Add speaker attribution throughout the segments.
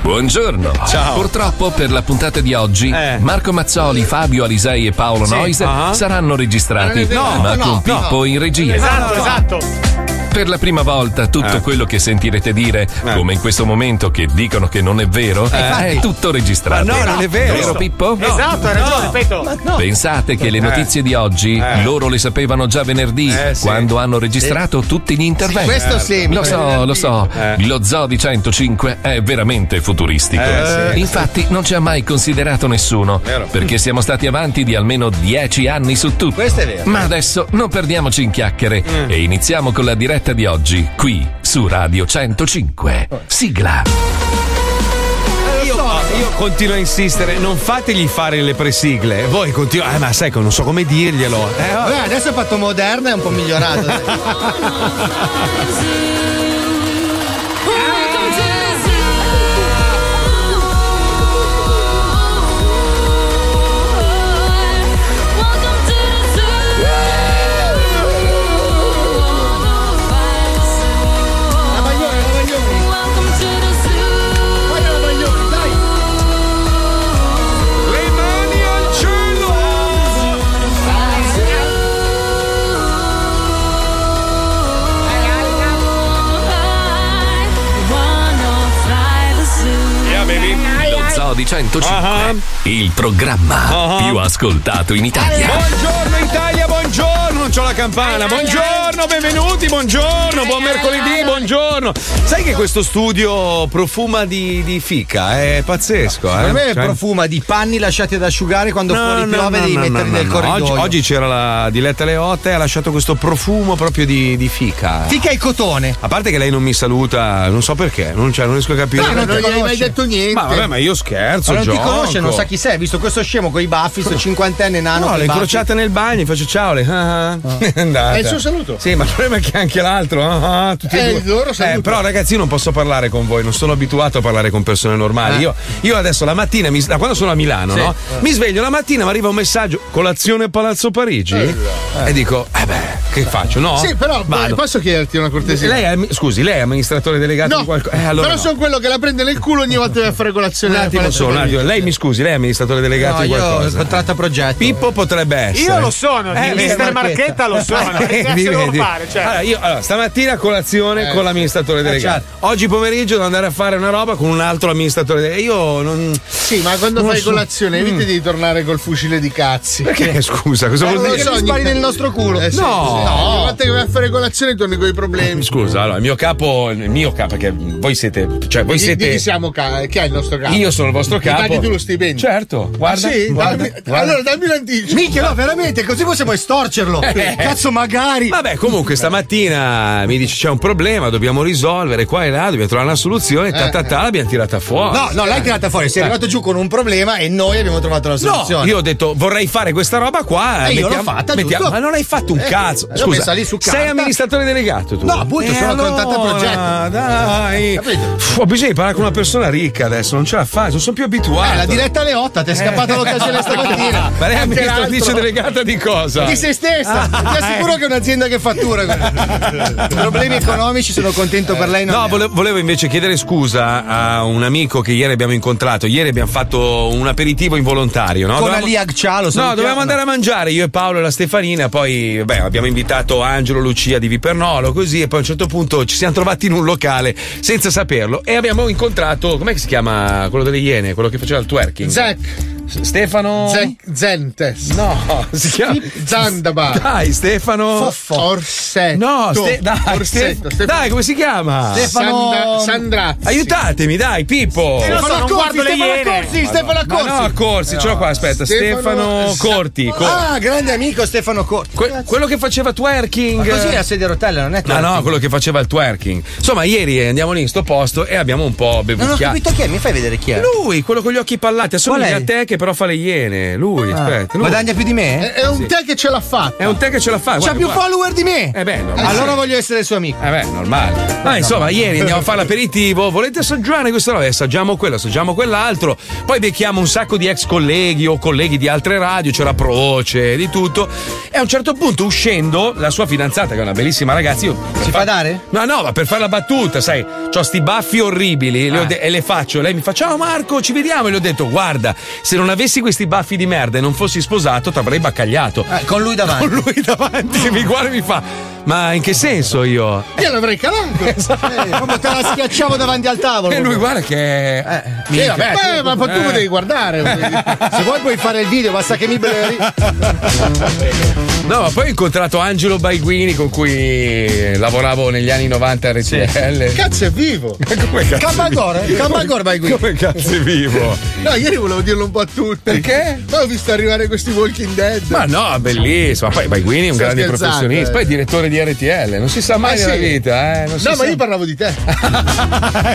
Speaker 1: Buongiorno.
Speaker 2: Ciao. Eh.
Speaker 1: Purtroppo per la puntata di oggi Marco Mazzoli, Fabio Alisei e Paolo
Speaker 2: Sì,
Speaker 1: Noiser
Speaker 2: ah.
Speaker 1: saranno registrati,
Speaker 2: No,
Speaker 1: ma
Speaker 2: no,
Speaker 1: con
Speaker 2: no.
Speaker 1: Pippo in regia.
Speaker 2: Esatto, esatto. Eh.
Speaker 1: Per la prima volta tutto quello che sentirete dire, come in questo momento che dicono che non è
Speaker 2: Eh,
Speaker 1: vero,
Speaker 3: infatti.
Speaker 1: è tutto registrato.
Speaker 3: Ma no, non è vero.
Speaker 1: Vero Pippo?
Speaker 3: Esatto, hai ragione, Peto.
Speaker 1: Pensate
Speaker 4: Eh.
Speaker 1: che le notizie di oggi loro le sapevano già venerdì, quando hanno registrato tutti gli interventi.
Speaker 4: Sì, questo sì,
Speaker 1: Lo so,
Speaker 4: venerdì.
Speaker 1: lo so. Lo zoo di 105 è veramente futuristico.
Speaker 4: Eh, sì.
Speaker 1: Infatti, non ci ha mai considerato nessuno, perché siamo stati avanti di almeno 10 anni su tutto. Questo è vero. Ma adesso non perdiamoci in chiacchiere
Speaker 4: Mm.
Speaker 1: e iniziamo con la diretta di oggi, qui su Radio 105.
Speaker 4: Oh.
Speaker 1: Sigla.
Speaker 5: Io, ah, io continuo a insistere, non fategli fare le presigle. Voi continuate, eh, ma sai che non so come dirglielo. Eh, vabbè.
Speaker 4: Beh, adesso è fatto moderno e un po' migliorato.
Speaker 2: Le mani al cielo.
Speaker 1: Lo zoo di 105, il programma più ascoltato in Italia.
Speaker 5: Buongiorno Italia, buongiorno, non c'ho la campana, buongiorno, benvenuti, buongiorno, buon mercoledì, buongiorno. Sai che questo studio profuma di, di fica, è pazzesco. eh?
Speaker 4: Per me
Speaker 5: Cioè-
Speaker 4: profuma di panni lasciati ad asciugare quando
Speaker 5: No,
Speaker 4: fuori
Speaker 5: no,
Speaker 4: piove
Speaker 5: no,
Speaker 4: devi
Speaker 5: no,
Speaker 4: metterli
Speaker 5: no,
Speaker 4: nel
Speaker 5: no.
Speaker 4: corridoio.
Speaker 5: Oggi, oggi c'era la Diletta Leotta e ha lasciato questo profumo proprio di, di fica.
Speaker 4: Fica e cotone.
Speaker 5: A parte che lei non mi saluta, non so perché, non, cioè, non riesco a capire.
Speaker 4: Perché non ti conosce.
Speaker 5: niente. Ma vabbè, ma io scherzo,
Speaker 4: Ma non ti
Speaker 5: gioco.
Speaker 4: conosce, non sa chi sei. Visto questo scemo con i baffi, sto cinquantenne nano.
Speaker 5: No,
Speaker 4: con
Speaker 5: l'ho
Speaker 4: i baffi.
Speaker 5: incrociata nel bagno, gli faccio ciao. Le, ah, ah. È andata.
Speaker 4: È il suo saluto.
Speaker 5: Sì, ma il problema è che anche l'altro. ah, ah, tutti e
Speaker 4: Eh,
Speaker 5: due.
Speaker 4: il loro saluto.
Speaker 5: Eh, però, ragazzi, io non posso parlare con voi, non sono abituato a parlare con persone
Speaker 4: Eh.
Speaker 5: normali. Io, io adesso la mattina, mi- da quando sono a Milano,
Speaker 2: Sì.
Speaker 5: no?
Speaker 2: Eh.
Speaker 5: Mi sveglio la mattina, mi arriva un messaggio: colazione Palazzo Parigi.
Speaker 4: Eh.
Speaker 5: E dico: Eh beh, che faccio? No?
Speaker 6: Sì, però eh,
Speaker 5: Vado.
Speaker 6: posso chiederti una cortesia?
Speaker 5: Lei è, ammi- scusi, lei è amministratore delegato
Speaker 6: No,
Speaker 5: di qualcosa. Eh, allora
Speaker 6: però
Speaker 5: no.
Speaker 6: sono quello che la prende nel culo ogni volta che va a fare colazione.
Speaker 5: Un attimo solo, un attimo. Lei mi scusi, lei è amministratore delegato
Speaker 6: No,
Speaker 5: di
Speaker 6: io
Speaker 5: qualcosa.
Speaker 4: contratto progetto.
Speaker 5: Pippo potrebbe essere.
Speaker 6: lo sono,
Speaker 5: Eh,
Speaker 6: mister
Speaker 5: vedi,
Speaker 6: Marchetta lo sono,
Speaker 5: Eh,
Speaker 6: che cazzo
Speaker 5: vedi,
Speaker 6: devo
Speaker 5: vedi.
Speaker 6: fare, cioè?
Speaker 5: Allora, io allora, stamattina colazione
Speaker 6: Eh,
Speaker 5: con l'amministratore
Speaker 6: eh,
Speaker 5: delegato. Oggi pomeriggio devo andare a fare una roba con un altro amministratore delegato. Io non.
Speaker 6: Sì, ma quando
Speaker 5: Non
Speaker 6: fai
Speaker 5: so. Mm.
Speaker 6: colazione eviti di tornare col fucile di cazzi.
Speaker 5: Perché scusa, cosa
Speaker 6: Eh,
Speaker 5: vuol
Speaker 6: non
Speaker 5: dire?
Speaker 6: lo so, ogni-
Speaker 4: spari nel nostro culo.
Speaker 6: Eh, sì,
Speaker 5: No.
Speaker 6: sì, sì. Ogni volta che vai a fare colazione torni con i problemi.
Speaker 5: Scusa, allora, il mio capo, il mio capo, perché voi siete. Cioè, voi
Speaker 6: Di-
Speaker 5: siete.
Speaker 6: di chi siamo ca- eh, chi è il nostro capo?
Speaker 5: Io sono il vostro
Speaker 6: Ti
Speaker 5: capo.
Speaker 6: paghi tu lo stipendio.
Speaker 5: Certo, guarda,
Speaker 6: Ah, sì?
Speaker 5: guarda,
Speaker 6: Dammi-
Speaker 5: guarda.
Speaker 6: Allora dammi l'anticipo.
Speaker 4: Minchia, no, veramente, così possiamo estorcerlo.
Speaker 5: Eh.
Speaker 4: Cazzo, magari.
Speaker 5: Vabbè, comunque stamattina mi dice c'è un problema, dobbiamo risolvere qua e là, dobbiamo trovare una soluzione. Ta ta ta, l'abbiamo tirata fuori.
Speaker 4: No, no, l'hai tirata fuori. Sei
Speaker 5: Eh.
Speaker 4: arrivato giù con un problema e noi abbiamo trovato la
Speaker 5: No,
Speaker 4: soluzione.
Speaker 5: io ho detto vorrei fare questa roba qua.
Speaker 4: E io l'ho
Speaker 5: mettiamo-
Speaker 4: fatta,
Speaker 5: mettiamo-
Speaker 4: giusto?
Speaker 5: Ma non hai fatto un
Speaker 4: Eh,
Speaker 5: cazzo.
Speaker 4: l'ho
Speaker 5: Scusa,
Speaker 4: messa lì su
Speaker 5: sei
Speaker 4: carta.
Speaker 5: amministratore delegato tu?
Speaker 4: No, appunto,
Speaker 5: Eh,
Speaker 4: sono
Speaker 5: allora,
Speaker 4: contratto a progetto.
Speaker 5: Dai, Pff, ho bisogno di parlare con una persona ricca adesso, non ce la faccio, non sono più abituato.
Speaker 4: Eh, la diretta alle 8, ti è scappata
Speaker 5: Eh.
Speaker 4: l'occasione stamattina. Eh,
Speaker 5: Ma lei è
Speaker 4: Anche
Speaker 5: amministratrice
Speaker 4: l'altro.
Speaker 5: delegata di cosa?
Speaker 4: Di se stessa, ti assicuro che è un'azienda che fattura. quella. Problemi economici, sono contento per lei. non
Speaker 5: No,
Speaker 4: ne ha.
Speaker 5: volevo, volevo invece chiedere scusa a un amico che ieri abbiamo incontrato. Ieri abbiamo fatto un aperitivo involontario, no?
Speaker 4: Con
Speaker 5: Dovevamo-
Speaker 4: Ali Agcialo,
Speaker 5: No,
Speaker 4: salutiamo.
Speaker 5: dovevamo andare a mangiare io e Paolo e la Stefanina. Poi beh, abbiamo invitato Angelo, Lucia di Vipernolo, così. E poi a un certo punto ci siamo trovati in un locale senza saperlo e abbiamo incontrato. Com'è che si chiama quello delle Iene? Quello che faceva il twerking?
Speaker 6: Zac.
Speaker 5: Stefano
Speaker 6: Zentes.
Speaker 5: No, si chiama
Speaker 6: Zandabar.
Speaker 5: Dai, Stefano
Speaker 6: Foffo. Orsetto.
Speaker 5: No, Ste- dai,
Speaker 6: Orsetto.
Speaker 5: Ste- dai, come si chiama?
Speaker 6: Stefano Sandra- Sandrazzi.
Speaker 5: Aiutatemi, dai, Pippo.
Speaker 6: Eh, non so, non guardo le iene.
Speaker 7: Eh,
Speaker 5: Ma no, ma no, Corsi, ce l'ho qua, aspetta. Stefano, Corti. Cor-
Speaker 7: Ah, grande amico Stefano Corti.
Speaker 5: quello che faceva twerking.
Speaker 7: Ma così la sedia a rotelle non è
Speaker 5: Ma
Speaker 7: twerking.
Speaker 5: no, quello che faceva il twerking. Insomma, ieri eh, andiamo lì in sto posto e abbiamo un po'
Speaker 7: Non ho
Speaker 5: bevucchiato.
Speaker 7: capito chi è, mi fai vedere chi è?
Speaker 5: Lui, quello con gli occhi pallati, assomiglia a te che però fa le iene. Lui,
Speaker 7: Ah.
Speaker 5: aspetta. lui.
Speaker 7: Guadagna più di me?
Speaker 6: È,
Speaker 5: Eh,
Speaker 6: è un te che ce l'ha fatta.
Speaker 5: È un te che ce la fa.
Speaker 7: C'ha
Speaker 5: Ah, guarda,
Speaker 7: più
Speaker 5: guarda.
Speaker 7: follower di me!
Speaker 5: Eh beh, normale.
Speaker 7: allora voglio essere il suo amico.
Speaker 5: Eh beh, normale. Ma insomma, ieri andiamo a fare l'aperitivo, volete assaggiare questa roba? Eh, Assaggiamo quello, assaggiamo quell'altro. Poi becchiamo un sacco di ex colleghi o colleghi di altre radio, c'era Proce, di tutto. E a un certo punto, uscendo, la sua fidanzata, che è una bellissima ragazza, io.
Speaker 7: Si fa dare?
Speaker 5: No, no, ma per fare la battuta, sai, ho sti baffi orribili
Speaker 7: Ah.
Speaker 5: le ho de- e le faccio. Lei mi fa, ciao Marco, ci vediamo. E le ho detto, guarda, se non avessi questi baffi di merda e non fossi sposato, ti avrei baccagliato.
Speaker 7: Eh, con lui davanti.
Speaker 5: Con lui davanti mi guarda e mi fa, ma in che senso io?
Speaker 6: Io l'avrei calato.
Speaker 7: Eh, proprio te la schiacciamo davanti al tavolo.
Speaker 5: Esatto. E lui guarda che.
Speaker 6: Eh,
Speaker 5: Minchia.
Speaker 6: vabbè, ma tu
Speaker 8: eh."
Speaker 6: mi devi guardare. voglio dire.
Speaker 4: Se vuoi puoi fare il video, basta che mi bevi.
Speaker 5: No, ma poi ho incontrato Angelo Baiguini con cui lavoravo negli anni 90 a RCL.
Speaker 6: Cazzo è vivo.
Speaker 5: Cazzo, come cazzo?
Speaker 4: Cambagore, Cambagore vai qui.
Speaker 5: Come cazzo è vivo?
Speaker 6: No, ieri volevo dirlo un po' a tutti.
Speaker 5: Perché?
Speaker 6: Poi ho visto arrivare questi Walking Dead.
Speaker 5: Ma no, bellissimo. Ma Poi Baiguini è un
Speaker 6: Sto
Speaker 5: grande
Speaker 6: scherzando,
Speaker 5: professionista.
Speaker 6: eh.
Speaker 5: Poi è direttore di RTL. Non si sa mai
Speaker 6: Eh,
Speaker 5: nella
Speaker 6: sì.
Speaker 5: vita, eh. Non si
Speaker 6: No,
Speaker 5: sa...
Speaker 6: ma io parlavo di te.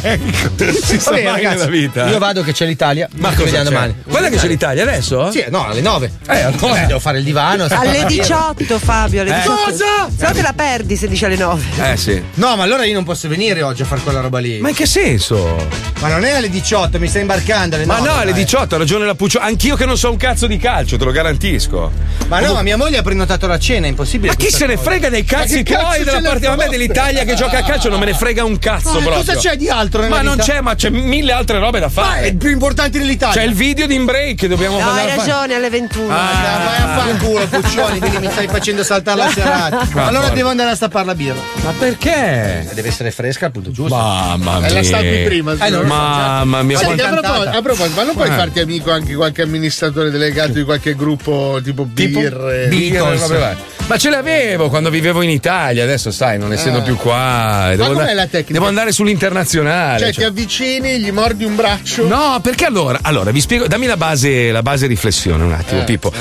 Speaker 5: ecco, si sa
Speaker 7: Vabbè,
Speaker 5: mai nella vita. eh?
Speaker 7: Io vado che c'è l'Italia.
Speaker 5: ma
Speaker 7: ci
Speaker 5: cosa c'è?
Speaker 7: vediamo domani.
Speaker 5: Guarda che c'è l'Italia adesso?
Speaker 7: Sì, no, alle 9.
Speaker 5: Eh, allora.
Speaker 7: devo fare il divano.
Speaker 9: Alle 18 Fabio,
Speaker 7: Eh.
Speaker 9: alle 18.
Speaker 5: Cosa?
Speaker 9: Se no te la perdi se dici alle 9.
Speaker 5: Eh sì.
Speaker 7: No, ma allora io non posso venire oggi a fare quella roba lì.
Speaker 5: Ma
Speaker 7: Ma,
Speaker 5: in che senso?
Speaker 7: non è alle 18, mi stai imbarcando alle
Speaker 5: Ma
Speaker 7: 9.
Speaker 5: no, alle
Speaker 7: dai.
Speaker 5: 18 ha ragione la Puccio. Anch'io che non so un cazzo di calcio, te lo garantisco.
Speaker 7: Ma no, ma mia moglie ha prenotato la cena, è impossibile.
Speaker 5: Ma chi
Speaker 7: questa
Speaker 5: se ne
Speaker 7: cosa.
Speaker 5: frega dei cazzi
Speaker 6: Ma che cazzo
Speaker 5: tuoi
Speaker 6: ce
Speaker 5: della
Speaker 6: l'ha
Speaker 5: partita? A me
Speaker 6: fatto?
Speaker 5: dell'Italia che gioca a calcio non me ne frega un cazzo
Speaker 7: Ma
Speaker 5: proprio.
Speaker 7: cosa c'è di altro nella
Speaker 5: Ma non
Speaker 7: vita?
Speaker 5: c'è, ma c'è mille altre robe da
Speaker 7: Ma è
Speaker 5: fare.
Speaker 7: il più importante
Speaker 5: C'è
Speaker 7: dell'Italia.
Speaker 5: il video di in break che dobbiamo
Speaker 9: No,
Speaker 5: andare
Speaker 9: hai
Speaker 5: a fare.
Speaker 9: ragione, alle 21.
Speaker 5: Ah.
Speaker 7: Ah, vai a fanculo, Puccioni, quindi mi stai facendo saltare la serata.
Speaker 5: Ma
Speaker 7: allora
Speaker 5: porca.
Speaker 7: devo andare a stappare la birra.
Speaker 5: Ma perché?
Speaker 7: Deve essere fresca al punto giusto.
Speaker 5: Mamma mia.
Speaker 6: Eh, la stappi prima, scusa.
Speaker 5: Mamma mia. Eh.
Speaker 6: Senti,
Speaker 5: quanto-
Speaker 6: a,
Speaker 7: cantata.
Speaker 6: proposito, a proposito, ma non puoi farti amico anche qualche amministratore delegato di qualche gruppo tipo
Speaker 5: tipo-
Speaker 6: birre? Cioè,
Speaker 5: Beatles. Vabbè, vabbè. Ma ce l'avevo quando vivevo in Italia, adesso sai, non essendo
Speaker 7: Eh.
Speaker 6: Ah.
Speaker 5: più qua. Devo,
Speaker 6: com'è
Speaker 5: andare-
Speaker 6: la tecnica?
Speaker 5: devo andare sull'internazionale.
Speaker 6: Cioè,
Speaker 5: cioè.
Speaker 6: ti avvicini, gli mordi un braccio.
Speaker 5: No, perché allora? Allora, vi spiego, dammi la base, la base riflessione un
Speaker 6: Eh,
Speaker 5: attimo, Pippo.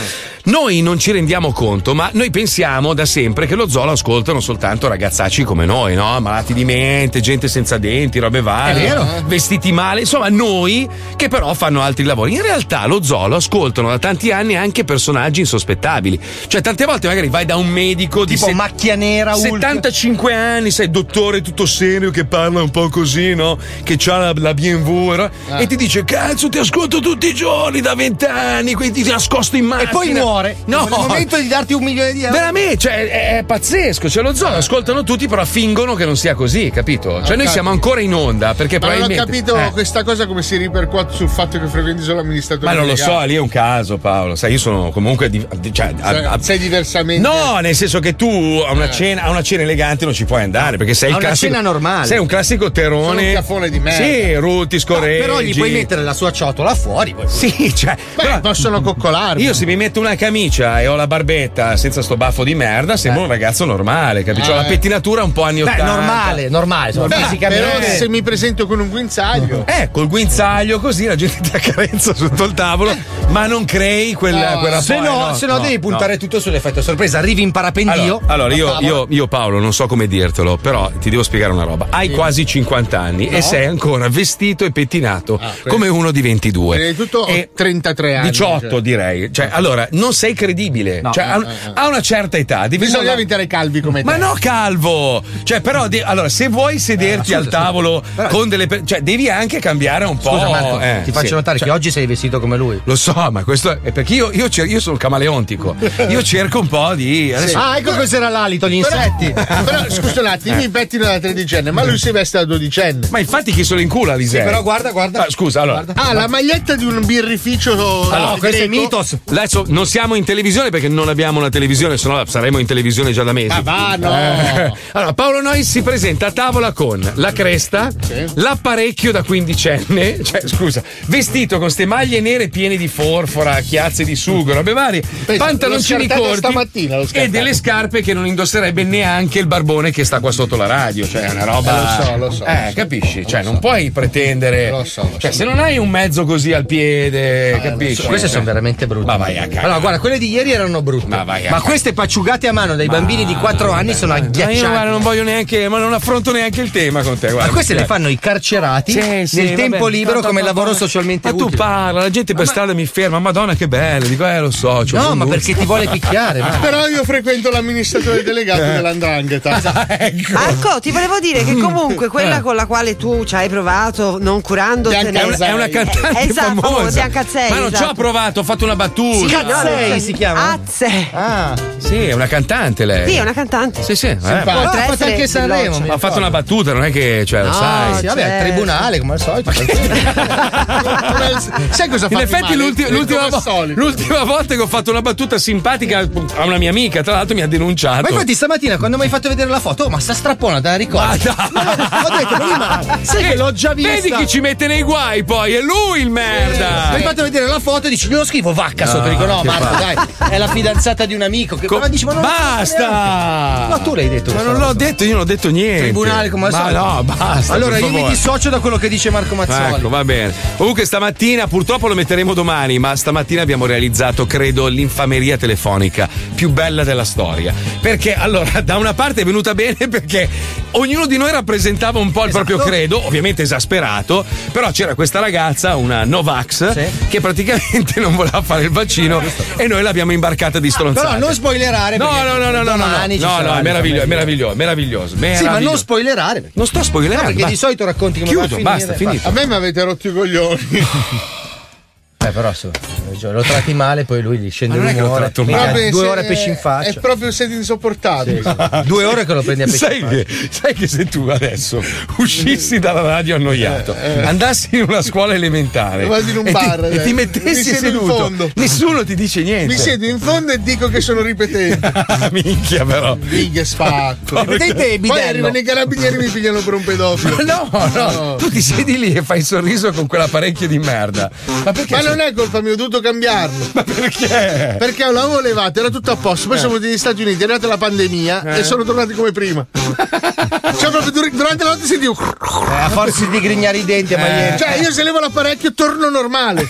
Speaker 5: Noi non ci rendiamo conto, ma noi pensiamo da sempre che lo zoo lo ascoltano soltanto ragazzacci come noi, no? Malati di mente, gente senza denti, robe varie,
Speaker 6: È vero.
Speaker 5: vestiti male, insomma, noi che però fanno altri lavori. In realtà lo zoo lo ascoltano da tanti anni anche personaggi insospettabili. Cioè, tante volte magari vai da un medico di
Speaker 7: Tipo
Speaker 5: se-
Speaker 7: macchia nera, Hulk.
Speaker 5: 75 anni, sei dottore tutto serio che parla un po' così, no? Che ha la, la BMW e ro-
Speaker 6: Eh.
Speaker 5: e ti dice: Cazzo, ti ascolto tutti i giorni da 20 anni, quindi ti nascosto in macchina.
Speaker 7: E poi muore.
Speaker 5: No,
Speaker 7: Nel momento di darti un milione di euro.
Speaker 5: veramente, cioè, è, è pazzesco. Cioè, lo zoo lo ascoltano tutti, però fingono che non sia così, capito? Cioè, noi
Speaker 6: capito.
Speaker 5: siamo ancora in onda perché
Speaker 6: Ma non ho
Speaker 5: probabilmente.
Speaker 6: capito
Speaker 5: Eh.
Speaker 6: questa cosa come si ripercuote sul fatto che frequenti solo amministratore
Speaker 5: Ma non lo so, lì è un caso, Paolo. Sai, io sono comunque. di- di- cioè, a- a-
Speaker 6: sei diversamente.
Speaker 5: No, nel senso che tu a una, cena, a una cena elegante non ci puoi andare perché sei
Speaker 7: Eh. A
Speaker 5: il
Speaker 7: una
Speaker 5: classico.
Speaker 7: cena normale.
Speaker 5: Sei un classico terone.
Speaker 6: Sono un cafone di merda.
Speaker 5: Sì, ruti, scorreggi.
Speaker 7: Però gli puoi mettere la sua ciotola fuori. poi.
Speaker 5: Sì, cioè.
Speaker 6: Beh,
Speaker 5: però
Speaker 6: possono coccolarmi.
Speaker 5: io se mi metto una camicia e ho la barbetta senza sto baffo di merda, sembro un ragazzo normale, capisci? Ho la
Speaker 6: Eh.
Speaker 5: pettinatura un po' anni
Speaker 7: Eh. Beh,
Speaker 5: 80.
Speaker 7: normale, normale. Insomma,
Speaker 6: Beh, però
Speaker 7: fisicamente.
Speaker 6: se mi presento con un guinzaglio.
Speaker 5: Eh, col guinzaglio così la gente ti accarezza sotto il tavolo, ma non crei quella, quel rapporto.
Speaker 7: Se no, se no, devi puntare tutto sull'effetto sorpresa. Arrivi in parapendio.
Speaker 5: Allora, allora, io, io- io, Paolo non so come dirtelo, però ti devo spiegare una roba. Hai quasi 50 anni e sei ancora vestito e pettinato
Speaker 7: Ah,
Speaker 6: questo-
Speaker 5: come uno di 22.
Speaker 6: Prima di tutto ho
Speaker 5: E
Speaker 6: 33 anni.
Speaker 5: 18
Speaker 6: cioè.
Speaker 5: direi. Cioè, allora, non sei credibile. Cioè,
Speaker 7: Eh,
Speaker 5: a, a una certa età devi
Speaker 6: Bisogna
Speaker 5: mollare-
Speaker 6: evitare i calvi come
Speaker 5: ma
Speaker 6: te.
Speaker 5: no, calvo! Cioè, però, de- allora, se vuoi
Speaker 7: Eh,
Speaker 5: sederti al tavolo con delle. per- cioè, devi anche cambiare un po'.
Speaker 7: Scusa, Marco,
Speaker 5: eh,
Speaker 7: ti faccio
Speaker 5: sì.
Speaker 7: notare che oggi sei vestito come lui.
Speaker 5: Lo so, ma questo è perché io, io cer- io sono camaleontico. Io cerco un po' di. adesso-
Speaker 7: Ah, ecco cos'era l'alito, gli
Speaker 6: Però,
Speaker 7: insetti.
Speaker 6: però scusa un attimo, mi pettino da tredicenne, ma lui si veste da dodicenne.
Speaker 5: Ma infatti chi sono in culo, Alisei?
Speaker 7: Però guarda, guarda.
Speaker 5: Ah, scusa, allora.
Speaker 6: Ah, la maglietta di un birrificio.
Speaker 7: No,
Speaker 6: Allora,
Speaker 7: questo è Mitos.
Speaker 5: Adesso non siamo in televisione perché non abbiamo una televisione, se no saremo in televisione già da mesi.
Speaker 7: Ah,
Speaker 6: Ma Ah, va, no.
Speaker 1: Eh.
Speaker 5: Allora, Paolo Nois si presenta a tavola con la cresta, l'apparecchio da quindicenne, cioè scusa, vestito con ste maglie nere piene di porfora, chiazze di sugo, robe varie, pantaloncini
Speaker 6: l'ho scartato
Speaker 5: corti
Speaker 6: stamattina, l'ho
Speaker 5: e
Speaker 6: scartato.
Speaker 5: delle scarpe che non indosserebbe neanche il barbone che sta qua sotto la radio, cioè è una roba.
Speaker 6: Eh, lo so, lo so,
Speaker 5: Eh,
Speaker 6: lo so,
Speaker 5: capisci? Cioè, non puoi pretendere.
Speaker 6: Lo so, lo
Speaker 5: Cioè,
Speaker 6: so.
Speaker 5: se non hai un mezzo così al piede, capisci?
Speaker 8: so. Queste sono
Speaker 5: veramente brutte. Ma vai a cagare.
Speaker 8: Allora, guarda, quelle di ieri erano brutte. Ma,
Speaker 5: vai a-
Speaker 8: queste pacciugate a mano dai
Speaker 5: Ma-
Speaker 8: bambini di 4 anni sono
Speaker 5: Ma io guarda,
Speaker 8: agghiacciate.
Speaker 5: non voglio neanche, ma non affronto neanche il tema con te. Guarda.
Speaker 8: Ma queste le fanno i carcerati
Speaker 5: Sì, sì,
Speaker 8: nel
Speaker 5: va
Speaker 8: tempo
Speaker 5: bene.
Speaker 8: libero
Speaker 5: Pa, pa,
Speaker 8: come
Speaker 5: pa,
Speaker 8: lavoro
Speaker 5: pa.
Speaker 8: socialmente
Speaker 5: Ma tu
Speaker 8: utile.
Speaker 5: parla, la gente per strada mi ferma, madonna che bello, dico eh lo so. c'ho
Speaker 8: No,
Speaker 5: buon
Speaker 8: ma
Speaker 5: gusto.
Speaker 8: perché ti vuole picchiare, ma-
Speaker 6: Però io frequento l'amministratore delegato
Speaker 5: Eh.
Speaker 6: dell'andrangheta.
Speaker 9: Marco, ti volevo dire
Speaker 7: Mm.
Speaker 9: che comunque
Speaker 6: Eh.
Speaker 9: quella con la quale tu ci hai provato, non curandotene,
Speaker 5: È una, è una
Speaker 8: Eh,
Speaker 5: cantante
Speaker 9: esatto,
Speaker 8: oh,
Speaker 5: famosa.
Speaker 9: Bianca Azzei,
Speaker 5: ma non ci ho
Speaker 9: esatto.
Speaker 5: provato, ho fatto una battuta.
Speaker 9: Sì, no, non so- Azze.
Speaker 7: Ah.
Speaker 5: Sì, è una cantante lei.
Speaker 9: Sì, è una cantante.
Speaker 5: Sì, sì, eh,
Speaker 9: Potrà
Speaker 5: ma-
Speaker 9: essere
Speaker 8: anche Sanremo,
Speaker 9: veloce.
Speaker 5: Ma ha fatto una battuta, non è che, cioè, lo
Speaker 8: No,
Speaker 5: sai.
Speaker 8: sì, vabbè, al tribunale come al solito.
Speaker 6: Sai cosa
Speaker 5: In
Speaker 6: fa
Speaker 5: effetti,
Speaker 6: male?
Speaker 5: l'ulti-
Speaker 6: Come
Speaker 5: l'ultima, vo-
Speaker 6: solito.
Speaker 5: l'ultima volta che ho fatto una battuta simpatica a una mia amica, tra l'altro, mi ha denunciato.
Speaker 8: Ma infatti stamattina quando mi hai fatto vedere la foto, oh, ma sta strappona, te la ricordi? Ho detto prima, sai
Speaker 5: Eh,
Speaker 8: che l'ho già vista.
Speaker 5: Vedi chi ci mette nei guai poi? È lui il merda!
Speaker 8: Mi hai fatto vedere la foto e dici, glielo scrivo vacca
Speaker 5: No,
Speaker 8: sotto. Dico, no,
Speaker 5: Ah, che
Speaker 8: Marco,
Speaker 5: fa-
Speaker 8: dai, è la fidanzata di un amico. Che,
Speaker 5: Co-
Speaker 8: ma dici, ma non lo
Speaker 5: basta!
Speaker 8: Ma tu l'hai detto
Speaker 5: Ma
Speaker 8: questa
Speaker 5: non l'ho detto, io non ho detto niente.
Speaker 8: eh, Tribunale come al
Speaker 5: Ma
Speaker 8: solito.
Speaker 5: no, basta.
Speaker 8: Allora
Speaker 5: per
Speaker 8: io mi
Speaker 5: favore.
Speaker 8: dissocio da quello che dice Marco Mazzoli.
Speaker 5: Ecco, va bene. Comunque stamattina, purtroppo lo metteremo domani, ma stamattina abbiamo realizzato, credo, l'infameria telefonica più bella della storia. Perché allora, da una parte è venuta bene perché ognuno di noi rappresentava un po' il proprio
Speaker 8: Esatto.
Speaker 5: credo, ovviamente esasperato, però c'era questa ragazza, una Novax, che praticamente non voleva fare il vaccino e noi l'abbiamo imbarcata di stronzate.
Speaker 8: Ah, Però non spoilerare.
Speaker 5: No,
Speaker 8: perché
Speaker 5: no, no, no, no, no, no,
Speaker 8: domani ci
Speaker 5: no,
Speaker 8: sarà
Speaker 5: no, è meraviglioso, è
Speaker 8: l'infameria.
Speaker 5: meraviglioso, meraviglioso,
Speaker 8: Sì, ma non
Speaker 5: meraviglioso.
Speaker 8: spoilerare.
Speaker 5: Non sto spoilerando.
Speaker 8: No, perché
Speaker 5: basta.
Speaker 8: di solito racconti come
Speaker 5: Chiudo,
Speaker 8: va a finire.
Speaker 5: basta, finito.
Speaker 6: A me mi avete rotto i coglioni.
Speaker 8: Beh, Eh, però su, lo tratti male, poi lui gli scende
Speaker 6: Ma non è che l'ho
Speaker 8: l'umore.
Speaker 6: tratto
Speaker 8: mica
Speaker 6: male. Proprio
Speaker 8: Due
Speaker 6: se-
Speaker 8: ore pesci in
Speaker 6: È
Speaker 8: faccia.
Speaker 6: proprio siete insopportabili.
Speaker 8: Esatto. Due ore che lo prendi a pesci in
Speaker 5: Sai
Speaker 8: faccia.
Speaker 5: che, sai che se tu adesso uscissi dalla radio annoiato,
Speaker 8: Eh,
Speaker 5: andassi in una scuola elementare
Speaker 6: Vado in un
Speaker 5: Eh. e,
Speaker 6: bar,
Speaker 5: ti, e
Speaker 6: dai.
Speaker 5: ti
Speaker 6: Mi
Speaker 5: mettessi
Speaker 6: siedo in
Speaker 5: seduto,
Speaker 6: fondo.
Speaker 5: nessuno ti dice niente.
Speaker 6: Mi siedo in fondo e dico che sono ripetente.
Speaker 5: Ah, minchia, però.
Speaker 6: Fighe sfatto.
Speaker 8: Ripetente e
Speaker 6: Poi
Speaker 8: bidello.
Speaker 6: arrivano i carabinieri e mi pigliano per un pedofilo.
Speaker 5: No, no, tu ti siedi lì e fai il sorriso con quell'apparecchio di merda. Ma perché?
Speaker 6: Ma non è colpa mia, ho dovuto cambiarlo.
Speaker 5: Ma perché? Eh.
Speaker 6: Perché l'avevo levato, era tutto a posto. Poi siamo venuti negli Stati Uniti, è arrivata la pandemia e sono tornati come prima. cioè, proprio dur- durante la notte sentivo.
Speaker 8: Eh, a forza di grignare i denti,
Speaker 5: Eh.
Speaker 8: ma ieri.
Speaker 6: Cioè, io se levo l'apparecchio torno normale.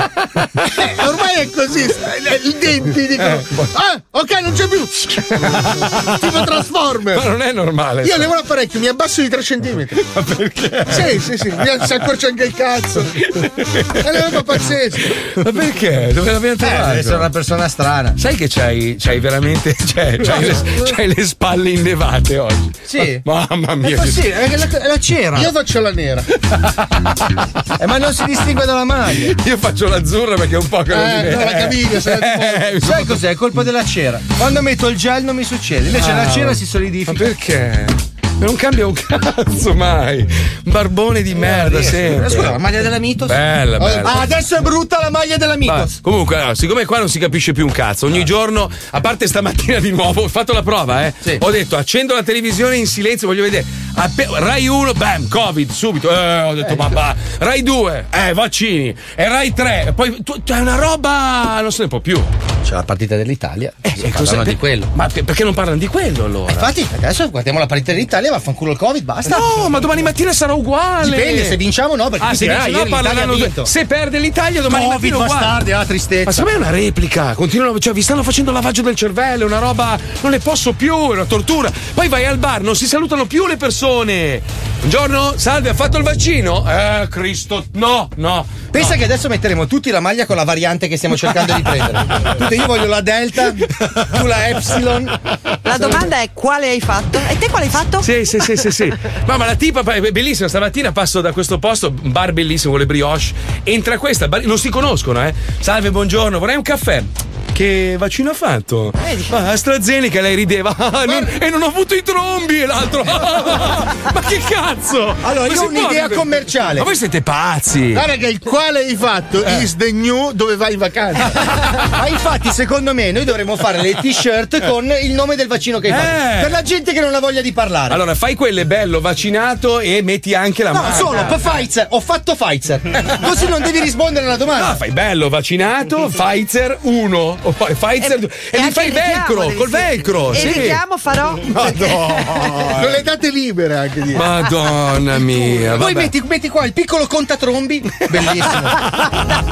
Speaker 6: Eh, Ormai è così. eh, I denti dicono.
Speaker 5: boh.
Speaker 6: Ah, ok, non c'è più. tipo
Speaker 5: Ma
Speaker 6: Transformer.
Speaker 5: non è normale.
Speaker 6: Io levo l'apparecchio, mi abbasso di 3 cm.
Speaker 5: Ma perché?
Speaker 6: Sì, sì, sì, mi si accorcia anche il cazzo.
Speaker 8: Eh,
Speaker 6: È una roba pazzesca.
Speaker 5: Ma perché? Dove l'abbiamo
Speaker 8: Eh, sono
Speaker 5: trovato?
Speaker 8: una persona strana.
Speaker 5: Sai che c'hai, c'hai veramente. C'hai, c'hai le, c'hai le spalle innevate oggi.
Speaker 8: Sì.
Speaker 5: Mamma
Speaker 8: È
Speaker 5: Ah, mia. che-
Speaker 8: possibile, è la, è la cera.
Speaker 6: Io faccio la nera.
Speaker 8: Eh, ma non si distingue dalla maglia.
Speaker 5: Io faccio l'azzurra perché è un po' che non mi
Speaker 6: Eh,
Speaker 5: vede.
Speaker 6: no, la caviglia se la
Speaker 5: Eh, mi
Speaker 8: Sai cos'è? È colpa della cera. Quando metto il gel non mi
Speaker 5: Cioè,
Speaker 8: succede, invece la cera si
Speaker 5: Ah. Ma
Speaker 8: solidifica.
Speaker 5: perché? Eh, Non cambia un cazzo mai. Un Barbone di merda sempre.
Speaker 8: Eh, Scusa, la maglia della Mitos?
Speaker 5: Bella,
Speaker 6: Oh,
Speaker 5: bella.
Speaker 8: Ah, adesso è brutta la maglia della
Speaker 5: Vabbè,
Speaker 8: Mitos.
Speaker 5: comunque, allora, siccome qua non si capisce più un cazzo,
Speaker 8: Ah.
Speaker 5: ogni giorno, a parte stamattina di nuovo, ho fatto la prova, eh.
Speaker 8: Sì.
Speaker 5: Ho detto accendo la televisione in silenzio, voglio vedere. Appe- Rai 1, bam, Covid, subito. Eh, ho detto papà. Rai 2, eh, vaccini. E Rai 3, poi tu- tu- è una roba. non se ne può più.
Speaker 8: C'è la partita dell'Italia.
Speaker 5: Eh,
Speaker 8: si
Speaker 5: e
Speaker 8: parlano
Speaker 5: cos'è?
Speaker 8: di quello. Eh,
Speaker 5: Ma che- perché non parlano di quello allora?
Speaker 8: Infatti, adesso guardiamo la partita dell'Italia, vaffanculo il Covid, basta.
Speaker 5: No, ma domani mattina sarà uguale.
Speaker 8: Dipende se vinciamo o no, perché
Speaker 5: Ah, se vince, no, parleranno due- Se perde l'Italia domani
Speaker 8: Covid
Speaker 5: mattina è uguale.
Speaker 8: bastardi, la
Speaker 5: Ma
Speaker 8: tristezza.
Speaker 5: secondo me è una replica. Continuano, cioè, vi stanno facendo lavaggio del cervello, è una roba. Non ne posso più, è una tortura. Poi vai al bar, non si salutano più le persone. Buongiorno, salve, ha fatto il vaccino? Eh, Cristo, no, no.
Speaker 8: Pensa che adesso metteremo tutti la maglia con la variante che stiamo cercando di prendere. Tutti, io voglio la Delta, tu la Epsilon.
Speaker 9: La domanda è quale hai fatto? E te quale hai fatto?
Speaker 5: Sì, sì, sì, sì, sì. No, ma la tipa è bellissima. Stamattina passo da questo posto, un bar bellissimo con le brioche. Entra questa, bar- non si conoscono, eh. Salve, buongiorno, vorrei un caffè. che vaccino ha fatto?
Speaker 8: Eh,
Speaker 5: Ma AstraZeneca lei rideva "Ah, non- e non ho avuto i trombi e l'altro "Ah, ma che cazzo Ma
Speaker 8: Allora, io
Speaker 5: si può
Speaker 8: ho un'idea
Speaker 5: vivere-
Speaker 8: commerciale.
Speaker 5: ma voi siete pazzi
Speaker 6: Guarda che il quale hai fatto
Speaker 5: Eh.
Speaker 6: is the new dove vai in vacanza.
Speaker 8: Ma infatti, secondo me, noi dovremmo fare le t-shirt con il nome del vaccino che hai fatto.
Speaker 5: Eh.
Speaker 8: Per la gente che non ha voglia di parlare.
Speaker 5: allora fai quelle bello vaccinato e metti anche la
Speaker 8: No,
Speaker 5: marca.
Speaker 8: solo per Pfizer, ho fatto Pfizer. Così non devi rispondere alla domanda.
Speaker 5: Ah, fai bello vaccinato, Pfizer 1, o poi Pfizer 2 e, mi fai velcro, col velcro.
Speaker 9: E
Speaker 5: sì.
Speaker 9: richiamo farò.
Speaker 8: Eh,
Speaker 10: Eh,
Speaker 6: non le date libere anche di.
Speaker 5: Madonna mia, vabbè.
Speaker 8: Poi metti, metti qua il piccolo contatrombi. Bellissimo.
Speaker 6: Ah,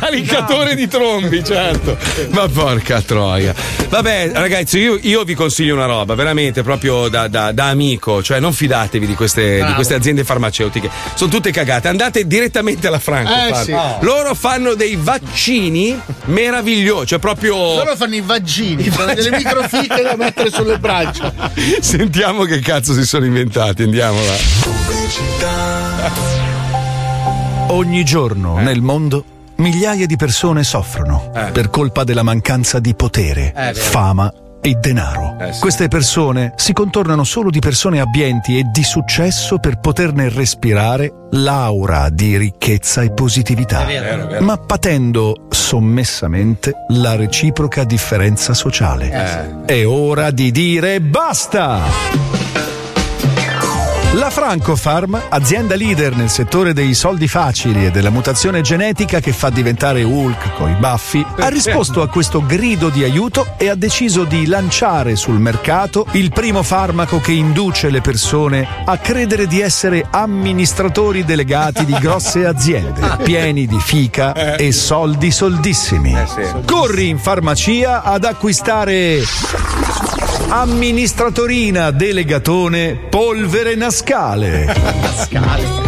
Speaker 5: Caricatore di trombi, certo. Ma porca troia. Vabbè, ragazzi, io, io vi consiglio una roba, veramente proprio da, da- da amico. Cioè, non fidatevi di queste, di queste aziende farmaceutiche. Sono tutte cagate. Andate direttamente alla Franco.
Speaker 6: Eh,
Speaker 5: Fabio.
Speaker 6: sì. Ah.
Speaker 5: Loro fanno dei vaccini meravigliosi. Cioè, proprio.
Speaker 6: Loro fanno i vaggini, fanno delle microfiche da mettere sulle braccia.
Speaker 5: Sentiamo che cazzo si sono inventati, andiamola.
Speaker 10: Ogni giorno nel mondo migliaia di persone soffrono per colpa della mancanza di potere, fama e denaro. Queste persone si contornano solo di persone abbienti e di successo per poterne respirare l'aura di ricchezza e positività, ma patendo sommessamente la reciproca differenza sociale. È ora di dire basta! La Francofarm, azienda leader nel settore dei soldi facili e della mutazione genetica che fa diventare Hulk coi baffi, ha risposto a questo grido di aiuto e ha deciso di lanciare sul mercato il primo farmaco che induce le persone a credere di essere amministratori delegati di grosse aziende, pieni di fica e soldi soldissimi. Corri in farmacia ad acquistare Amministratorina delegatone polvere nascale.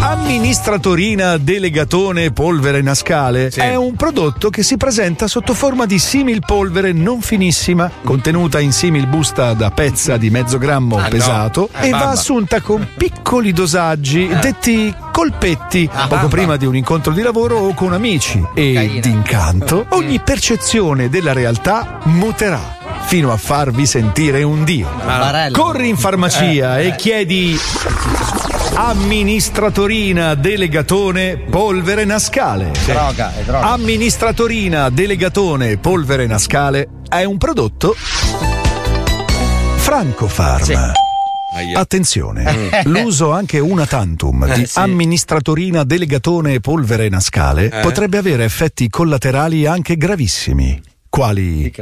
Speaker 10: Amministratorina delegatone polvere nascale è un prodotto che si presenta sotto forma di simil polvere non finissima, contenuta in simil busta da pezza di mezzo grammo
Speaker 5: Ah,
Speaker 10: pesato
Speaker 5: no. Eh,
Speaker 10: e va
Speaker 5: bamba.
Speaker 10: assunta con piccoli
Speaker 8: Eh.
Speaker 10: dosaggi detti colpetti
Speaker 8: Ah,
Speaker 10: poco
Speaker 5: bamba.
Speaker 10: prima di un incontro di lavoro o con amici e d'incanto
Speaker 8: Mm.
Speaker 10: ogni percezione della realtà muterà fino a farvi sentire un dio. Corri in
Speaker 8: Eh,
Speaker 10: farmacia e chiedi amministratorina delegatone polvere nascale.
Speaker 8: Droga, è droga.
Speaker 10: Amministratorina delegatone polvere nascale è un prodotto Francofarm. Attenzione, l'uso anche una tantum di amministratorina delegatone polvere nascale potrebbe avere effetti collaterali anche gravissimi, quali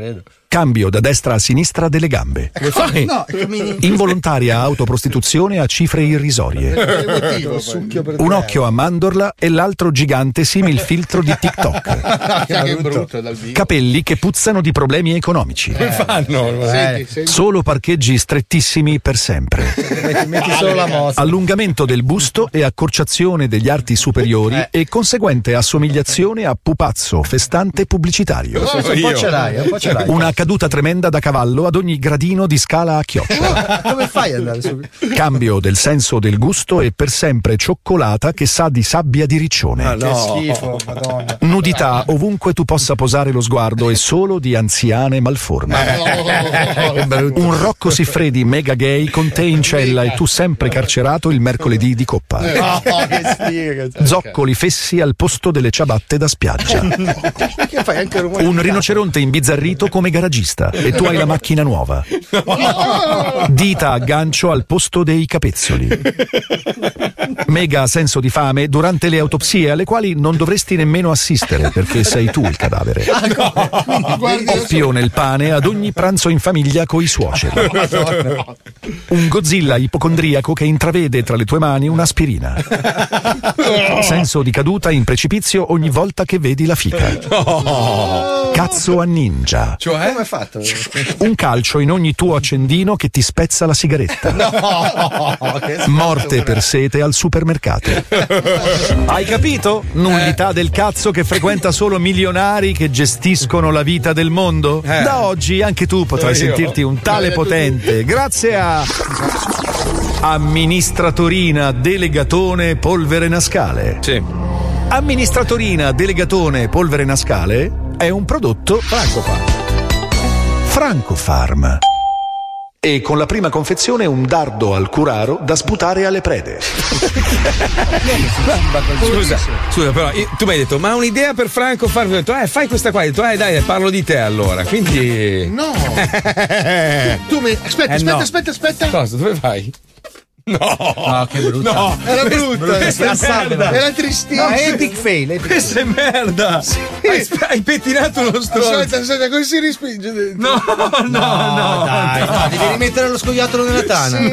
Speaker 10: cambio da destra a sinistra delle gambe,
Speaker 5: Come fai?
Speaker 8: No, cammini.
Speaker 10: involontaria autoprostituzione a cifre irrisorie,
Speaker 8: motivo, succhio per
Speaker 10: un occhio a mandorla e l'altro gigante simil filtro di TikTok,
Speaker 6: Sai che è brutto dal vivo. Eh,
Speaker 10: capelli che puzzano di problemi economici,
Speaker 5: Fanno.
Speaker 8: Eh,
Speaker 6: Senti, senti.
Speaker 10: solo parcheggi strettissimi per sempre.
Speaker 8: Metti, metti solo la mossa.
Speaker 10: Allungamento del busto e accorciazione degli arti superiori
Speaker 8: Eh.
Speaker 10: e conseguente assomigliazione a pupazzo festante pubblicitario.
Speaker 8: Guarda, un po' ce l'hai, un po' ce l'hai.
Speaker 10: Una caduta tremenda da cavallo ad ogni gradino di scala a chioccia.
Speaker 8: Come fai ad andare
Speaker 10: Eh,
Speaker 8: su?
Speaker 10: Cambio del senso del gusto e per sempre cioccolata che sa di sabbia di riccione.
Speaker 8: Ah, Che schifo, madonna.
Speaker 10: Nudità ovunque tu possa posare lo sguardo e solo di anziane malforme.
Speaker 8: Eh.
Speaker 10: Un Rocco Siffredi mega gay con te in cella e tu sempre carcerato il mercoledì di coppa.
Speaker 8: Eh,
Speaker 10: Eh, Zoccoli fessi al posto delle ciabatte da
Speaker 8: Cioè,
Speaker 10: spiaggia.
Speaker 8: Eh,
Speaker 10: Un rinoceronte imbizzarrito come garagista e tu hai la macchina nuova. Dita a gancio al posto dei capezzoli. Mega senso di fame durante le autopsie alle quali non dovresti nemmeno assistere perché sei tu il cadavere. Oppio nel pane ad ogni pranzo in famiglia coi suoceri. Un Godzilla ipocondriaco che intravede tra le tue mani un'aspirina. Senso di caduta in precipizio ogni volta che vedi la fica. Cazzo a ninja.
Speaker 8: Come hai fatto?
Speaker 10: Un calcio in ogni tuo accendino che ti spezza la sigaretta. Morte per sete al supermercato. Hai capito? Nullità del cazzo che frequenta solo milionari che gestiscono la vita del mondo? Da oggi anche tu potrai sentirti un tale potente. Grazie a amministratorina delegatone polvere nascale.
Speaker 5: Sì.
Speaker 10: Amministratorina delegatone polvere nascale è un prodotto Francofarm. Francofarm. E con la prima confezione un dardo al curaro da sputare alle prede.
Speaker 5: Scusa, scusa, però io- tu mi hai detto, ma ho un'idea per Franco farvi? Ho detto, eh, fai questa qua. Ho detto, eh, dai, parlo di te allora. Quindi.
Speaker 6: No. Tu mi. Aspetta,
Speaker 5: Eh,
Speaker 6: aspetta,
Speaker 5: no.
Speaker 6: aspetta, aspetta.
Speaker 5: Cosa? Dove vai? No, che brutta. No,
Speaker 6: Era
Speaker 5: Questa-
Speaker 6: brutta.
Speaker 5: questa è merda.
Speaker 6: Era tristissima.
Speaker 5: No, epic
Speaker 6: fail.
Speaker 5: Questa è merda. Hai, hai pettinato uno stronzo.
Speaker 6: Aspetta, aspetta, così si respinge. dentro.
Speaker 5: No, no, Ah, no.
Speaker 8: Dai, no, devi rimettere lo scoiattolo nella tana.
Speaker 6: Sì.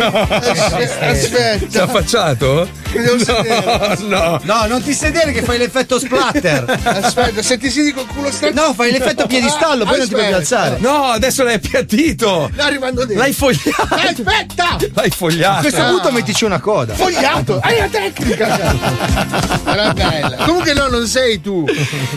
Speaker 6: Aspetta,
Speaker 5: Si è
Speaker 6: aspetta.
Speaker 5: affacciato?
Speaker 6: Devo sedere.
Speaker 5: no.
Speaker 8: No, non ti sedere che fai l'effetto splatter.
Speaker 6: Aspetta, se ti siedi col culo stretto.
Speaker 8: No, fai l'effetto piedistallo, poi non ti puoi più
Speaker 6: Aspetta.
Speaker 8: alzare.
Speaker 5: Ah, No, adesso l'hai appiattito.
Speaker 6: Sta arrivando dentro.
Speaker 5: L'hai fogliato.
Speaker 6: Aspetta!
Speaker 5: L'hai fogliato. Ah.
Speaker 8: A questo punto mettici una coda.
Speaker 6: Fogliato! Hai la tecnica! Era bella. Comunque no, non sei tu.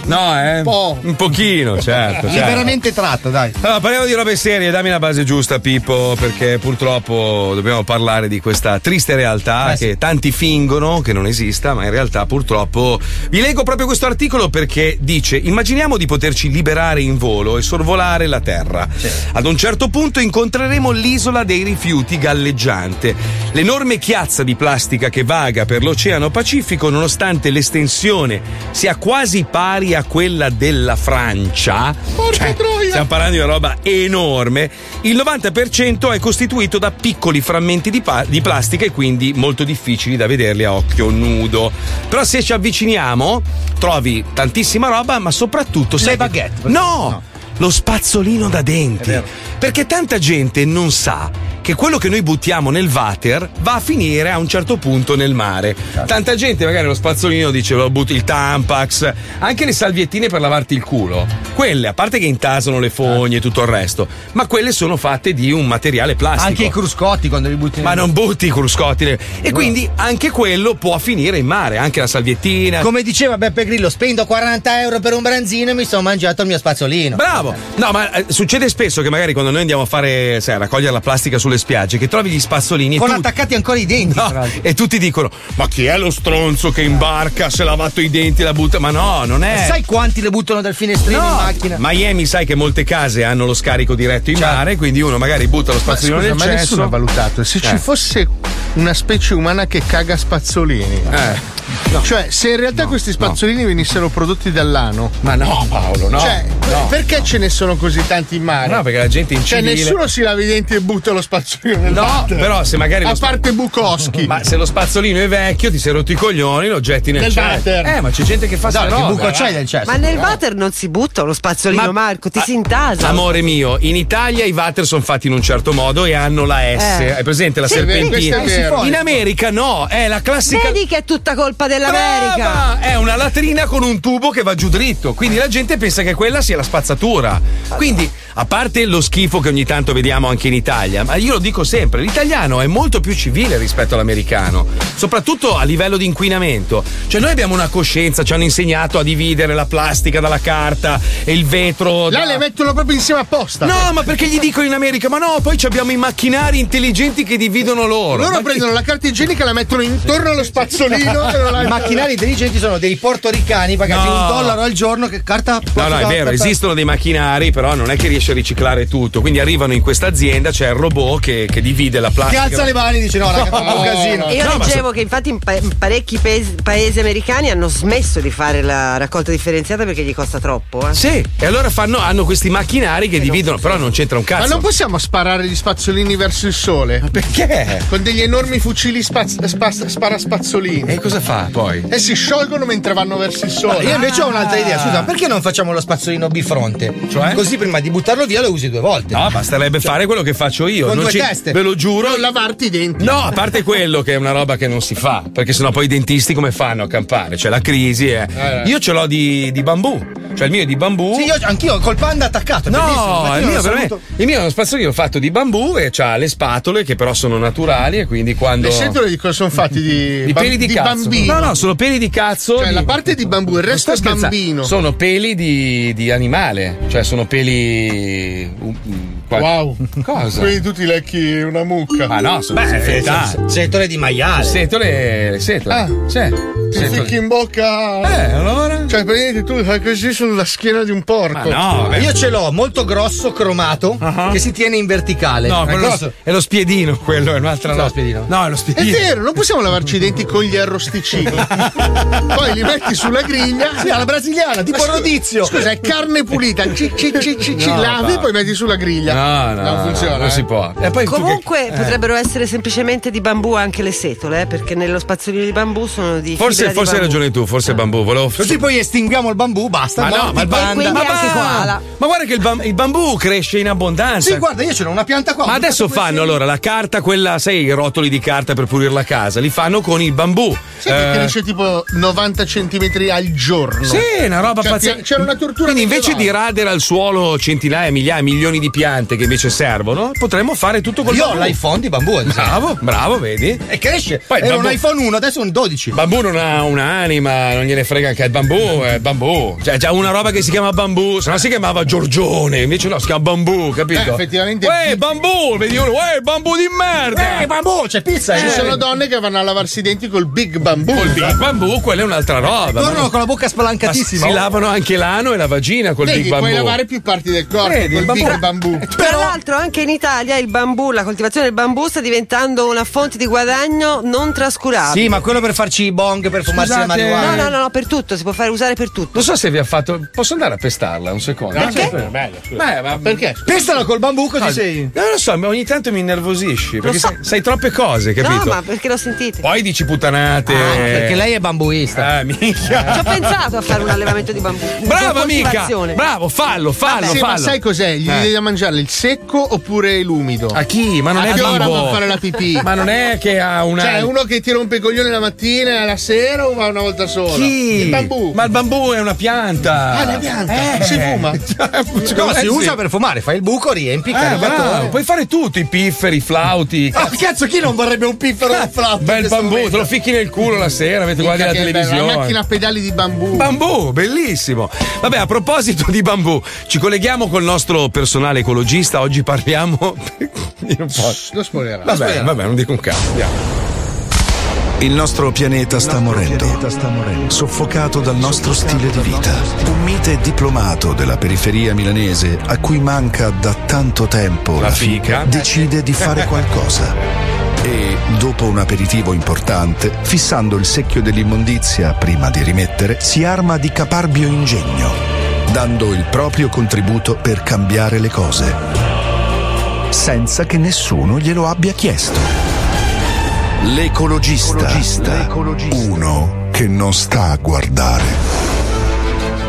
Speaker 5: No, eh.
Speaker 6: Po'.
Speaker 5: Un pochino, certo. certo.
Speaker 8: Liberamente tratto, dai.
Speaker 5: Allora, parliamo di robe serie, dammi la base giusta, Pippo, perché purtroppo dobbiamo parlare di questa triste realtà che tanti fingono che non esista, ma in realtà purtroppo. Vi leggo proprio questo articolo perché dice: Immaginiamo di poterci liberare in volo e sorvolare la Terra. Ad un certo punto incontreremo l'isola dei rifiuti galleggiante, l'enorme chiazza di plastica che vaga per l'Oceano Pacifico, nonostante l'estensione sia quasi pari a quella della Francia. Cioè, Stiamo parlando di una roba enorme. Il 90% è costituito da piccoli frammenti di, pa- di plastica e quindi molto difficili da vederli a occhio nudo. Però se ci avviciniamo, trovi tantissima roba, ma soprattutto. Le baguette. no. Lo spazzolino da denti. Perché tanta gente non sa che quello che noi buttiamo nel water va a finire a un certo punto nel mare.
Speaker 8: Certo.
Speaker 5: Tanta gente magari lo spazzolino dice lo butti il Tampax, anche le salviettine per lavarti il culo. Quelle, a parte che intasano le fogne e tutto il resto, ma quelle sono fatte di un materiale plastico.
Speaker 8: Anche i cruscotti quando li butti
Speaker 5: ma
Speaker 8: nel-
Speaker 5: non butti i cruscotti. nel- E quindi anche quello può finire in mare, anche la salviettina.
Speaker 8: Come diceva Beppe Grillo, spendo 40 euro per un branzino e mi sono mangiato il mio spazzolino.
Speaker 5: Bravo! No, ma eh, succede spesso che magari quando noi andiamo a fare, sai, a raccogliere la plastica sulle spiagge, che trovi gli spazzolini e
Speaker 8: Con
Speaker 5: tu-
Speaker 8: attaccati ancora i denti.
Speaker 5: No,
Speaker 8: tra l'altro.
Speaker 5: e tutti dicono: Ma chi è lo stronzo che in barca si è lavato i denti e la butta? Ma no, non è.
Speaker 8: Sai quanti le buttano dal finestrino
Speaker 5: No.
Speaker 8: in macchina?
Speaker 5: Miami, sai che molte case hanno lo scarico diretto in mare, quindi uno magari butta lo
Speaker 6: Cioè, Ma
Speaker 5: spazzolino
Speaker 6: scusa,
Speaker 5: nel
Speaker 6: ma nessuno ha
Speaker 5: cesso.
Speaker 6: valutato. Se ci
Speaker 5: Eh.
Speaker 6: fosse una specie umana che caga spazzolini.
Speaker 5: Eh.
Speaker 6: Cioè, se in realtà questi spazzolini venissero prodotti dall'ano.
Speaker 5: Ma no, Paolo, no.
Speaker 6: cioè,
Speaker 5: no.
Speaker 6: perché ce ne sono così tanti in mare?
Speaker 5: No, perché la gente in
Speaker 6: Cioè, nessuno si lava i denti e butta lo spazzolino nel
Speaker 5: No,
Speaker 6: water.
Speaker 5: però se magari.
Speaker 6: A
Speaker 5: lo spa-
Speaker 6: parte Bukowski.
Speaker 5: Ma se lo spazzolino è vecchio, ti sei rotto i coglioni, lo getti nel
Speaker 6: Nel
Speaker 5: cesso.
Speaker 6: water.
Speaker 5: Eh, ma c'è gente che fa sta
Speaker 8: che
Speaker 5: roba,
Speaker 8: buco
Speaker 5: va.
Speaker 8: c'hai del cesso?
Speaker 9: Ma nel water non si butta lo spazzolino,
Speaker 5: Ma-
Speaker 9: Marco, ti
Speaker 5: Ah,
Speaker 9: si
Speaker 6: Esatto.
Speaker 9: intasa.
Speaker 5: Amore mio, in Italia i water sono fatti in un certo modo e hanno la S.
Speaker 9: Eh.
Speaker 5: Hai presente la
Speaker 9: Sì,
Speaker 5: serpentina?
Speaker 2: Eh,
Speaker 6: questo è vero.
Speaker 5: In America no, è la classica.
Speaker 9: Vedi che è tutta colpa
Speaker 5: Brava!
Speaker 9: dell'America.
Speaker 5: Ah, È una latrina con un tubo che va giù dritto, quindi la gente pensa che quella sia la spazzatura. Quindi, a parte lo schifo che ogni tanto vediamo anche in Italia, ma io lo dico sempre, l'italiano è molto più civile rispetto all'americano, soprattutto a livello di inquinamento. Cioè noi abbiamo una coscienza, ci hanno insegnato a dividere la plastica dalla carta e il vetro
Speaker 6: Là
Speaker 5: da-
Speaker 6: le mettono proprio insieme apposta.
Speaker 5: No, ma perché gli dicono in America? Ma no, poi ci abbiamo i macchinari intelligenti che dividono loro.
Speaker 6: Loro
Speaker 5: Ma-
Speaker 6: prendono la carta igienica e la mettono intorno allo spazzolino. e lo
Speaker 8: I
Speaker 6: lasciano-
Speaker 8: macchinari intelligenti sono dei portoricani pagati
Speaker 5: No.
Speaker 8: un dollaro al giorno che carta
Speaker 5: No, no, è
Speaker 8: carta-
Speaker 5: vero,
Speaker 8: carta-
Speaker 5: esistono dei macchinari, però non è che riesce a riciclare tutto. Quindi arrivano in questa azienda, c'è il robot che, che divide la
Speaker 8: Che
Speaker 5: plastica.
Speaker 8: alza le mani e dice no, raga, fa un casino.
Speaker 9: E io
Speaker 5: No, ma
Speaker 9: leggevo che infatti in pa- in parecchi paesi, paesi americani hanno smesso di fare la raccolta differenziata perché gli costa troppo. eh.
Speaker 5: Sì, e allora fanno, hanno questi macchinari
Speaker 8: Eh
Speaker 5: che dividono, però non c'entra un
Speaker 6: Ma
Speaker 5: cazzo.
Speaker 6: non possiamo sparare gli spazzolini verso il sole?
Speaker 5: Perché?
Speaker 6: Con degli enormi fucili spaz- spas- sparaspazzolini.
Speaker 5: E cosa fa ah, poi?
Speaker 6: E si sciolgono mentre vanno verso il sole.
Speaker 8: Io invece ho
Speaker 6: Ah.
Speaker 8: un'altra idea, scusa, perché non facciamo lo spazzolino bifronte?
Speaker 5: Cioè?
Speaker 8: Così prima di buttarlo via lo usi due volte.
Speaker 5: No, basterebbe fare quello che faccio io.
Speaker 8: Cioè, Con
Speaker 5: non
Speaker 8: due
Speaker 5: ci-
Speaker 8: teste.
Speaker 5: Ve lo giuro.
Speaker 6: Non lavarti i denti.
Speaker 5: No, a parte quello che è una roba che non si fa, perché sennò poi i dentisti come fanno a campare? C'è la crisi. eh. Io ce l'ho di, di bambù, cioè il mio è di bambù.
Speaker 8: Sì, io, anch'io col panda attaccato. bellissimo,
Speaker 5: No,
Speaker 8: infatti
Speaker 5: il
Speaker 8: io
Speaker 5: mio,
Speaker 8: lo
Speaker 5: veramente,
Speaker 8: saluto.
Speaker 5: il mio è uno spazzolino fatto di bambù e ha le spatole che però sono naturali e quindi quando...
Speaker 6: Le setole dico, sono fatti di,
Speaker 5: I
Speaker 6: bam-
Speaker 5: peli di, cazzo.
Speaker 6: bambino.
Speaker 5: No, no, sono peli di cazzo.
Speaker 6: Cioè,
Speaker 5: di-
Speaker 6: la parte di bambù, il
Speaker 5: Non
Speaker 6: resto
Speaker 5: sto
Speaker 6: è
Speaker 5: scherzando,
Speaker 6: bambino.
Speaker 5: Sono peli di, di animale, cioè sono peli um,
Speaker 6: Wow.
Speaker 5: Cosa?
Speaker 6: Quindi tu ti lecchi una mucca.
Speaker 5: Ma no, sono infettati.
Speaker 8: Setole di maiale.
Speaker 5: Setole, setole.
Speaker 6: Ah,
Speaker 5: sì.
Speaker 6: Ti
Speaker 5: Setole.
Speaker 6: ficchi in bocca.
Speaker 5: Eh, allora?
Speaker 6: Cioè, praticamente tu fai così sulla schiena di un porco.
Speaker 8: io ce l'ho molto grosso, cromato, che si tiene in verticale.
Speaker 5: No,
Speaker 8: È
Speaker 5: quello
Speaker 8: grosso.
Speaker 5: è lo spiedino, quello è un'altra
Speaker 8: Cos'è
Speaker 5: roba.
Speaker 8: lo spiedino?
Speaker 5: No, è lo
Speaker 6: È
Speaker 5: spiedino.
Speaker 6: vero, non possiamo lavarci i denti con gli arrosticini. Poi li metti sulla griglia.
Speaker 8: Sì, alla brasiliana, tipo
Speaker 6: Ma scu-
Speaker 8: rodizio.
Speaker 6: Scusa, è carne pulita. Ci, ci, ci, ci, ci
Speaker 5: No,
Speaker 6: lavi
Speaker 5: va.
Speaker 6: e poi metti sulla griglia.
Speaker 5: No, no,
Speaker 6: non
Speaker 5: no,
Speaker 6: funziona.
Speaker 5: non
Speaker 6: eh.
Speaker 5: si può. E poi tu che-
Speaker 9: Comunque
Speaker 5: eh.
Speaker 9: potrebbero essere semplicemente di bambù anche le setole, eh, perché nello spazzolino di bambù sono di
Speaker 5: Forse, forse hai
Speaker 9: fibra di bambù.
Speaker 5: ragione tu, forse è bambù. Volevo
Speaker 8: Così poi estinguiamo il bambù, basta.
Speaker 5: Ma no,
Speaker 8: morti,
Speaker 5: ma il bambù.
Speaker 8: banda.
Speaker 9: quindi
Speaker 5: ma,
Speaker 9: anche koala.
Speaker 5: ma guarda che il, bam- il bambù cresce in abbondanza.
Speaker 8: Sì, guarda, io ce l'ho una pianta qua.
Speaker 5: Ah, Ma
Speaker 8: ho
Speaker 5: adesso
Speaker 8: buttato
Speaker 5: fanno allora la carta, quella, sai, i rotoli di carta per pulire la casa, li fanno con il bambù.
Speaker 6: Sai che
Speaker 5: Eh,
Speaker 6: cresce tipo 90 centimetri al giorno?
Speaker 5: Sì, è una roba
Speaker 6: Cioè,
Speaker 5: pazzesca.
Speaker 6: C'era una tortura.
Speaker 5: Quindi invece di
Speaker 6: medievale.
Speaker 5: radere al suolo centinaia, migliaia, milioni di piante che invece servono, potremmo fare tutto col
Speaker 8: questi- Io ho
Speaker 5: bambù.
Speaker 8: l'iPhone di bambù. ad esempio.
Speaker 5: Bravo, bravo, vedi?
Speaker 8: E cresce.
Speaker 5: Poi il
Speaker 8: Era un
Speaker 5: bambù-
Speaker 8: iPhone 1, adesso è un 12.
Speaker 5: Il bambù non ha un'anima, Ah, non gliene frega anche il bambù, è bambù. Cioè, c'è una roba che si chiama bambù, se no si chiamava Giorgione, invece no, si chiama bambù, capito?
Speaker 6: Eh, effettivamente-
Speaker 5: Uè, bambù, vedi uno, uè, bambù di merda!
Speaker 8: Eh, bambù, c'è pizza.
Speaker 6: Ci
Speaker 8: eh.
Speaker 6: sono donne che vanno a lavarsi i denti col big bambù.
Speaker 5: Col big bambù, quella è un'altra roba.
Speaker 8: Tornano con la bocca
Speaker 5: Ma si
Speaker 8: spalancatissima.
Speaker 5: si
Speaker 8: oh.
Speaker 5: lavano anche l'ano e la vagina col
Speaker 6: Vedi,
Speaker 5: big
Speaker 6: puoi
Speaker 5: bambù.
Speaker 6: lavare più parti del corpo
Speaker 5: Vedi, il
Speaker 6: col big
Speaker 5: bambù.
Speaker 6: bambù.
Speaker 9: Tra l'altro anche in Italia il bambù, la coltivazione del bambù sta diventando una fonte di guadagno non trascurabile.
Speaker 8: Sì, ma quello per farci i bong, per fumarsi la
Speaker 5: Scusate.
Speaker 8: marijuana.
Speaker 9: No, no, no, no, per tutto, si può fare usare per tutto.
Speaker 5: Non so se vi ha fatto. Posso andare a pestarla un secondo? Perché? certo. Beh, ma perché?
Speaker 8: Pestala col bambù così sei.
Speaker 5: Non lo so, ma ogni tanto mi innervosisci. Perché
Speaker 9: so.
Speaker 5: sai, sai troppe cose, capito?
Speaker 9: No, ma perché lo sentite?
Speaker 5: Poi dici putanate.
Speaker 8: Ah, Perché lei è bambuista.
Speaker 5: Ah, minchia.
Speaker 9: Ci ho pensato a fare un allevamento di bambù.
Speaker 5: Brava
Speaker 9: Una
Speaker 5: amica!
Speaker 9: coltivazione.
Speaker 5: Bravo, fallo, fallo,
Speaker 6: Sì, ma
Speaker 5: fallo. Eh.
Speaker 6: sai cos'è? Gli devi da mangiare il secco oppure l'umido?
Speaker 5: A chi? Ma non
Speaker 6: A
Speaker 5: è
Speaker 6: che ora
Speaker 5: bambù.
Speaker 6: va a fare la pipì?
Speaker 5: Ma non è che ha una.
Speaker 6: Cioè, uno che ti rompe i coglioni la mattina e alla sera o va una volta sola?
Speaker 5: Chi?
Speaker 6: Il bambù.
Speaker 5: Ma il bambù è una pianta.
Speaker 6: Ah, la pianta. Si fuma.
Speaker 8: No,
Speaker 5: No,
Speaker 8: Eh. Cioè, si usa per fumare, fai il buco, riempi,
Speaker 5: Eh,
Speaker 8: carica
Speaker 5: bravo. Puoi fare tutto, i pifferi, i flauti. Eh,
Speaker 8: Ah, cazzo, chi non vorrebbe un piffero un flauto? in
Speaker 5: Bel
Speaker 8: questo
Speaker 5: bambù, te
Speaker 8: momento?
Speaker 5: lo ficchi nel culo la sera, mentre guardi
Speaker 6: Minchia,
Speaker 5: la
Speaker 6: che bella,
Speaker 5: televisione.
Speaker 6: La macchina a pedali di bambù.
Speaker 5: Bambù, bellissimo. Vabbè, a proposito di bambù, ci colleghiamo col nostro personale ecologista. Oggi parliamo. Io non posso.
Speaker 6: Lo spoilerà.
Speaker 5: Vabbè, vabbè, non dico un cazzo. andiamo.
Speaker 10: Il nostro pianeta sta morendo, soffocato dal nostro stile di vita. Un mite diplomato della periferia milanese, a cui manca da tanto tempo la
Speaker 5: fica.
Speaker 10: fica, decide di fare qualcosa. E, dopo un aperitivo importante, fissando il secchio dell'immondizia prima di rimettere, si arma di caparbio ingegno, dando il proprio contributo per cambiare le cose, senza che nessuno glielo abbia chiesto. L'ecologista. Uno che non sta a guardare.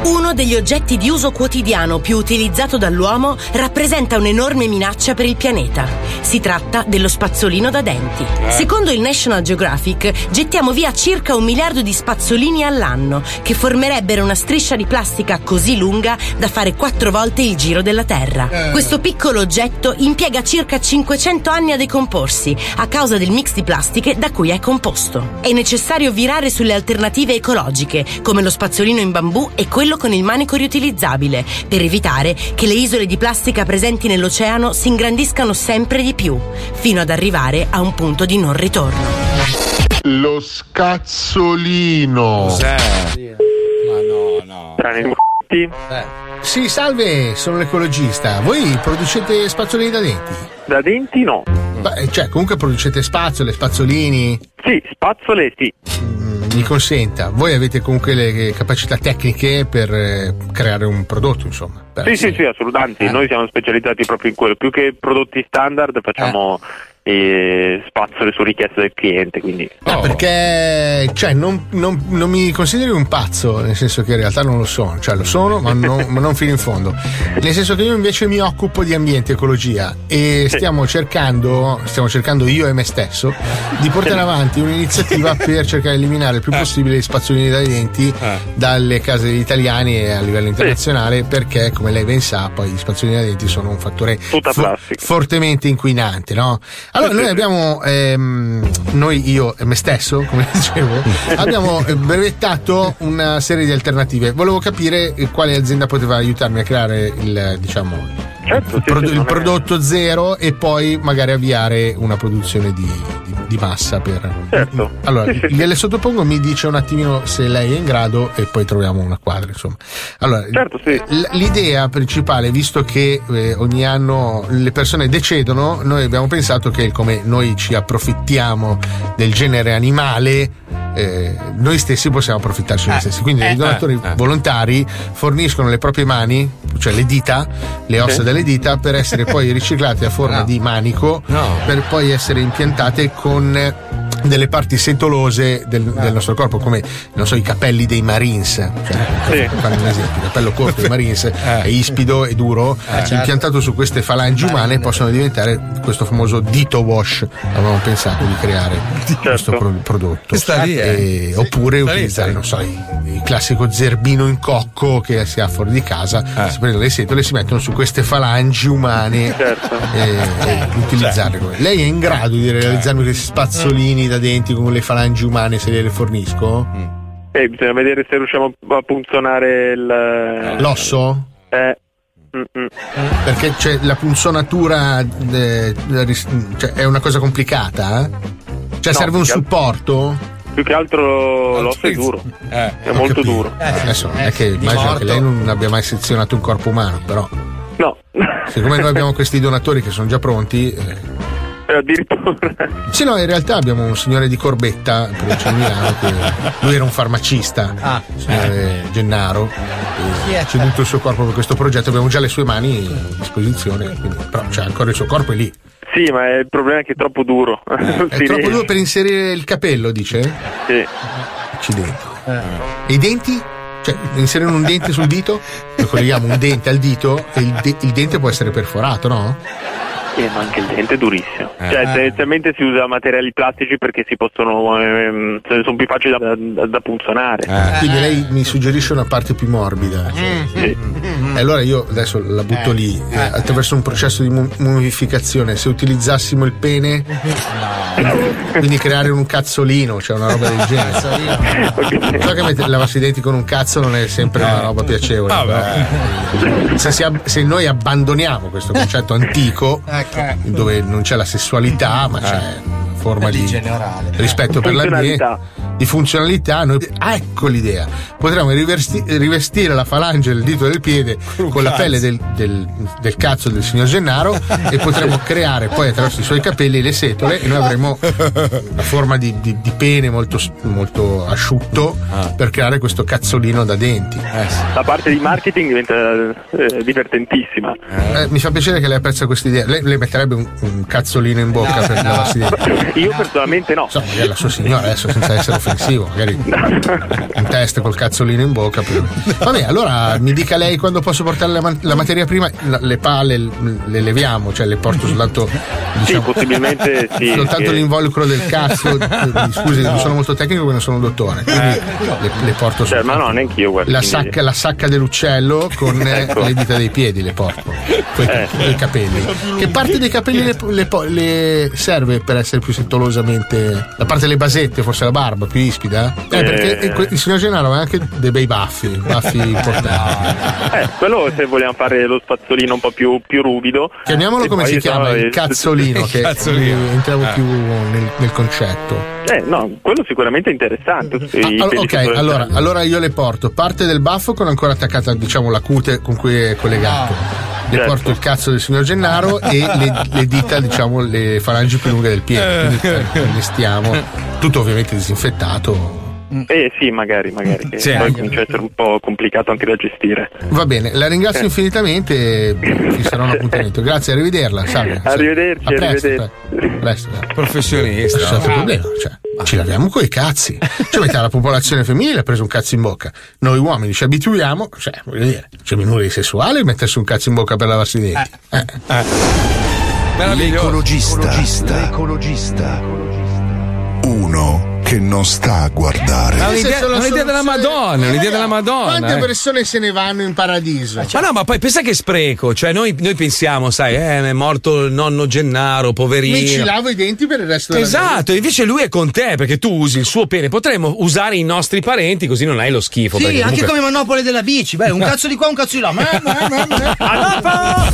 Speaker 11: Uno degli oggetti di uso quotidiano più utilizzato dall'uomo rappresenta un'enorme minaccia per il pianeta. Si tratta dello spazzolino da denti. Secondo il National Geographic, gettiamo via circa un miliardo di spazzolini all'anno, che formerebbero una striscia di plastica così lunga da fare quattro volte il giro della Terra. Questo piccolo oggetto impiega circa 500 anni a decomporsi a causa del mix di plastiche da cui è composto. È necessario virare sulle alternative ecologiche, come lo spazzolino in bambù e quello con il manico riutilizzabile, per evitare che le isole di plastica presenti nell'oceano si ingrandiscano sempre di più, fino ad arrivare a un punto di non ritorno.
Speaker 6: Lo scazzolino. Eh. Sì, salve, sono l'ecologista. Voi producete spazzolini da denti?
Speaker 12: Da denti no.
Speaker 6: Beh, cioè, comunque producete spazzole, spazzolini.
Speaker 12: Sì, spazzole sì.
Speaker 6: Mm, Mi consenta, voi avete comunque le capacità tecniche per eh, creare un prodotto, insomma. Per-
Speaker 12: Sì, sì, sì,
Speaker 6: Eh.
Speaker 12: assolutamente. Noi siamo specializzati proprio in quello. Più che prodotti standard facciamo eh, spazzole su richiesta del cliente, quindi...
Speaker 6: Ah, perché cioè, non, non- non mi consideri un pazzo, nel senso che in realtà non lo sono, cioè lo sono, ma non, ma non fino in fondo. Nel senso che io invece mi occupo di ambiente e ecologia e stiamo cercando, stiamo cercando io e me stesso, di portare avanti un'iniziativa per cercare di eliminare il più possibile gli spazzolini dai denti dalle case degli italiani e a livello internazionale, perché come lei ben sa, poi gli spazzolini dai denti sono un fattore
Speaker 12: Tutta
Speaker 6: fo-
Speaker 12: plastica.
Speaker 6: fortemente inquinante, no? Allora, noi abbiamo, ehm, noi, io e me stesso, come dicevo, abbiamo eh, brevettato una serie di alternative. Volevo capire eh, quale azienda poteva aiutarmi a creare il, eh, diciamo, il, prodo- il prodotto zero e poi magari avviare una produzione di, di- di massa per...
Speaker 12: Certo.
Speaker 6: Allora,
Speaker 12: Sì, sì, sì.
Speaker 6: gliele sottopongo, mi dice un attimino se lei è in grado e poi troviamo una quadra, insomma. Allora,
Speaker 12: Certo,
Speaker 6: l- l'idea principale, visto che eh, ogni anno le persone decedono, noi abbiamo pensato che come noi ci approfittiamo del genere animale, eh, noi stessi possiamo approfittarci noi stessi. Quindi
Speaker 4: eh,
Speaker 6: i donatori
Speaker 4: eh, eh.
Speaker 6: volontari forniscono le proprie mani, cioè le dita, le ossa
Speaker 4: Sì.
Speaker 6: delle dita, per essere poi riciclate a forma
Speaker 4: No.
Speaker 6: di manico, per poi essere impiantate con eh, delle parti setolose del, del nostro corpo, come non so, i capelli dei Marines. Cioè, per fare un esempio, il capello corto dei Marines è ispido e duro,
Speaker 4: certo.
Speaker 6: impiantato su queste falangi umane possono diventare questo famoso dito wash. Avevamo pensato di creare questo pro- prodotto.
Speaker 5: Certo. Sta lì, eh.
Speaker 6: E- Oppure utilizzare, non so, il, il classico zerbino in cocco che si ha fuori di
Speaker 5: Eh.
Speaker 6: casa, si prendono le setole e si mettono su queste falangi umane
Speaker 5: Certo.
Speaker 6: e, e utilizzarle. come- Lei è in grado di realizzarmi questi
Speaker 5: Certo.
Speaker 6: spazzolini da denti con le falangi umane se le fornisco?
Speaker 5: Mm.
Speaker 12: E Eh, bisogna vedere se riusciamo a punzionare il...
Speaker 6: L'osso?
Speaker 12: Eh. Mm-mm.
Speaker 6: Perché c'è la punzonatura eh, la ris- cioè, è una cosa complicata? Cioè
Speaker 12: No,
Speaker 6: serve un
Speaker 12: più che al-
Speaker 6: supporto?
Speaker 12: Più che altro l'osso è duro. è
Speaker 6: Eh, Ho
Speaker 12: molto
Speaker 6: capito. Eh.
Speaker 12: duro.
Speaker 6: Adesso non è che
Speaker 12: di
Speaker 6: immagino
Speaker 12: morto.
Speaker 6: che lei non abbia mai sezionato un corpo umano, però.
Speaker 12: No.
Speaker 6: Siccome noi abbiamo questi donatori che sono già pronti. eh,
Speaker 12: Eh, Addirittura.
Speaker 6: Sì, no, in realtà abbiamo un signore di Corbetta, in provincia di Milano, che lui era un farmacista,
Speaker 8: Ah.
Speaker 6: il signore Gennaro.
Speaker 8: Chi
Speaker 6: e
Speaker 8: è?
Speaker 6: Ha ceduto il suo corpo per questo progetto, abbiamo già le sue mani a disposizione, quindi- però c'è ancora il suo corpo è lì.
Speaker 12: Sì, ma il problema è che è troppo duro. Non
Speaker 6: Eh. È
Speaker 12: Eh, si
Speaker 6: troppo
Speaker 12: riesce.
Speaker 6: duro per inserire il capello, dice? eh?
Speaker 12: Sì.
Speaker 6: Accidenti. E i denti? Cioè, inseriamo un dente sul dito? Noi colleghiamo un dente al dito e il, de- il dente può essere perforato, no?
Speaker 12: Eh, ma anche il dente è durissimo.
Speaker 6: Eh.
Speaker 12: Cioè,
Speaker 6: Eh.
Speaker 12: tendenzialmente si usa materiali plastici perché si possono. ehm, sono più facili da, da, da punzionare.
Speaker 6: Quindi lei mi suggerisce una parte più morbida. E allora io adesso la butto
Speaker 12: Eh.
Speaker 6: lì, eh, attraverso un processo di mu- mumificazione. Se utilizzassimo il pene, quindi creare un cazzolino, cioè una roba del genere. so che mette- lavarsi i denti con un cazzo non è sempre una roba piacevole. però, Se, si ab- se noi abbandoniamo questo concetto antico, dove non c'è la sessualità, ma c'è una forma di rispetto per l'ambiente di funzionalità noi- ah, ecco l'idea potremmo riversti- rivestire la falange del dito del piede con la
Speaker 4: cazzo.
Speaker 6: pelle del, del- del cazzo del signor Gennaro e potremmo creare poi attraverso i suoi capelli le setole e noi avremo una forma di, di- di pene molto, s- molto asciutto
Speaker 12: Ah.
Speaker 6: per creare questo cazzolino da denti
Speaker 12: La parte di marketing diventa eh, divertentissima.
Speaker 6: Eh, mi fa piacere che lei apprezza questa idea lei le metterebbe un, un cazzolino in bocca
Speaker 12: No,
Speaker 6: per
Speaker 12: no.
Speaker 6: lavarsi i denti
Speaker 12: Io personalmente no.
Speaker 6: Magari la sua signora adesso senza essere offensivo, magari un test col cazzolino in bocca. però. Vabbè, allora mi dica lei quando posso portare la, man- la materia prima, la- le palle l- le leviamo, cioè le porto soltanto diciamo,
Speaker 12: possibilmente sì,
Speaker 6: soltanto
Speaker 12: che-
Speaker 6: l'involucro del cazzo. eh, Scusi, non sono molto tecnico perché non sono un dottore, quindi le, le porto
Speaker 12: Cioè,
Speaker 6: soltanto.
Speaker 12: ma no, neanche io guarda.
Speaker 6: La
Speaker 12: quindi-
Speaker 6: sacca, la sacca dell'uccello con eh,
Speaker 12: Ecco.
Speaker 6: le dita dei piedi le porto, poi i capelli. Che parte dei capelli le, le po- le serve per essere più settolosamente. La parte delle basette, forse la barba più ispida? Eh,
Speaker 12: Eh.
Speaker 6: perché il que- il signor Gennaro aveva anche dei bei baffi, baffi importanti.
Speaker 12: Eh, quello se vogliamo fare lo spazzolino un po' più, più ruvido.
Speaker 6: Chiamiamolo
Speaker 12: E
Speaker 6: come
Speaker 12: poi
Speaker 6: si
Speaker 12: so-
Speaker 6: chiama? Il cazzolino,
Speaker 12: Il
Speaker 6: che
Speaker 12: cazzolino.
Speaker 6: eh, entriamo
Speaker 12: Eh.
Speaker 6: più nel, nel concetto.
Speaker 12: Eh, no, quello sicuramente è interessante. I
Speaker 6: Ah, all-
Speaker 12: peli
Speaker 6: ok,
Speaker 12: sotto le
Speaker 6: allora,
Speaker 12: zampe.
Speaker 6: allora io le porto parte del baffo con ancora attaccata, diciamo, la cute con cui è collegato. Le
Speaker 12: Certo.
Speaker 6: porto il cazzo del signor Gennaro e le, le dita, diciamo, le falangi più lunghe del piede. Quindi eh, innestiamo. Tutto ovviamente disinfettato.
Speaker 5: Mm.
Speaker 12: Eh sì, magari, magari. che
Speaker 6: Sì.
Speaker 12: Poi comincia a essere un po' complicato anche da gestire.
Speaker 6: Va bene, la ringrazio
Speaker 12: Eh.
Speaker 6: infinitamente e ci sarà un appuntamento. Grazie, arrivederla. Salve.
Speaker 12: Arrivederci,
Speaker 6: A presto,
Speaker 12: arrivederci.
Speaker 6: pre- presto.
Speaker 5: Professionista.
Speaker 6: C'è altro
Speaker 5: Bravo.
Speaker 6: problema, cioè, ci laviamo coi cazzi. Cioè, metà la popolazione femminile ha preso un cazzo in bocca. Noi uomini ci abituiamo, cioè, voglio dire, c'è meno di sessuale mettersi un cazzo in bocca per lavarsi i denti. Eh.
Speaker 10: L'ecologista. L'ecologista. Uno che
Speaker 13: che non sta a guardare.
Speaker 5: Ma è un'idea, è un'idea della Madonna, è un'idea della Madonna.
Speaker 6: Quante
Speaker 5: eh.
Speaker 6: persone se ne vanno in paradiso?
Speaker 8: Cioè-
Speaker 5: Ma no, ma poi pensa che spreco. Cioè, noi, noi pensiamo, sai, eh, è morto il nonno Gennaro, poverino.
Speaker 6: Mi ci lavo i denti per il resto della vita.
Speaker 5: Esatto, invece lui è con te perché tu usi il suo pene. Potremmo usare i nostri parenti così non hai lo schifo.
Speaker 8: Sì,
Speaker 5: perché
Speaker 8: anche
Speaker 5: comunque-
Speaker 8: come monopoli della bici. Beh, un cazzo di qua, un cazzo di là. Ma, ma, ma, ma.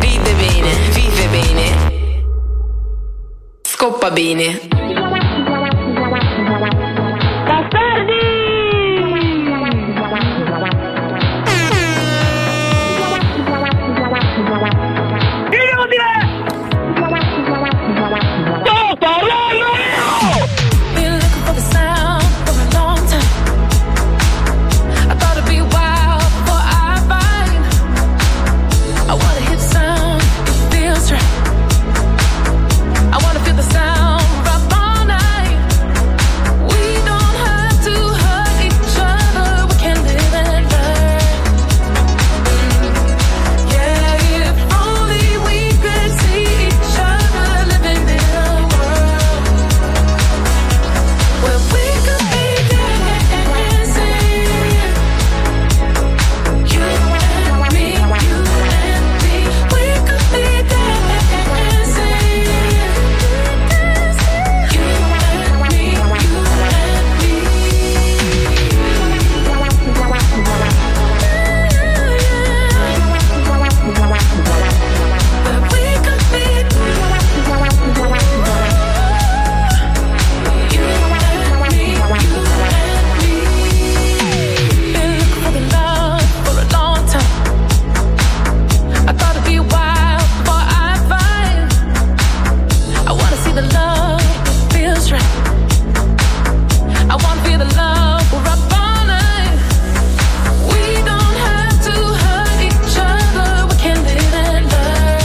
Speaker 14: ride bene, vive bene. Scoppa bene.
Speaker 2: Been looking for the sound for a long time. I thought it'd be a while before I find. I want a hip sound that feels right. I wanna feel the sound rock all night. We don't have to hurt each other. We can live and learn. Yeah, if only we could see each other living in a world. Where we could be dancing, you and me, you and me. We could be dancing, you and me, you and me. Where we could be, you and me, you been looking for the love for a long time. I thought it'd be a while before I find. I wanna see the love that feels right. I wanna feel the love we're up all night. We don't have to hurt each other. We can live and learn.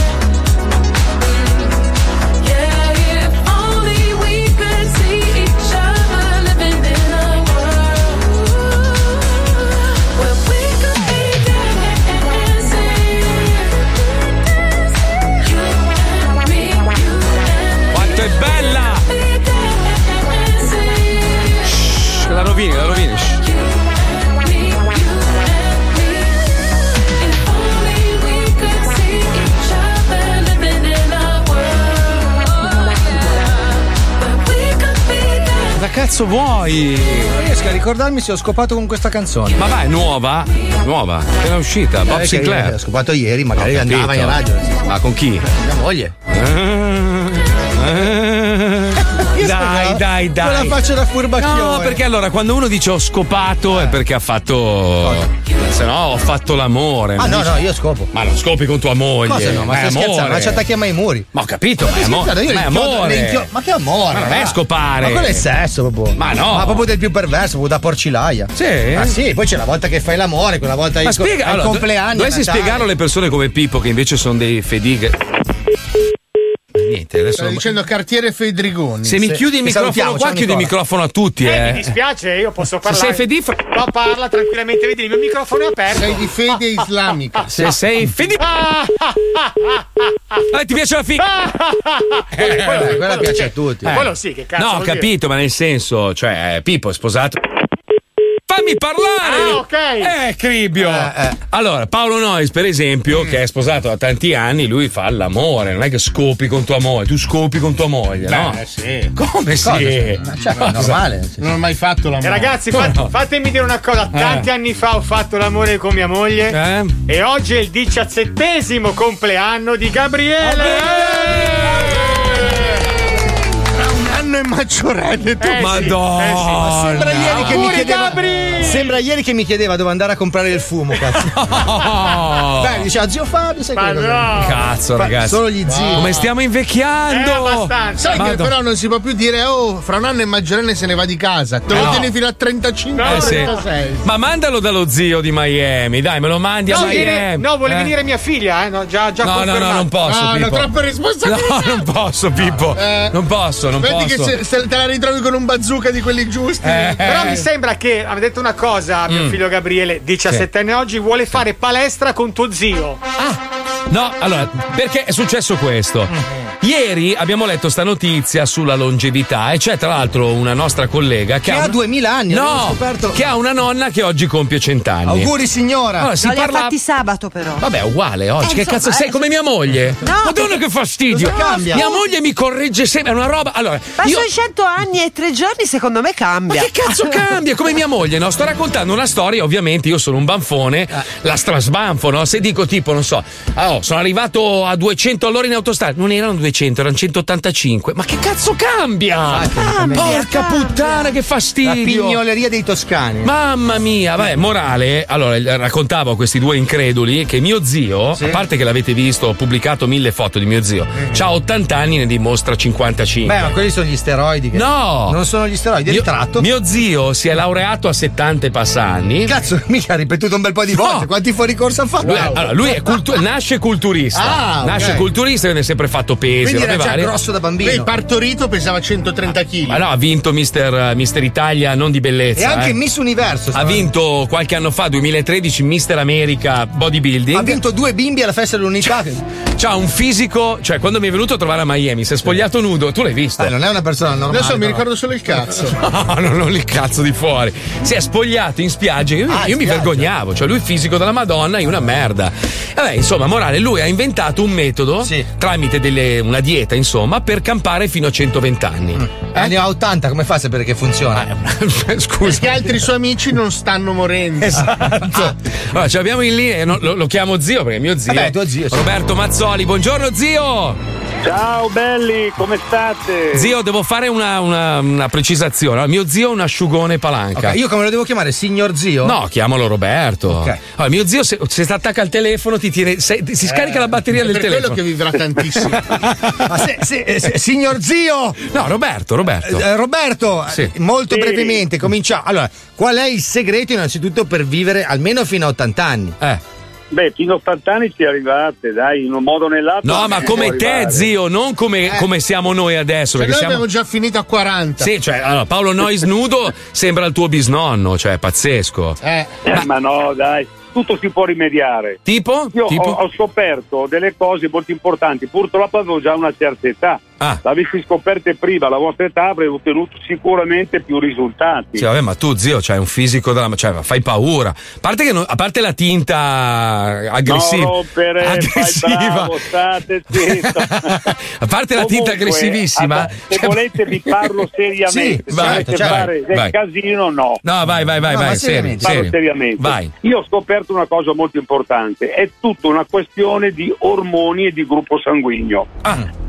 Speaker 2: Yeah, if only we could see each other living in a world. Where we could be dancing, you and me, you and
Speaker 5: Quanto è bella! Shh, La rovini, la rovini. shh.
Speaker 2: me, you and me. If only we could see each other living in a world, where we could be dancing.
Speaker 5: Cosa cazzo vuoi?
Speaker 8: Non riesco a ricordarmi se ho scopato con questa canzone.
Speaker 5: Ma va, è nuova? Nuova? Appena uscita, Bob
Speaker 8: Eh, che
Speaker 5: Sinclair.
Speaker 8: L'ho scopato ieri, magari
Speaker 5: Ho
Speaker 8: andava in
Speaker 5: capito.
Speaker 8: radio.
Speaker 5: Ma con chi?
Speaker 8: Mia moglie.
Speaker 5: Dai, dai, dai.
Speaker 8: Con la faccia da furbacchione.
Speaker 5: No, perché allora quando uno dice ho scopato è perché ha fatto. Se no, ho fatto l'amore.
Speaker 8: Ah,
Speaker 5: Mi
Speaker 8: no,
Speaker 5: dici-
Speaker 8: no, io scopo.
Speaker 5: Ma non scopi con tua moglie.
Speaker 8: Cosa no? Ma
Speaker 5: è
Speaker 8: stai
Speaker 5: amore.
Speaker 8: scherzando? Ma ci attacchiamo ai muri.
Speaker 5: Ma ho capito, ma è
Speaker 8: Sto scherzando,
Speaker 5: amore.
Speaker 8: io
Speaker 5: Ma è
Speaker 8: le inchiodo-
Speaker 5: amore.
Speaker 8: le inchio- Ma che amore?
Speaker 5: Ma non è
Speaker 8: va.
Speaker 5: scopare.
Speaker 8: Ma quello è sesso, proprio.
Speaker 5: Ma no.
Speaker 8: Ma proprio del più perverso, proprio da porcilaia.
Speaker 5: Sì.
Speaker 8: Ma sì, poi c'è la volta che fai l'amore, quella volta
Speaker 5: Ma
Speaker 8: il co-
Speaker 5: spiega,
Speaker 8: al
Speaker 5: allora, do-
Speaker 8: compleanno.
Speaker 5: dovresti
Speaker 8: a Natale.
Speaker 5: spiegarlo alle persone come Pippo, che invece sono dei fedighe. Niente, adesso.
Speaker 6: Sta dicendo cartiere Fedrigoni.
Speaker 5: Se mi chiudi il microfono qua, chiudi il microfono a tutti, eh.
Speaker 3: mi dispiace, io posso parlare.
Speaker 5: sei fedif-
Speaker 3: No, parla tranquillamente, vedi, il mio microfono è aperto. Eh, Sei di fede islamica.
Speaker 5: Se sei fedi- Ah, ti piace la figa?
Speaker 3: Quello- Eh, quello sì.
Speaker 5: Eh.
Speaker 3: Quello sì, che cazzo.
Speaker 5: No, ho
Speaker 3: vuol dire?
Speaker 5: capito, ma nel senso, cioè, eh, Pippo è sposato. Fammi parlare!
Speaker 3: Ah, ok.
Speaker 5: Eh, Cribbio! Allora, Paolo Nois, per
Speaker 8: Mm.
Speaker 5: esempio, che è sposato da tanti anni, lui fa l'amore, non è che scopi con tua moglie, tu scopi con tua moglie, no?
Speaker 8: eh
Speaker 6: Beh, Eh, sì.
Speaker 5: Come
Speaker 6: Cosa?
Speaker 5: sì?
Speaker 6: Ma cioè,
Speaker 5: Cosa?
Speaker 6: è normale. Non ho mai fatto la
Speaker 3: E eh, ragazzi,
Speaker 5: Come
Speaker 3: fat-
Speaker 5: no?
Speaker 3: fatemi dire una cosa:
Speaker 5: Eh.
Speaker 3: tanti anni fa ho fatto l'amore con mia moglie,
Speaker 5: Eh.
Speaker 3: e oggi è il diciassettesimo compleanno di Gabriele.
Speaker 5: Un anno
Speaker 4: e maggiorenne
Speaker 3: Eh
Speaker 4: tu.
Speaker 5: Madonna.
Speaker 8: Sembra ieri, che mi
Speaker 4: Auguri,
Speaker 8: chiedeva,
Speaker 4: Gabri!
Speaker 8: sembra ieri che mi chiedeva dove andare a comprare il fumo, cazzo. Beh, dice a zio Fabio, sai che cosa-
Speaker 5: Oh, Cazzo,
Speaker 8: Fa-
Speaker 5: ragazzi.
Speaker 8: Solo gli zii.
Speaker 5: Come stiamo invecchiando?
Speaker 3: Eh,
Speaker 6: Sai che
Speaker 5: Madonna.
Speaker 6: però non si può più dire, oh, fra un anno è maggiorenne se ne va di casa. Te lo
Speaker 5: No.
Speaker 6: tieni fino a 35
Speaker 5: Eh, sì.
Speaker 6: 36.
Speaker 5: Ma mandalo dallo zio di Miami, dai, me lo mandi a
Speaker 3: No,
Speaker 5: Miami.
Speaker 3: viene- no, voleva
Speaker 5: eh?
Speaker 3: venire mia figlia, eh? No, già, già
Speaker 5: No, no,
Speaker 3: confermato.
Speaker 5: no, non posso,
Speaker 6: Ah,
Speaker 5: No, no, Pippo. troppe
Speaker 6: responsabilità.
Speaker 5: No, non posso, Pippo.
Speaker 6: Eh,
Speaker 5: non posso, non
Speaker 6: Vedi
Speaker 5: posso. Eh.
Speaker 6: che se, se te la ritrovi con un bazooka di quelli giusti.
Speaker 3: Però mi sembra che ha detto una cosa mio
Speaker 5: Mm.
Speaker 3: figlio Gabriele, 17 anni oggi, vuole fare palestra con tuo zio.
Speaker 5: Ah. No, allora, perché è successo questo? Ieri abbiamo letto sta notizia sulla longevità e c'è tra l'altro una nostra collega che,
Speaker 8: Che ha 2000 anni, abbiamo
Speaker 5: No,
Speaker 8: scoperto.
Speaker 5: che ha una nonna che oggi compie 100 anni.
Speaker 8: Auguri signora.
Speaker 5: Allora, si
Speaker 9: no, li
Speaker 5: parla-
Speaker 9: ha fatti sabato però.
Speaker 5: Vabbè, uguale oggi.
Speaker 9: Eh,
Speaker 5: che
Speaker 9: insomma,
Speaker 5: cazzo, sei
Speaker 9: eh.
Speaker 5: come mia moglie?
Speaker 9: No,
Speaker 5: Madonna, che fastidio!
Speaker 9: cosa cambia?
Speaker 5: Mia moglie mi corregge sempre, è una roba. Allora,
Speaker 9: Ma
Speaker 5: io.
Speaker 9: sono 100 anni e 3 giorni, secondo me
Speaker 5: Ma
Speaker 9: cambia.
Speaker 5: che cazzo cambia? Come mia moglie, no? Sto raccontando una storia, ovviamente io sono un banfone,
Speaker 9: Ah.
Speaker 5: la strasbanfo, no? Se dico tipo, non so, ah, oh, sono arrivato a 200 all'ora in autostrada, non erano 200, erano 185. Ma che cazzo cambia? Porca puttana, che fastidio!
Speaker 8: La pignoleria dei toscani.
Speaker 5: Mamma mia, vabbè, morale. Allora, il- raccontavo a questi due increduli che mio zio, a parte che l'avete visto, ho pubblicato mille foto di mio zio,
Speaker 9: Mm.
Speaker 5: ha 80 anni e ne dimostra 55.
Speaker 8: Beh, ma quelli sono gli steroidi. Che
Speaker 5: No!
Speaker 8: Non sono gli steroidi, è il tratto.
Speaker 5: Mio zio si è laureato a 70 e passanni.
Speaker 8: Cazzo, mica ha ripetuto un bel po' di
Speaker 5: No.
Speaker 8: volte. Quanti fuori corsa ha fatto?
Speaker 5: Lui, allora, lui è cultu- nasce culturista.
Speaker 6: Ah, ok.
Speaker 5: Nasce culturista, quindi ha sempre fatto pesi.
Speaker 6: Quindi era
Speaker 5: robe
Speaker 6: già
Speaker 5: varie.
Speaker 6: grosso da bambino. Ah, Lui partorito pesava 130 kg.
Speaker 5: Ma no, ha vinto Mister, Mister Italia, non di bellezza.
Speaker 8: E anche
Speaker 5: eh.
Speaker 8: Miss Universo.
Speaker 5: Ha vinto qualche anno fa, 2013, Mister America Bodybuilding.
Speaker 8: Ha vinto due bimbi alla festa dell'unità.
Speaker 5: C'ha un fisico, cioè quando mi è venuto a trovare a Miami, si è spogliato nudo, tu l'hai visto.
Speaker 8: Eh, non è una persona normale.
Speaker 6: Adesso mi
Speaker 5: però.
Speaker 6: ricordo solo il cazzo.
Speaker 5: No, no, non il cazzo di fuori. Si è spogliato in spiaggia. Io,
Speaker 8: Ah,
Speaker 5: io mi vergognavo. Cioè, lui il fisico della Madonna, io una merda. Vabbè, insomma, morale, lui ha inventato un metodo tramite delle- una dieta, insomma, per campare fino a 120 anni.
Speaker 8: Eh, ne ha 80, come fa a sapere che
Speaker 5: Ah,
Speaker 8: funziona?
Speaker 5: Scusa.
Speaker 6: Perché altri suoi amici non stanno morendo.
Speaker 5: Esatto. Allora, ce l'abbiamo in linea, no, lo, lo chiamo zio perché è mio zio.
Speaker 6: Vabbè,
Speaker 5: Roberto Mazzoli, buongiorno zio!
Speaker 15: Ciao belli, come state?
Speaker 5: Zio, devo fare una, una- una precisazione. Allora, mio zio è un asciugone palanca.
Speaker 8: Ok, Io come lo devo chiamare? Signor zio?
Speaker 5: No, chiamalo Roberto. Allora, mio zio, se, se ti attacca al telefono, ti tiene, se- ti- si scarica la batteria
Speaker 6: è
Speaker 5: del
Speaker 6: per
Speaker 5: telefono.
Speaker 6: quello che vivrà tantissimo.
Speaker 8: Ma se- se- eh, se- signor zio!
Speaker 5: No, Roberto, Roberto.
Speaker 8: Eh, Roberto,
Speaker 5: Sì.
Speaker 8: eh, molto
Speaker 5: Sì.
Speaker 8: brevemente, cominciamo. Allora, qual è il segreto innanzitutto per vivere almeno fino a 80 anni?
Speaker 5: Eh.
Speaker 15: Beh, fino a 80 anni ci arrivate, dai, in un modo o nell'altro.
Speaker 5: No,
Speaker 15: ci
Speaker 5: ma
Speaker 15: si
Speaker 5: come
Speaker 15: può
Speaker 5: te,
Speaker 15: arrivare.
Speaker 5: zio, non come, come siamo noi adesso.
Speaker 6: Cioè,
Speaker 5: perché
Speaker 6: noi
Speaker 5: siamo...
Speaker 6: abbiamo già finito a 40.
Speaker 5: Sì, cioè, allora, Paolo Nois nudo sembra il tuo bisnonno, cioè, è pazzesco.
Speaker 15: Eh, ma... no, dai, tutto si può rimediare.
Speaker 5: Tipo?
Speaker 15: Io ho-
Speaker 5: Tipo?
Speaker 15: Ho, scoperto delle cose molto importanti. Purtroppo avevo già una certa età.
Speaker 5: Ah.
Speaker 15: L'avessi scoperte prima, alla vostra età, avrei ottenuto sicuramente più risultati.
Speaker 5: Sì, vabbè, ma tu, zio, c'hai un fisico della. cioè, ma fai paura. A parte, che non- a parte la tinta aggressiva.
Speaker 15: No, rompere, fai
Speaker 5: aggressiva.
Speaker 15: bravo, state zitto.
Speaker 5: a parte la tinta
Speaker 15: Comunque,
Speaker 5: aggressivissima. cioè,
Speaker 15: abba- Se volete vi parlo seriamente,
Speaker 5: Sì,
Speaker 15: se
Speaker 5: vai,
Speaker 15: volete
Speaker 5: vai,
Speaker 15: fare del
Speaker 5: vai.
Speaker 15: casino no.
Speaker 5: No, vai, vai, vai, No, vai, ma seri, seriamente.
Speaker 15: Parlo
Speaker 5: seri.
Speaker 15: seriamente.
Speaker 5: Vai.
Speaker 15: Io ho scoperto una cosa molto importante, è tutta una questione di ormoni e di gruppo sanguigno.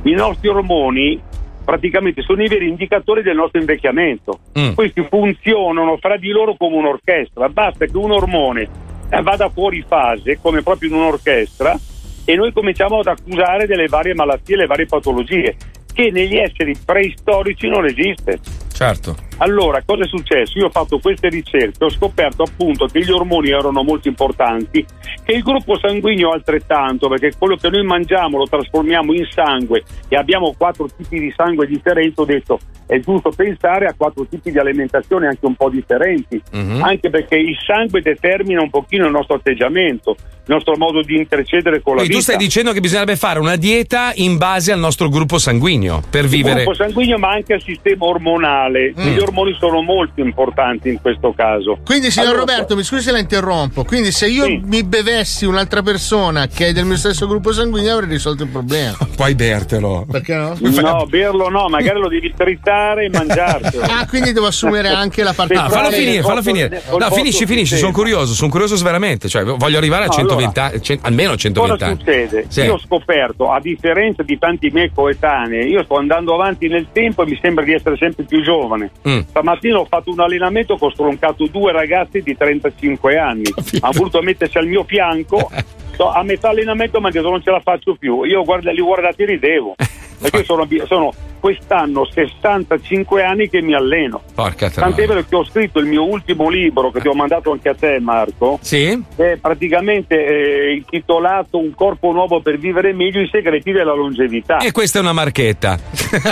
Speaker 15: I nostri ormoni praticamente sono i veri indicatori del nostro invecchiamento.
Speaker 16: Mm.
Speaker 15: Questi funzionano fra di loro come un'orchestra, basta che un ormone eh, vada fuori fase, come proprio in un'orchestra, e noi cominciamo ad accusare delle varie malattie, le varie patologie, che negli esseri preistorici non esiste.
Speaker 5: Certo.
Speaker 15: Allora, cosa è successo? Io ho fatto queste ricerche, ho scoperto appunto che gli ormoni erano molto importanti, che il gruppo sanguigno altrettanto, perché quello che noi mangiamo lo trasformiamo in sangue e abbiamo quattro tipi di sangue differenti, ho detto è giusto pensare a quattro tipi di alimentazione anche un po' differenti,
Speaker 16: Mhm.
Speaker 15: anche perché il sangue determina un pochino il nostro atteggiamento, il nostro modo di intercedere con la
Speaker 5: Quindi
Speaker 15: vita.
Speaker 5: tu stai dicendo che bisognerebbe fare una dieta in base al nostro gruppo sanguigno per vivere.
Speaker 15: Il gruppo sanguigno ma anche al sistema ormonale,
Speaker 5: Mm.
Speaker 15: gli ormoni sono molto importanti in questo caso.
Speaker 6: Quindi, signor
Speaker 15: Allora,
Speaker 6: Roberto, mi scusi se la interrompo. Quindi, se io mi bevessi un'altra persona che è del mio stesso gruppo sanguigno, avrei risolto il problema.
Speaker 5: Puoi bertelo.
Speaker 6: Perché no?
Speaker 15: No, berlo no, magari lo devi tritare mangiare e mangiarselo.
Speaker 6: Ah, quindi devo assumere anche la parte
Speaker 5: Ah, fallo finire, fallo finire. No, finisci, finisci, sono curioso, sono curioso veramente. Cioè, voglio arrivare a
Speaker 15: No,
Speaker 5: 120
Speaker 15: allora,
Speaker 5: cen- almeno a 120
Speaker 15: Cosa
Speaker 5: anni.
Speaker 15: succede?
Speaker 5: Sì.
Speaker 15: Io ho scoperto, a differenza di tanti miei coetanei, io sto andando avanti nel tempo e mi sembra di essere sempre più giovane.
Speaker 5: Mm.
Speaker 15: Stamattina ho fatto un allenamento che ho stroncato due ragazzi di 35 anni. Hanno voluto mettersi al mio fianco. So, A metà allenamento mi hanno detto non ce la faccio più. Io guarda, li ho guardati e ridevo. Perché io sono, sono quest'anno 65 anni che mi alleno.
Speaker 5: Porca
Speaker 15: Tant'è
Speaker 5: troia.
Speaker 15: vero che ho scritto il mio ultimo libro che ti ho mandato anche a te, Marco.
Speaker 5: Sì.
Speaker 15: È praticamente eh, intitolato Un corpo nuovo per vivere meglio, i segreti della longevità.
Speaker 8: Ah. Eh.
Speaker 5: E questa è una marchetta.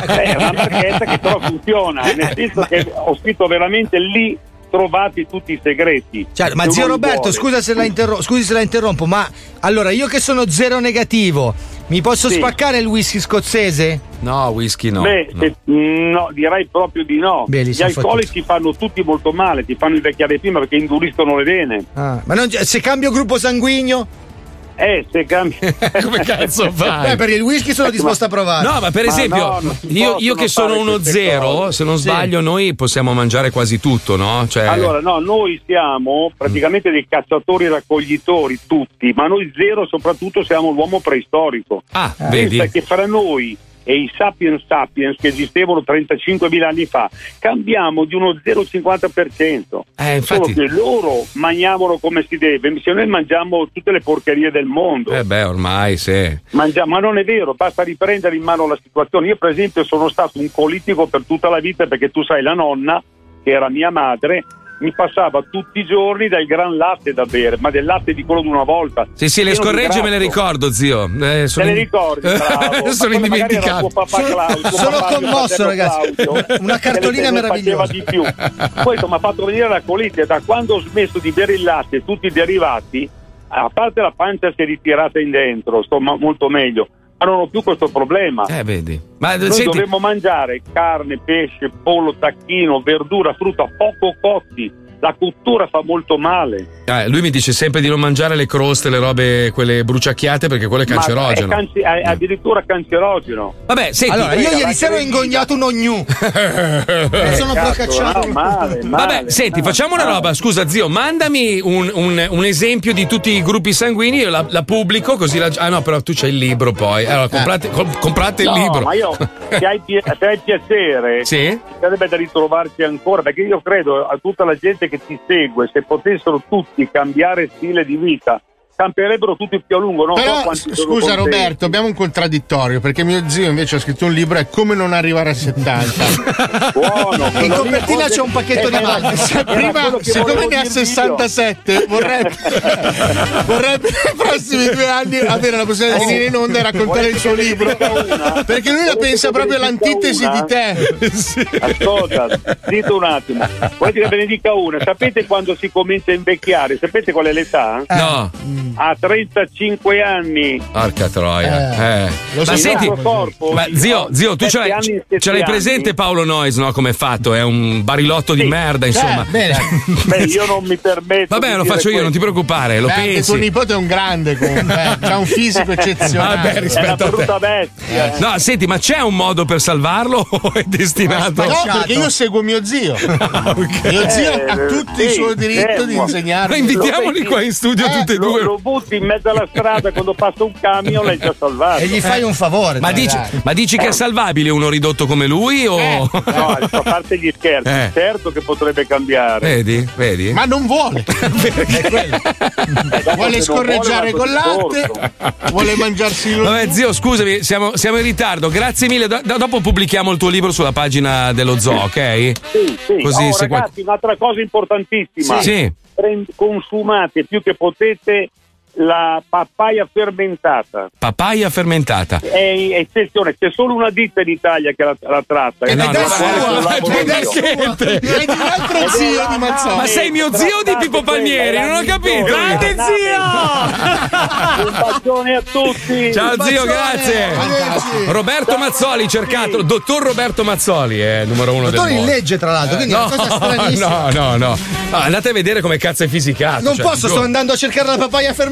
Speaker 15: È una marchetta che però funziona,
Speaker 8: Eh.
Speaker 15: nel senso che ho scritto veramente lì trovati tutti i segreti.
Speaker 8: Cioè, ma
Speaker 15: Se
Speaker 8: zio
Speaker 15: uno li
Speaker 8: Roberto,
Speaker 15: vuole.
Speaker 8: scusa se, la interro- scusi se la interrompo, ma allora io che sono zero negativo, mi posso
Speaker 15: Sì.
Speaker 8: spaccare il whisky scozzese?
Speaker 5: No, whisky no.
Speaker 15: Beh, se- Mm, no, direi proprio di no.
Speaker 8: Beh, li
Speaker 15: Gli
Speaker 8: sono
Speaker 15: alcolici fanno tutti molto male, ti fanno invecchiare prima perché induriscono le vene.
Speaker 8: Ah, ma non- se cambio gruppo sanguigno?
Speaker 15: Eh, se cambi.
Speaker 5: Come cazzo fai?
Speaker 8: Beh, per il whisky sono disposto a provare.
Speaker 5: No, ma per
Speaker 15: Ah,
Speaker 5: esempio, io, io che sono uno zero, se non
Speaker 15: Sì.
Speaker 5: sbaglio, noi possiamo mangiare quasi tutto, no? Cioè,
Speaker 15: Allora, no, noi siamo praticamente dei cacciatori raccoglitori tutti, ma noi zero soprattutto siamo l'uomo preistorico.
Speaker 5: Ah,
Speaker 15: Pensa
Speaker 5: vedi?
Speaker 15: che Eh, fra noi e i sapiens sapiens che esistevano 35.000 anni fa cambiamo di uno 0,50%.
Speaker 5: Eh,
Speaker 15: Solo
Speaker 5: infatti-
Speaker 15: che loro mangiavano come si deve, se noi mangiamo tutte le porcherie del mondo.
Speaker 5: eh beh, ormai sì.
Speaker 15: Mangia- ma non è vero, basta riprendere in mano la situazione. Io, per esempio, sono stato un politico per tutta la vita perché tu sai, la nonna, che era mia madre, mi passava tutti i giorni del gran latte da bere, ma del latte di quello di una volta.
Speaker 5: Sì, sì, le
Speaker 15: Pieno di
Speaker 5: scorregge me le
Speaker 15: grasso.
Speaker 5: ricordo, zio. Eh, sono
Speaker 15: Te le
Speaker 5: in-
Speaker 15: ricordi? bravo. Ma
Speaker 5: sono
Speaker 15: poi magari era
Speaker 5: indimenticato.
Speaker 15: tuo papà Claudio, tuo
Speaker 8: sono
Speaker 15: papà
Speaker 8: commosso,
Speaker 15: Claudio,
Speaker 8: ragazzi.
Speaker 15: Claudio,
Speaker 8: Una
Speaker 15: che le-
Speaker 8: cartolina
Speaker 15: che le
Speaker 8: meravigliosa.
Speaker 15: faceva di più. Poi mi ha fatto venire la colite. Da quando ho smesso di bere il latte e tutti i derivati, a parte la pancia si è ritirata in dentro, sto ma- molto meglio. Ma non ho più questo problema.
Speaker 5: Eh, vedi. Ma
Speaker 15: Noi
Speaker 5: senti-
Speaker 15: dovremmo mangiare carne, pesce, pollo, tacchino, verdura, frutta poco cotti. La cottura fa molto male.
Speaker 5: Eh, lui mi dice sempre di non mangiare le croste, le robe, quelle bruciacchiate, perché quello è
Speaker 15: Ma
Speaker 5: cancerogeno.
Speaker 15: È, canci- è addirittura cancerogeno.
Speaker 5: Vabbè, Eh, senti-
Speaker 8: allora, io
Speaker 5: Prega,
Speaker 8: ieri
Speaker 5: vai,
Speaker 8: sera ho ingognato un ognu.
Speaker 5: Eh,
Speaker 8: sono
Speaker 5: cazzo,
Speaker 8: procacciato.
Speaker 15: no, male,
Speaker 5: Vabbè, senti, facciamo una roba. Scusa, zio, mandami un, un- un esempio di tutti i gruppi sanguigni, io la, la pubblico così la. Ah, no, però tu c'hai il libro poi. Allora, comprate, com- comprate
Speaker 15: Eh. No,
Speaker 5: il libro.
Speaker 15: Ma io, se hai, pi- se hai piacere,
Speaker 5: Sì?
Speaker 15: sarebbe da ritrovarci ancora, perché io credo a tutta la gente che ti segue, se potessero tutti cambiare stile di vita, camperebbero tutti più a lungo. Non so
Speaker 6: Però,
Speaker 15: quanti
Speaker 6: s-
Speaker 15: sono
Speaker 6: scusa
Speaker 15: contenti.
Speaker 6: Roberto, abbiamo un contraddittorio perché mio zio invece ha scritto un libro è come non arrivare a 70.
Speaker 15: Buono,
Speaker 6: In copertina
Speaker 8: c'è un pacchetto di
Speaker 6: Eh, Ma se prima, siccome ne ha 67, vorrebbe, vorrebbe nei prossimi due anni avere la possibilità di
Speaker 8: Oh.
Speaker 6: venire in onda e raccontare il suo libro. Perché lui la pensa proprio all'antitesi di te.
Speaker 15: Ascolta, dite un attimo, volete che ve ne dica una? Sapete quando si comincia a invecchiare? Sapete qual è l'età?
Speaker 5: No,
Speaker 15: A 35 anni.
Speaker 5: porca troia. Eh.
Speaker 15: Lo
Speaker 5: Ma
Speaker 15: so,
Speaker 5: senti,
Speaker 15: il nostro corpo,
Speaker 5: ma
Speaker 15: il
Speaker 5: zio,
Speaker 15: nostro-
Speaker 5: zio, tu ce
Speaker 15: sette
Speaker 5: l'hai,
Speaker 15: anni e sette
Speaker 5: ce l'hai
Speaker 15: anni.
Speaker 5: presente Paolo Noyes, no? Come è fatto? È un barilotto di merda, insomma.
Speaker 15: Beh, io non mi permetto.
Speaker 5: Vabbè,
Speaker 15: di
Speaker 5: lo
Speaker 15: dire
Speaker 5: faccio io,
Speaker 15: questo.
Speaker 5: non ti preoccupare, eh, lo
Speaker 6: Beh, anche tuo
Speaker 5: pensi.
Speaker 6: nipote è un grande comunque, eh. ha un fisico eccezionale.
Speaker 5: Vabbè, rispetto a te. Eh. No, senti, ma c'è un modo per salvarlo o è destinato?
Speaker 6: No, perché io seguo mio zio. Mio zio ha
Speaker 15: Eh,
Speaker 6: tutto il suo diritto di insegnarmi.
Speaker 5: Ma invitiamoli qua in studio tutti e
Speaker 15: Eh, lo,
Speaker 5: due.
Speaker 15: Lo butti in mezzo alla strada quando passa un camion l'hai già salvato. Eh.
Speaker 5: Ma dici, ma dici che è salvabile uno ridotto come lui? O...
Speaker 15: Eh. No, adesso a parte gli scherzi,
Speaker 5: Eh.
Speaker 15: certo che potrebbe cambiare.
Speaker 5: Vedi, vedi.
Speaker 6: Ma non vuole. Vuole scorreggiare con l'arte, vuole mangiarsi lo
Speaker 5: Vabbè, zio, scusami, siamo, siamo in ritardo. Grazie mille. Do- do- dopo pubblichiamo il tuo libro sulla pagina dello zoo, ok?
Speaker 15: Sì, sì.
Speaker 5: Così
Speaker 15: Oh,
Speaker 5: se qual-
Speaker 15: ragazzi, un'altra cosa importantissima.
Speaker 5: Sì.
Speaker 15: Prend- consumate più che potete la papaya fermentata.
Speaker 5: Papaya fermentata.
Speaker 15: È eccezione, c'è solo una ditta in Italia che la, la tratta.
Speaker 5: Eh,
Speaker 15: E
Speaker 5: no,
Speaker 15: la
Speaker 5: no,
Speaker 15: tratta
Speaker 5: no,
Speaker 15: solo
Speaker 5: no,
Speaker 15: la lavoro
Speaker 5: no,
Speaker 15: io.
Speaker 5: no, Sente.
Speaker 6: È di un altro zio di Mazzoni.
Speaker 5: Ma sei mio zio o di Pippo Palmieri? Non ho capito. Grande
Speaker 15: zio! Un bacione a tutti.
Speaker 5: Ciao zio, grazie. Roberto Mazzoli, cercatelo. Dottor Roberto Mazzoli è numero uno
Speaker 8: Dottore
Speaker 5: del
Speaker 8: in
Speaker 5: mondo.
Speaker 8: legge, tra l'altro, quindi è una cosa stranissima.
Speaker 5: No, no, no. Ah, Andate a vedere come cazzo è fisicato.
Speaker 8: Non
Speaker 5: cioè,
Speaker 8: posso,
Speaker 5: giuro.
Speaker 8: sto andando a cercare la papaya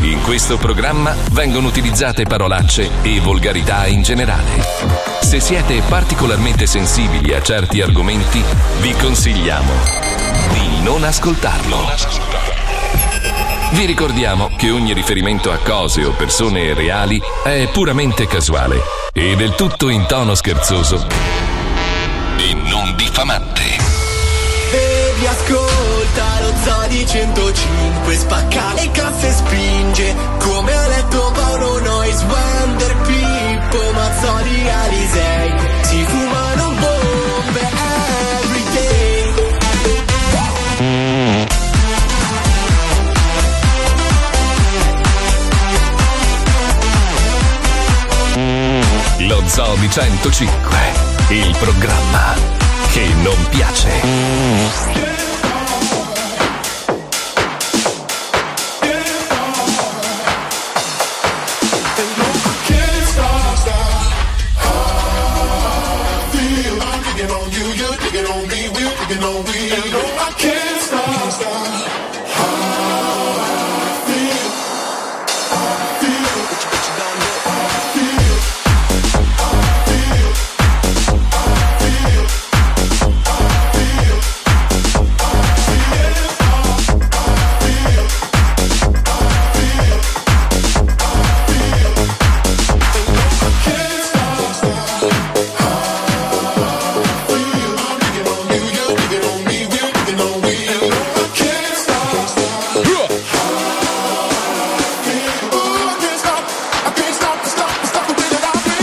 Speaker 1: In questo programma vengono utilizzate parolacce e volgarità in generale. Se siete particolarmente sensibili a certi argomenti, vi consigliamo di non ascoltarlo. Vi ricordiamo che ogni riferimento a cose o persone reali è puramente casuale e del tutto in tono scherzoso e non diffamante.
Speaker 16: Bevi, ascolta lo Zodi 105 Spacca le casse e spinge Come ha letto Paolo Nois Wander Pippo Mazzoli Alisei Si fumano bombe every day
Speaker 1: Lo Zobi 105, il programma che non piace.
Speaker 16: Can't stop, stop How I feel I'm picking on you, you're picking on me We're picking on we And no, I can't stop, stop How I feel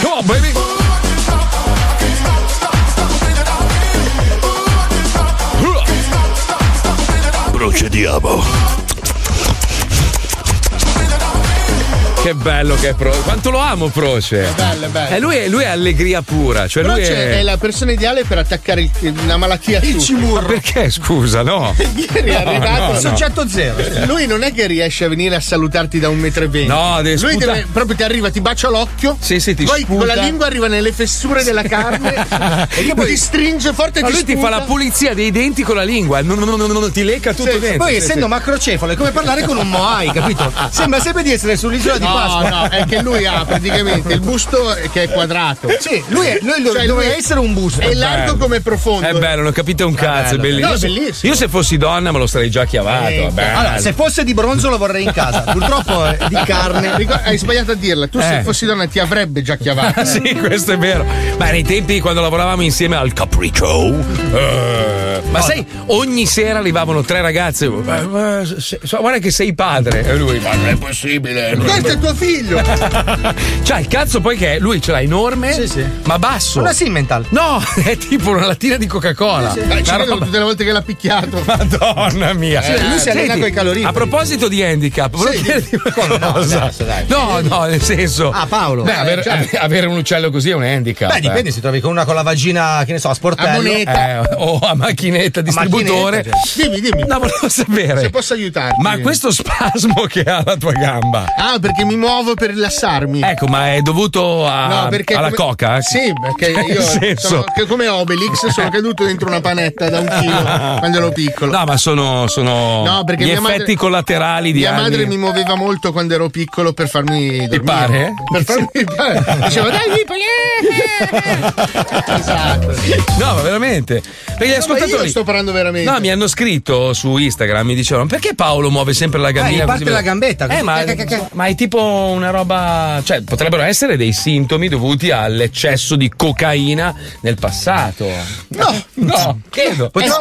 Speaker 5: Come on, baby.
Speaker 13: Procediamo.
Speaker 5: Che bello che è Proce. Quanto lo amo, Proce. È
Speaker 6: bello, è bello.
Speaker 5: lui, è, lui è allegria pura. Cioè,
Speaker 6: Però
Speaker 5: lui
Speaker 6: c'è- è...
Speaker 5: è.
Speaker 6: la persona ideale per attaccare il- una malattia il cimurro.
Speaker 5: Perché, scusa, no?
Speaker 6: Ieri è
Speaker 5: No,
Speaker 6: arrivato
Speaker 5: no, no.
Speaker 6: Lui non è che riesce a venire a salutarti da un metro e venti.
Speaker 5: No, deve
Speaker 6: Lui
Speaker 5: sputa-
Speaker 6: deve- proprio ti arriva, ti bacia l'occhio.
Speaker 5: Sì, sì, ti
Speaker 6: poi
Speaker 5: sputa.
Speaker 6: con la lingua arriva nelle fessure della carne. e poi ti stringe forte e
Speaker 5: Ma
Speaker 6: ti
Speaker 5: lui ti fa
Speaker 6: sputa.
Speaker 5: la pulizia dei denti con la lingua. Non, non- non- non- ti lecca tutto
Speaker 8: Sì,
Speaker 5: dentro.
Speaker 8: poi
Speaker 5: Sì,
Speaker 8: essendo
Speaker 5: sì.
Speaker 8: macrocefalo è come parlare con un Moai, capito? Sembra sempre di essere sull'isola di
Speaker 6: No,
Speaker 8: Pasqua.
Speaker 6: no, è che lui ha praticamente il busto che è quadrato.
Speaker 5: Certo.
Speaker 6: Eh.
Speaker 8: Sì, lui è-
Speaker 5: Cioè,
Speaker 8: lui dove- doveva essere un busto.
Speaker 6: Cioè, È largo
Speaker 5: Bello.
Speaker 6: come profondo.
Speaker 5: È bello, non capite un cazzo, è
Speaker 6: Ah, bello.
Speaker 5: bellissimo.
Speaker 6: No, è bellissimo.
Speaker 5: Io se fossi donna me lo sarei già chiavato.
Speaker 8: Eh,
Speaker 5: bello.
Speaker 8: allora, se fosse di bronzo lo vorrei in casa. Purtroppo è di carne.
Speaker 6: Ricor- Hai sbagliato a dirla. Tu, se
Speaker 5: Eh.
Speaker 6: fossi donna, ti avrebbe già chiavato.
Speaker 5: sì, questo è vero. Ma nei tempi quando lavoravamo insieme al Capriccio, eh, ma sai, ogni sera arrivavano tre ragazze. "Ma- ma se- so- guarda che sei padre. E lui, ma non è possibile. non è
Speaker 6: Questo è tuo figlio.
Speaker 5: Cioè, il cazzo poi che è? Lui ce l'ha enorme, ma basso.
Speaker 8: Una Simmental.
Speaker 5: No, è tipo una lattina di Coca-Cola.
Speaker 6: Dai, ci
Speaker 5: Una
Speaker 6: vedo
Speaker 5: roba-
Speaker 6: tutte le volte che l'ha picchiato.
Speaker 5: Madonna mia.
Speaker 6: Sì, lui si allena
Speaker 5: Senti,
Speaker 6: coi caloriferi.
Speaker 5: A proposito di handicap, volevo chiederti una cosa. No, no, nel senso. Ah,
Speaker 8: Paolo.
Speaker 5: Beh,
Speaker 8: Eh,
Speaker 5: avere,
Speaker 6: cioè.
Speaker 8: certo.
Speaker 5: avere un uccello così è un handicap.
Speaker 8: Beh, dipende
Speaker 5: eh.
Speaker 8: se trovi con una con la vagina, che ne so, a sportello.
Speaker 5: Eh, o a macchinetta distributore.
Speaker 8: cioè.
Speaker 6: Dimmi, dimmi.
Speaker 5: No, volevo sapere.
Speaker 6: Se posso aiutarti.
Speaker 5: Ma questo spasmo che ha la tua gamba.
Speaker 6: Ah, perché mi muovo per rilassarmi.
Speaker 5: Ecco, ma è dovuto a-
Speaker 6: No, perché
Speaker 5: alla
Speaker 6: come-
Speaker 5: coca? eh?
Speaker 6: Sì, perché
Speaker 5: Nel
Speaker 6: io
Speaker 5: senso- Ah,
Speaker 6: sono- che come Obelix sono caduto dentro una panetta da un chilo quando ero piccolo.
Speaker 5: No, ma sono, sono
Speaker 6: No, perché
Speaker 5: gli
Speaker 6: mia
Speaker 5: effetti
Speaker 6: madre-
Speaker 5: collaterali di
Speaker 6: Mia
Speaker 5: anni.
Speaker 6: madre mi muoveva molto quando ero piccolo per farmi dormire.
Speaker 5: pare?
Speaker 6: Per farmi pare. Diceva dai Pippo,
Speaker 5: No, ma veramente. Perché gli
Speaker 6: No, ma
Speaker 5: Esatto. ascoltatori.
Speaker 6: io sto parlando veramente.
Speaker 5: No, mi hanno scritto su Instagram, mi dicevano perché Paolo muove sempre
Speaker 6: Eh,
Speaker 5: la
Speaker 8: gli
Speaker 5: gambina?
Speaker 8: Eh,
Speaker 5: così
Speaker 8: parte la
Speaker 5: veloce?"
Speaker 8: gambetta, così.
Speaker 5: Eh, ma,
Speaker 8: Che- che- che-
Speaker 5: ma è tipo una roba. Cioè, potrebbero essere dei sintomi dovuti all'eccesso di cocaina nel passato. No, no, credo.
Speaker 6: Eh, eh,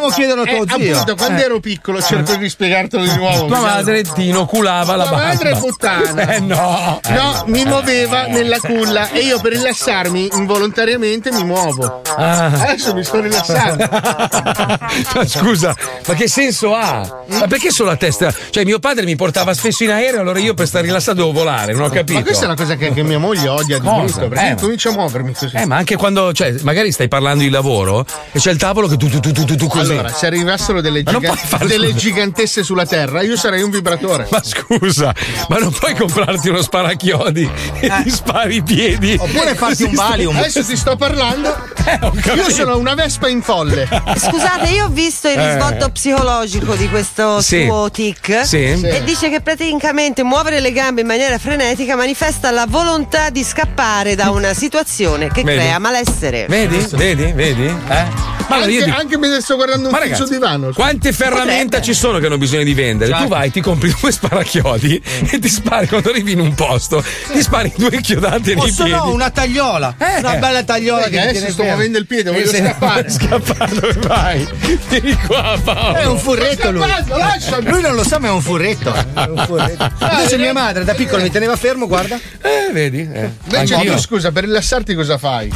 Speaker 6: Appunto, quando
Speaker 5: Eh.
Speaker 6: ero piccolo cerco di spiegartelo di nuovo. diciamo.
Speaker 5: Tua madre ti inoculava la
Speaker 6: Tua madre è
Speaker 5: barba.
Speaker 6: puttana.
Speaker 5: Eh no.
Speaker 6: No, mi muoveva nella culla e io per rilassarmi involontariamente mi muovo.
Speaker 5: Ah.
Speaker 6: Adesso mi sto rilassando.
Speaker 5: Ma Scusa, ma che senso ha? Ma perché solo a testa? Cioè, mio padre mi portava spesso in aereo, allora io per stare rilassato dovevo regolare, non ho capito.
Speaker 6: Ma questa è una cosa che anche mia moglie odia di
Speaker 5: Cosa?
Speaker 6: brutto, perché
Speaker 5: Eh,
Speaker 6: io comincio a muovermi così.
Speaker 5: Eh, ma anche quando, cioè, magari stai parlando di lavoro e c'è il tavolo che tu, tu, tu, tu, tu, tu così.
Speaker 6: Allora, se arrivassero delle,
Speaker 5: Ma non
Speaker 6: giga-
Speaker 5: puoi fare-
Speaker 6: delle gigantesse sulla terra, io sarei un vibratore.
Speaker 5: Ma scusa, ma non puoi comprarti uno sparachiodi e
Speaker 8: Eh.
Speaker 5: ti spari i piedi.
Speaker 6: Eh, Adesso ti sto parlando.
Speaker 5: Eh, capito.
Speaker 6: Io sono una vespa in folle.
Speaker 9: Scusate, io ho visto il
Speaker 6: Eh.
Speaker 9: risvolto psicologico di questo
Speaker 6: Sì.
Speaker 9: suo tic
Speaker 6: Sì.
Speaker 9: e
Speaker 6: Sì.
Speaker 9: dice che praticamente muovere le gambe in maniera frenetica manifesta la volontà di scappare da una situazione che
Speaker 5: Vedi?
Speaker 9: crea malessere.
Speaker 5: Vedi? Vedi? Vedi? Eh? Ma allora io
Speaker 6: anche,
Speaker 5: dico-
Speaker 6: anche me ne sto guardando un
Speaker 5: Ma
Speaker 6: film sul
Speaker 5: ragazzi,
Speaker 6: divano.
Speaker 5: quante ferramenta ci sono che hanno bisogno di vendere? Tu
Speaker 8: Certo.
Speaker 5: vai, ti compri due sparachiodi
Speaker 8: Mm.
Speaker 5: e ti spari quando arrivi in un posto, ti spari due chiodate nei
Speaker 8: O se
Speaker 5: piedi.
Speaker 8: no, una tagliola.
Speaker 5: Eh.
Speaker 8: Una bella tagliola
Speaker 6: Sai
Speaker 8: che
Speaker 6: che adesso sto muovendo il piede, voglio
Speaker 8: voglio
Speaker 6: scappare.
Speaker 5: scappare dove vai? Vieni qua, Paolo.
Speaker 8: È un furretto lui.
Speaker 6: Scappando, lasciami.
Speaker 8: Lui non lo sa, ma è un furretto. È un furretto. Invece mia madre da piccola mi teneva fermo, guarda.
Speaker 5: Eh, vedi?
Speaker 6: Invece
Speaker 8: Anch'io.
Speaker 6: tu, scusa, per rilassarti cosa fai?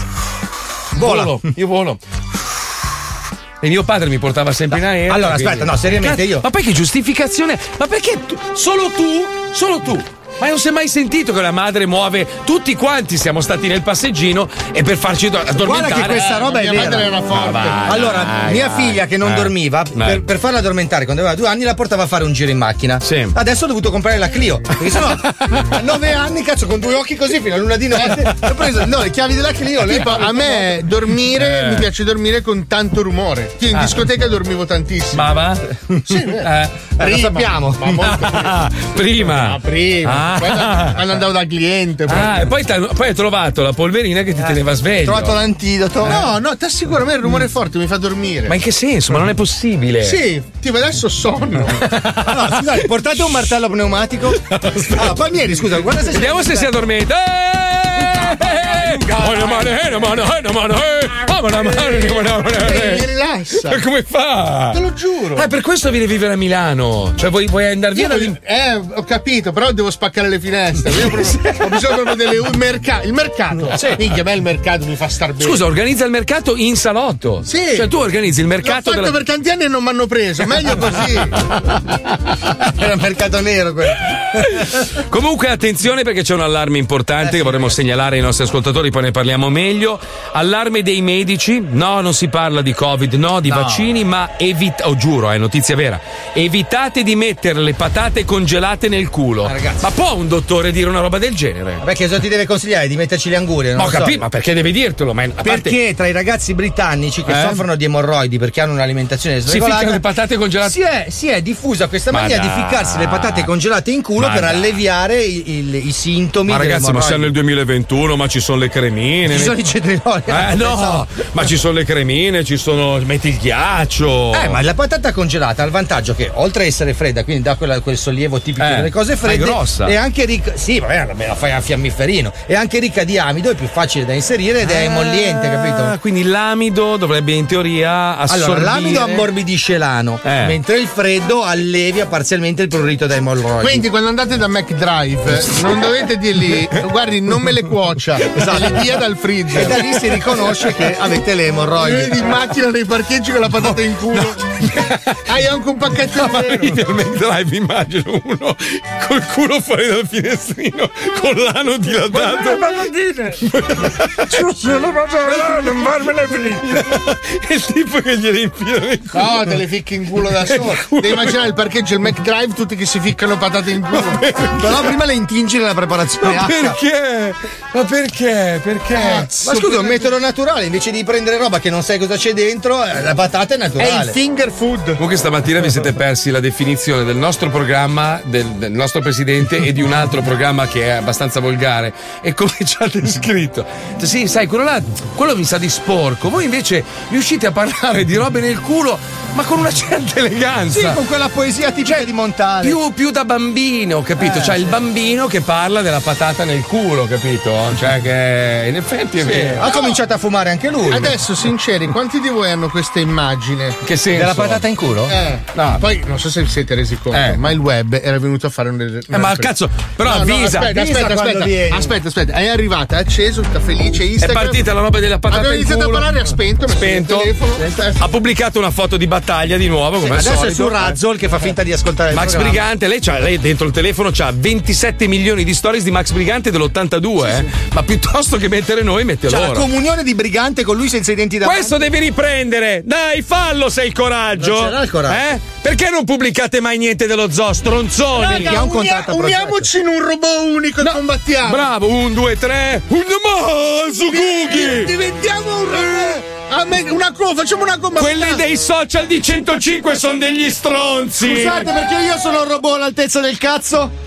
Speaker 8: Vola.
Speaker 5: Volo, io volo. E mio padre mi portava sempre in aereo.
Speaker 8: Allora, aspetta, no, seriamente
Speaker 5: Cazzo,
Speaker 8: io-
Speaker 5: Ma poi che giustificazione? Ma perché tu- solo tu? Solo tu? Ma non si è mai sentito che la madre muove tutti quanti siamo stati nel passeggino e per farci do- addormentare. Eh,
Speaker 8: Guarda che questa roba è vera. Ah,
Speaker 5: Ah,
Speaker 8: allora, mia figlia che
Speaker 5: Eh.
Speaker 8: non dormiva, per, per farla addormentare quando aveva due anni, la portava a fare un giro in macchina. Adesso ho dovuto comprare la Clio. Perché sennò a nove anni, cazzo, con due occhi così fino a luna di notte. Ho preso no, le chiavi della Clio. lei Eh.
Speaker 6: Tipo, a me dormire mi piace dormire con tanto rumore. Io in
Speaker 5: Eh. Ah.
Speaker 6: discoteca dormivo tantissimo.
Speaker 5: Ma va?
Speaker 6: Sì,
Speaker 5: Eh,
Speaker 6: beh. Eh,
Speaker 5: prima.
Speaker 6: lo sappiamo. Ma molto
Speaker 5: Ah, prima.
Speaker 6: prima.
Speaker 5: Ah.
Speaker 6: Eh, Poi and- quando andavo dal cliente. poi-
Speaker 5: Ah, e poi, t'ha- poi hai trovato la polverina
Speaker 8: Eh.
Speaker 5: che ti teneva sveglio.
Speaker 6: l'antidoto. No, no, ti assicuro, a me il rumore forte mi fa dormire.
Speaker 5: Eh. Ma in che senso? Ma non è possibile.
Speaker 6: Sì, tipo adesso sonno.
Speaker 8: No, scusate, portate un martello pneumatico. Allora, Ah, Palmieri, scusa, guarda se
Speaker 5: Vediamo se si addormenta. Una mano, eh, una mano, eh, una mano, eh. Ah, ma una mano, una mano, eh.
Speaker 6: Mi rilassa.
Speaker 5: Ma come fa?
Speaker 6: Te lo giuro.
Speaker 5: Ah, per questo viene a vivere a Milano. Cioè, vuoi, vuoi andare via
Speaker 6: Io
Speaker 5: da
Speaker 6: voglio- eh, ho capito, però devo spaccare le finestre. Io proprio- ho bisogno proprio delle un merca- il mercato.
Speaker 5: Sì.
Speaker 6: Minchia, a me il mercato mi fa star bene.
Speaker 5: Scusa, organizza il mercato in salotto.
Speaker 6: Sì.
Speaker 5: Cioè, tu organizzi il mercato
Speaker 6: L'ho
Speaker 5: della.
Speaker 6: fatto per tanti anni e non mi hanno preso, meglio così.
Speaker 8: Era un mercato nero quello.
Speaker 5: Comunque attenzione perché c'è un allarme
Speaker 8: Eh
Speaker 5: importante che vorremmo segnalare ai nostri ascoltatori, poi ne parliamo meglio. Allarme dei medici, no, non si parla di Covid, no, di
Speaker 17: No.
Speaker 5: vaccini, ma evita- oh, giuro, è notizia vera. Evitate di mettere le patate congelate nel culo.
Speaker 8: Eh,
Speaker 5: ma può un dottore dire una roba del genere?
Speaker 8: Vabbè, che cosa ti deve consigliare? Di metterci le angurie?
Speaker 5: Ma
Speaker 8: Non
Speaker 5: ho
Speaker 8: lo so.
Speaker 5: capito, ma perché deve dirtelo? Ma in- a parte-
Speaker 8: Perché tra i ragazzi britannici che
Speaker 5: Eh?
Speaker 8: soffrono di emorroidi perché hanno un'alimentazione
Speaker 5: Si ficcano le
Speaker 8: sregolata
Speaker 5: patate congelate.
Speaker 8: si è, si è diffusa questa
Speaker 5: Ma
Speaker 8: mania di
Speaker 5: dai.
Speaker 8: ficcarsi le patate congelate in culo
Speaker 5: Ma
Speaker 8: per
Speaker 5: dai.
Speaker 8: alleviare i, i- i sintomi
Speaker 5: Ma
Speaker 8: delle
Speaker 5: ragazzi, ma siamo
Speaker 8: emorroidi.
Speaker 5: nel 2021, ma ci sono le cremine.
Speaker 8: ci sono i cetrioli
Speaker 5: Eh no, ma ci sono le cremine, ci sono. metti il ghiaccio.
Speaker 8: Eh, ma la patata congelata ha il vantaggio che, oltre a essere fredda, quindi dà quella- quel sollievo tipico
Speaker 5: Eh,
Speaker 8: delle cose
Speaker 5: ma è
Speaker 8: fredde,
Speaker 5: grossa.
Speaker 8: è anche ricca. Sì, vabbè, me la fai a fiammiferino. È anche ricca di amido, è più facile da inserire
Speaker 5: Eh,
Speaker 8: ed è emolliente, capito?
Speaker 5: Ah, quindi l'amido dovrebbe in teoria assorbire
Speaker 8: Allora, l'amido ammorbidisce l'ano,
Speaker 5: Eh.
Speaker 8: mentre il freddo allevia parzialmente il prurito da emorroidi.
Speaker 6: Quindi quando andate da McDrive non dovete dirgli guardi non me le cuocia,
Speaker 8: Esatto.
Speaker 6: le dia dal freezer.
Speaker 8: E da lì si riconosce che avete le emorroidi.
Speaker 6: Vieni in macchina nei parcheggi con la patata in culo. Hai anche un pacchetto intero.
Speaker 5: Al McDrive eh, immagino uno col culo fuori dal finestrino con l'ano dilatato
Speaker 16: non farmela finire.
Speaker 5: e il tipo che gliele infila in
Speaker 16: culo.
Speaker 6: No, te le ficchi in culo da solo. Devi immaginare il parcheggio, il McDrive, tutti che si ficcano patate in culo.
Speaker 8: Però prima le intingi nella preparazione H.
Speaker 6: Ma
Speaker 5: perché? Ma perché? Perché?
Speaker 8: Ma scusa, è un metodo naturale, invece di prendere roba che non sai cosa c'è dentro, eh, la patata è naturale.
Speaker 6: È il finger food.
Speaker 5: Comunque stamattina vi siete persi la definizione del nostro programma, del, del nostro presidente e di un altro programma che è abbastanza volgare. E come ci ha descritto? Cioè, sì, sai, quello là, quello mi sa di sporco. Voi invece riuscite a parlare di robe nel culo, ma con una certa eleganza.
Speaker 8: Sì, con quella poesia tipica di Montale.
Speaker 5: Più, più da bambino, capito?
Speaker 8: Eh,
Speaker 5: cioè il
Speaker 8: sì.
Speaker 5: bambino che parla della patata nel culo, capito? Cioè che in effetti è
Speaker 8: Sì,
Speaker 5: vero.
Speaker 8: Ha cominciato a fumare anche lui.
Speaker 6: Adesso, sinceri, quanti di voi hanno questa immagine?
Speaker 5: Che senso?
Speaker 8: Della patata in culo?
Speaker 6: Eh, no, poi non so se vi siete resi conto,
Speaker 5: Eh.
Speaker 6: ma il web era venuto a fare un.
Speaker 5: Eh, ma cazzo, però
Speaker 6: No, no,
Speaker 5: avvisa. avvisa
Speaker 6: aspetta, aspetta,
Speaker 5: quando
Speaker 6: aspetta,
Speaker 5: vieni.
Speaker 6: aspetta, aspetta, è arrivata, è acceso, tutta felice. Instagram.
Speaker 5: È partita la roba della patata
Speaker 6: Abbiamo
Speaker 5: in
Speaker 6: iniziato
Speaker 5: culo.
Speaker 6: a parlare, ha spento, ha messo
Speaker 5: Spento.
Speaker 6: il telefono.
Speaker 5: Ha pubblicato una foto di battaglia di nuovo. Come al
Speaker 8: adesso è
Speaker 5: solito. eh.
Speaker 8: su Razzol che fa finta di ascoltare il
Speaker 5: Max
Speaker 8: programma.
Speaker 5: Brigante, lei, c'ha, lei dentro il telefono ha 27 milioni di stories di Max Brigante dell'82, eh. ma piuttosto che mettere noi, mette
Speaker 8: C'è la
Speaker 5: loro.
Speaker 8: comunione di Brigante con lui senza i denti davanti.
Speaker 5: Questo devi riprendere! Dai, fallo se hai il coraggio!
Speaker 8: Non c'era il coraggio.
Speaker 5: Eh? Perché non pubblicate mai niente dello zoo, stronzoni?
Speaker 6: Raga, unia- uniamoci in un robot unico e combattiamo.
Speaker 5: Bravo, un, due, tre, un Masugugi!
Speaker 6: Eh, Diventiamo un robot. A me- una co- facciamo una combattuta.
Speaker 5: Quelli dei social di 105 sono degli stronzi!
Speaker 4: Scusate, perché io sono un robot all'altezza del cazzo?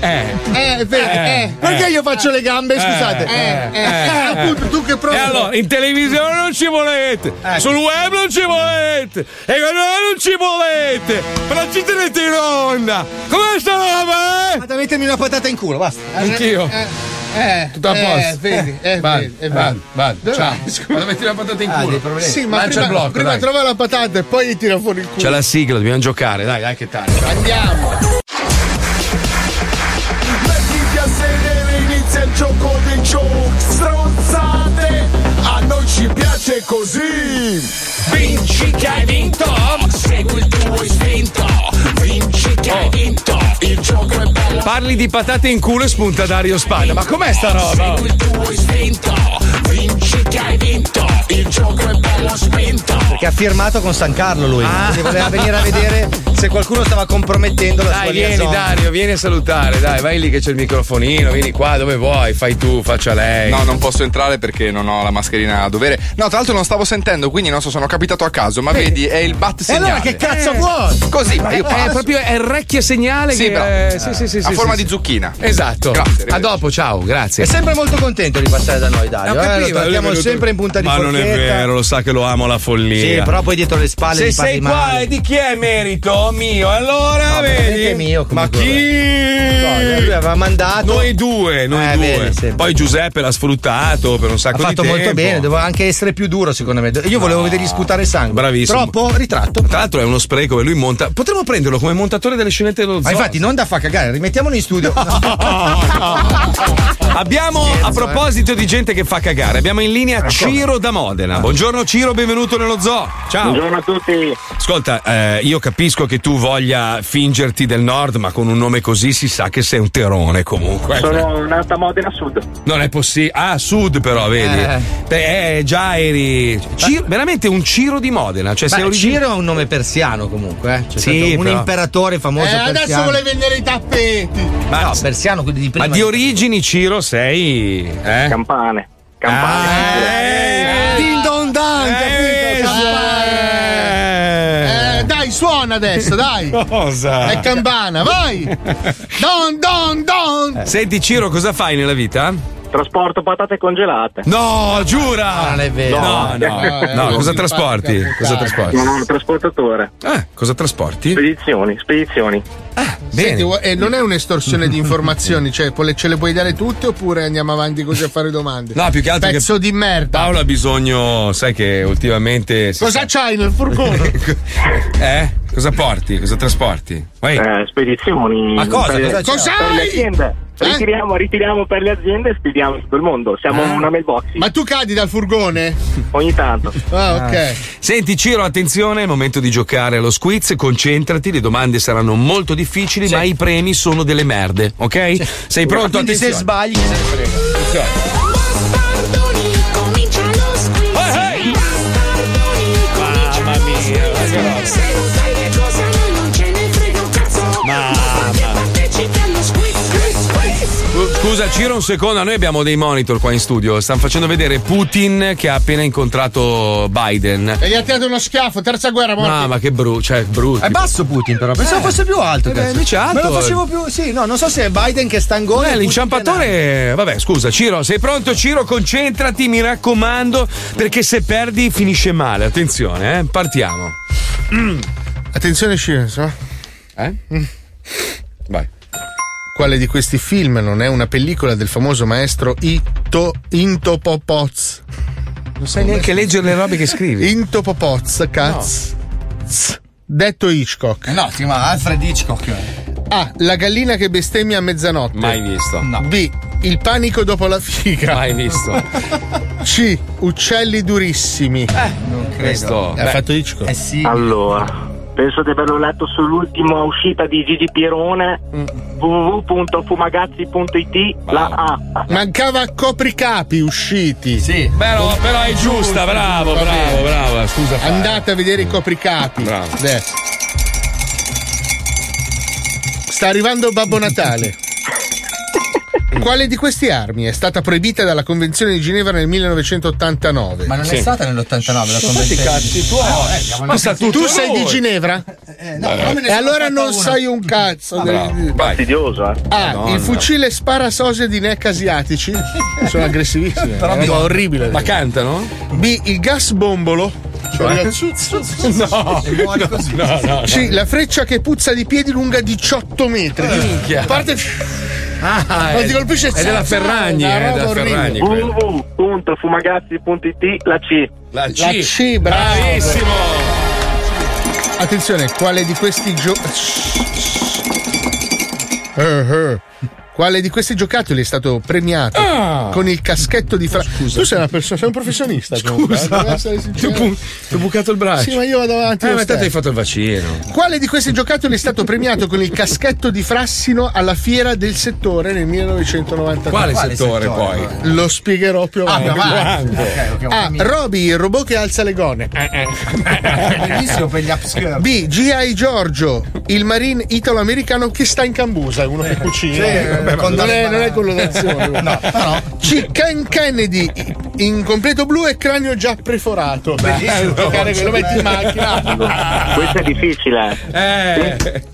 Speaker 5: Eh.
Speaker 4: Eh, vedi,
Speaker 5: Eh,
Speaker 4: eh,
Speaker 5: eh.
Speaker 4: perché io faccio le gambe? Scusate.
Speaker 5: Eh, eh,
Speaker 4: Ah,
Speaker 5: eh.
Speaker 4: appunto, tu che provi.
Speaker 5: E allora, in televisione non ci volete, sul web non ci volete, e con noi non ci volete, però ci tenete in onda. Com'è sta roba, eh?
Speaker 8: Vado a mettermi una patata in culo, basta.
Speaker 5: Anch'io.
Speaker 8: Eh,
Speaker 6: Eh,
Speaker 5: Tutto a
Speaker 6: eh,
Speaker 5: posto.
Speaker 6: vedi, eh, vedi, eh, vedi. Dove-
Speaker 5: Vado a mettere la patata in
Speaker 6: Ah, dei problemi. Sì, ma prima, prima trova la patata e poi tira fuori il culo.
Speaker 5: C'è la sigla, dobbiamo giocare, dai, dai che tardi.
Speaker 6: Andiamo.
Speaker 16: Mettiti a sedere, inizia il gioco del show. Stronzate, a noi ci piace così. Vinci che hai vinto, segui il tuo istinto. Vinci che hai vinto, il gioco è bello.
Speaker 5: Parli di patate in culo e spunta Dario Spada. Ma com'è sta roba?
Speaker 16: Segui il tuo istinto, vinci che hai vinto, il gioco è bello spento.
Speaker 8: Perché ha firmato con San Carlo lui.
Speaker 5: Ah.
Speaker 8: Quindi voleva venire a vedere se qualcuno stava compromettendo la sua
Speaker 5: Dai, vieni
Speaker 8: liaison.
Speaker 5: Dario, vieni a salutare, dai, vai lì che c'è il microfonino, vieni qua dove vuoi, fai tu, faccia lei.
Speaker 17: No, non posso entrare perché non ho la mascherina a dovere. No, tra l'altro non stavo sentendo, quindi non so, sono capitato a caso, ma vedi, è il bat
Speaker 5: E
Speaker 17: segnale. Eh,
Speaker 5: allora che cazzo vuoi?
Speaker 17: Così, ma io
Speaker 5: È proprio- è il recchio segnale
Speaker 17: sì,
Speaker 5: che-
Speaker 17: bravo.
Speaker 5: eh, sì, sì, sì,
Speaker 17: a
Speaker 5: sì,
Speaker 17: forma
Speaker 5: sì,
Speaker 17: di
Speaker 5: sì.
Speaker 17: zucchina.
Speaker 5: Esatto.
Speaker 17: Grazie.
Speaker 5: a dopo, ciao, grazie.
Speaker 8: È sempre molto contento di passare da noi, Dario.
Speaker 5: Ho
Speaker 8: eh,
Speaker 5: capito,
Speaker 8: lo trattiamo
Speaker 5: lui è venuto-
Speaker 8: sempre in punta di
Speaker 5: Ma non è
Speaker 8: forchetta.
Speaker 5: vero, lo sa che lo amo la follia.
Speaker 8: Sì, però poi dietro le spalle
Speaker 5: Se
Speaker 8: gli parli
Speaker 5: sei qua
Speaker 8: male.
Speaker 5: è di chi è merito? Mio. Allora
Speaker 8: No,
Speaker 5: vedi.
Speaker 8: veramente mio,
Speaker 5: Ma
Speaker 8: comunque,
Speaker 5: chi?
Speaker 8: guarda, lui aveva mandato.
Speaker 5: Noi due, noi
Speaker 8: Eh,
Speaker 5: due.
Speaker 8: vedi, sì.
Speaker 5: Poi Giuseppe l'ha sfruttato per un
Speaker 8: Ha
Speaker 5: sacco di tempo.
Speaker 8: fatto molto bene, doveva anche essere più duro, secondo me. Io volevo
Speaker 5: No.
Speaker 8: vedergli sputare sangue.
Speaker 5: Bravissimo.
Speaker 8: Troppo ritratto.
Speaker 5: Tra l'altro è uno spreco e lui monta. Potremmo prenderlo come montatore delle scenette dello zoo.
Speaker 8: Ma infatti non da fa cagare, rimettiamolo in studio.
Speaker 5: Cioè, Abbiamo, a proposito di gente che fa cagare, abbiamo in
Speaker 8: Ecco.
Speaker 5: linea Ciro da Modena. Buongiorno Ciro, benvenuto nello zoo. Ciao.
Speaker 18: Buongiorno a tutti.
Speaker 5: Ascolta, eh, io capisco che tu voglia fingerti del nord, ma con un nome così si sa che sei un terone comunque.
Speaker 18: Sono nato a Modena Sud.
Speaker 5: Non è possibile. Ah, sud però, vedi.
Speaker 18: Eh.
Speaker 5: Beh, eh, già eri. Ciro- veramente un Ciro di Modena. Cioè,
Speaker 8: Beh,
Speaker 5: sei origine-
Speaker 8: Ciro è un nome persiano comunque, eh. C'è
Speaker 5: Sì,
Speaker 8: stato un
Speaker 5: però-
Speaker 8: imperatore famoso
Speaker 6: Eh, adesso
Speaker 8: persiano.
Speaker 6: vuole vendere i tappeti.
Speaker 8: Ma no, persiano, quelli di prima.
Speaker 5: Ma di origini Ciro sei. Eh? Campane. Eh,
Speaker 6: Din don dan, capito? Campana. Eh, dai, suona adesso, dai.
Speaker 5: Cosa?
Speaker 6: È campana, vai. Don don don.
Speaker 5: Ah, eh. Senti Ciro, cosa fai nella vita?
Speaker 18: Trasporto patate congelate.
Speaker 5: No, giura! non è
Speaker 18: vero.
Speaker 5: No, no,
Speaker 18: Eh,
Speaker 5: no,
Speaker 18: eh,
Speaker 5: cosa
Speaker 18: simpatica
Speaker 5: trasporti?
Speaker 18: puttana.
Speaker 5: Cosa trasporti?
Speaker 18: Sono un trasportatore.
Speaker 5: Ah, cosa trasporti?
Speaker 18: Spedizioni, spedizioni.
Speaker 6: Senti, vuoi- eh, non è un'estorsione di informazioni, cioè quelle- ce le puoi dare tutte oppure andiamo avanti così a fare domande?
Speaker 5: No, più che altro.
Speaker 6: Pezzo di merda.
Speaker 5: Paolo ha bisogno, sai che ultimamente. si
Speaker 6: Cosa c'hai nel furgone?
Speaker 5: sa- Eh? Cosa porti? Cosa trasporti? Vai.
Speaker 18: Eh, spedizioni. Eh,
Speaker 5: Ma cosa?
Speaker 6: Cioè,
Speaker 18: Per le-
Speaker 5: Cosa c'è?
Speaker 18: Per le aziende.
Speaker 6: Eh?
Speaker 18: Ritiriamo, ritiriamo per le aziende e spediamo in tutto il mondo. Siamo una mailbox.
Speaker 6: Eh? Ma tu cadi dal furgone?
Speaker 18: Ogni tanto.
Speaker 6: Ah,
Speaker 5: Ah.
Speaker 6: ok.
Speaker 5: Senti Ciro, attenzione, è il momento di giocare allo squiz, concentrati, le domande saranno molto difficili, ma i premi sono delle merde, ok? Sei pronto?
Speaker 8: Quindi se
Speaker 5: Attenzione.
Speaker 8: sbagli, chi se ne frega.
Speaker 5: Eh
Speaker 16: Mamma mia, se non sai le cose a noi non ce ne frega un cazzo. Basta che partecipi allo squiz, squiz, squiz.
Speaker 5: Scu- Scusa Ciro un secondo, noi abbiamo dei monitor qua in studio, stanno facendo vedere Putin che ha appena incontrato Biden.
Speaker 8: Eh,
Speaker 6: E gli ha tirato uno schiaffo, terza guerra mondiale.
Speaker 5: Ah, ma che brutto, cioè brutto.
Speaker 8: È basso Putin però, pensavo fosse più alto.
Speaker 5: Eh,
Speaker 8: cazzo.
Speaker 5: invece è alto.
Speaker 8: Me lo facevo più, sì, no, non so se è Biden che sta in gol.
Speaker 5: Eh,
Speaker 8: o Putin
Speaker 5: l'inciampatore. Vabbè, scusa, Ciro, sei pronto? Ciro, concentrati, mi raccomando, perché se perdi finisce male. Attenzione, eh. Partiamo.
Speaker 6: Mm. Attenzione, Scienza. Mm.
Speaker 5: Eh? Vai.
Speaker 6: Quale di questi film non è una pellicola del famoso maestro Ito Intopopoz?
Speaker 5: Non sai neanche leggere le robe che scrivi.
Speaker 6: Intopopoz, cazzo. Hitz, detto Hitchcock.
Speaker 8: Eh No, si chiama Alfred Hitchcock.
Speaker 6: A. La gallina che bestemmia a mezzanotte.
Speaker 5: Mai visto.
Speaker 6: B. Il panico dopo la figa.
Speaker 5: Mai visto.
Speaker 6: C. Uccelli durissimi.
Speaker 8: non
Speaker 5: Eh, Questo-
Speaker 6: Eh, Ha
Speaker 5: Beh.
Speaker 6: fatto Hitchcock. Eh sì.
Speaker 18: Allora, penso di averlo letto sull'ultima uscita di Gigi Pierone, www.fumagazzi.it, la A.
Speaker 6: Mancava copricapi usciti. Sì.
Speaker 5: Però, però è giusta, bravo, bravo, bravo. Scusa. Fabio.
Speaker 6: Andate a vedere i copricapi.
Speaker 5: Bravo.
Speaker 6: Eh. Sta arrivando Babbo Natale. Quale di queste armi è stata proibita dalla Convenzione di Ginevra nel 1989?
Speaker 8: Ma non è stata nell'89 la
Speaker 6: Sì,
Speaker 8: convenzione.
Speaker 6: cazzi tuoi.
Speaker 8: Ah, eh, siamo
Speaker 6: Ma
Speaker 8: nel-
Speaker 6: sa tutto Tu sei di Ginevra?
Speaker 8: Eh, no, però me ne
Speaker 6: e
Speaker 8: sono
Speaker 6: allora
Speaker 8: fatta
Speaker 6: non
Speaker 8: una. Ah,
Speaker 6: sai un cazzo. del-
Speaker 18: Fastidioso, eh?
Speaker 6: Ah, il fucile spara sose di neck asiatici. Sono aggressivissimi.
Speaker 5: Però
Speaker 6: Però
Speaker 5: mi-
Speaker 6: mi orribile.
Speaker 5: Ma cantano?
Speaker 6: B, il gas bombolo. Eh?
Speaker 5: Cioè?
Speaker 6: No,
Speaker 5: E muori così. no, no, no.
Speaker 6: Sì, la freccia che puzza di piedi lunga 18 metri.
Speaker 5: Minchia.
Speaker 6: Parte.
Speaker 5: Ah,
Speaker 6: non
Speaker 5: è-
Speaker 6: ti colpisce
Speaker 5: è della Ferragni,
Speaker 6: una
Speaker 5: eh,
Speaker 6: roba
Speaker 5: della
Speaker 6: orribile.
Speaker 5: Ferragni.
Speaker 18: www.fumagazzi.it, la C.
Speaker 5: La
Speaker 6: La C, bravo.
Speaker 5: Bravissimo.
Speaker 6: Attenzione, quale di questi gio... Eh, eh. Quale di questi giocattoli è stato premiato
Speaker 4: Ah.
Speaker 6: con il caschetto di Fra... Tu sei una persona, sei un professionista. comunque, eh, devo essere
Speaker 5: Scusa, ti ho,
Speaker 6: sincero.
Speaker 5: bu- ti ho bucato il braccio.
Speaker 6: Sì, ma io vado avanti.
Speaker 5: Eh,
Speaker 6: lo
Speaker 5: ma tanto
Speaker 6: stesso.
Speaker 5: hai fatto il vaccino.
Speaker 6: Quale di questi giocattoli è stato premiato con il caschetto di Frassino alla fiera del settore nel 1993?
Speaker 5: Quale, settore, poi?
Speaker 6: Lo spiegherò più avanti.
Speaker 5: più avanti.
Speaker 6: Ok, ok, A. Roby, il robot che alza le gonne.
Speaker 8: Bellissimo per gli upskirt.
Speaker 6: B. G.I. Giorgio, il marine italo-americano che sta in cambusa, è uno che cucina.
Speaker 8: sì, eh,
Speaker 6: Vabbè,
Speaker 8: con
Speaker 6: non,
Speaker 8: dalle
Speaker 6: è, non è quello d'azione.
Speaker 8: No, però.
Speaker 6: C. Ken Kennedy, in completo blu e cranio già preforato. Eh,
Speaker 18: Bellissimo.
Speaker 6: Giocare quello, lo metti in macchina.
Speaker 5: Ah.
Speaker 18: Questo è difficile. eh.
Speaker 5: Eh.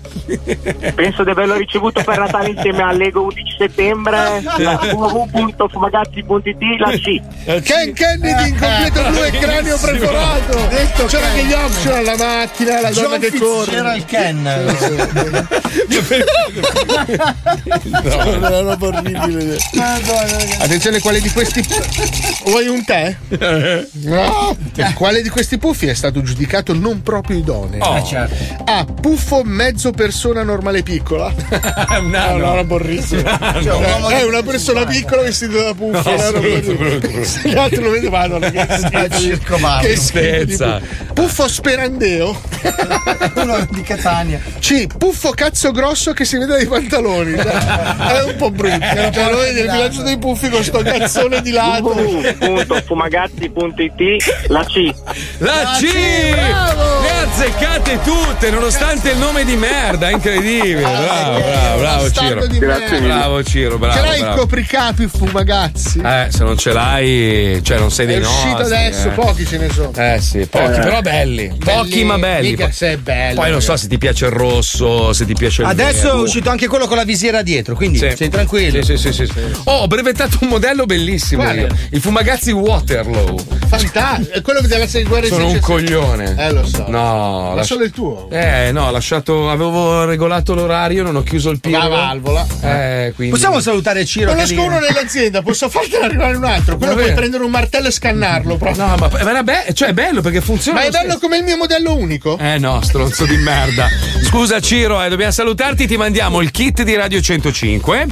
Speaker 18: Penso di averlo ricevuto per Natale insieme a Lego 11 settembre, la www.fumagazzi.it, la C.
Speaker 5: Eh,
Speaker 6: Ken Kennedy in completo blu e cranio
Speaker 18: Bellissimo.
Speaker 6: preforato.
Speaker 18: Detto
Speaker 6: C'era
Speaker 18: Ken.
Speaker 6: che gli optional, la macchina, la donna
Speaker 8: John
Speaker 6: che corre.
Speaker 8: C'era il Ken.
Speaker 6: Una roba orribile. Attenzione, quale di questi. Vuoi un tè? No. Quale di questi puffi è stato giudicato non proprio idoneo?
Speaker 5: Oh. Eh, certo.
Speaker 6: A. Puffo mezzo persona normale piccola.
Speaker 5: Un
Speaker 6: È
Speaker 5: nano.
Speaker 6: una roba orribile.
Speaker 5: Un
Speaker 6: Cioè,
Speaker 5: nano.
Speaker 6: è una persona piccola vestita da
Speaker 5: No,
Speaker 6: puffi. è una roba
Speaker 5: brutto,
Speaker 6: orribile.
Speaker 5: brutto, brutto.
Speaker 6: Se gli altri lo vedevano, ragazzi.
Speaker 8: Al circo Marco.
Speaker 6: Che schifo di
Speaker 5: Tristezza.
Speaker 6: puffo. Puffo sperandeo.
Speaker 8: Uno di Catania.
Speaker 6: C. Puffo cazzo grosso che si vede dai pantaloni. Cioè, È un po' brutto. Cioè, lo vedi il bilancio dei puffi con sto cazzone di lato.
Speaker 18: www.fumagazzi.it, la C.
Speaker 5: La C! Le ha azzeccate tutte, nonostante il nome di merda, è incredibile.
Speaker 6: Ah,
Speaker 5: Bravo, bravo, bravo
Speaker 6: Bastardo
Speaker 5: Ciro.
Speaker 6: eh, di Grazie merda. mille.
Speaker 5: Bravo Ciro, bravo.
Speaker 6: ce l'hai
Speaker 5: bravo.
Speaker 6: i copricapi fumagazzi?
Speaker 5: Eh, se non ce l'hai, cioè non sei
Speaker 6: È
Speaker 5: dei nostri.
Speaker 6: uscito adesso,
Speaker 5: eh.
Speaker 6: pochi ce ne sono.
Speaker 5: Eh sì, pochi,
Speaker 6: Eh.
Speaker 5: però belli. Pochi
Speaker 6: Belli,
Speaker 5: ma belli.
Speaker 6: mica
Speaker 5: Poi-
Speaker 6: sei bello,
Speaker 5: Poi non so se ti piace il rosso, se ti piace il
Speaker 8: Adesso è
Speaker 5: verde.
Speaker 8: uscito anche quello con la visiera dietro, quindi
Speaker 5: Sì.
Speaker 8: sei tranquillo.
Speaker 5: Sì, sì, sì, sì. Oh, ho brevettato un modello bellissimo.
Speaker 6: Quale?
Speaker 5: io. Il Fumagazzi Waterloo.
Speaker 6: Fantastico. È quello della serie guerra
Speaker 5: Sono un coglione.
Speaker 6: Eh, lo so.
Speaker 5: No,
Speaker 6: Ma
Speaker 5: lascia-
Speaker 6: solo il tuo.
Speaker 5: Eh, no, ho lasciato. Avevo regolato l'orario, non ho chiuso il piro.
Speaker 6: La valvola.
Speaker 5: Eh, quindi.
Speaker 8: Possiamo salutare Ciro?
Speaker 6: Conosco
Speaker 8: Calino?
Speaker 6: uno nell'azienda, posso fartene arrivare un altro. Quello
Speaker 5: Va
Speaker 6: puoi
Speaker 5: bene.
Speaker 6: prendere un martello e scannarlo proprio.
Speaker 5: No, ma, ma era be- cioè, è bello perché funziona.
Speaker 6: Ma è
Speaker 5: lo
Speaker 6: bello come il mio modello unico?
Speaker 5: Eh no, stronzo di merda. Scusa Ciro, eh, dobbiamo salutarti, ti mandiamo il kit di Radio 105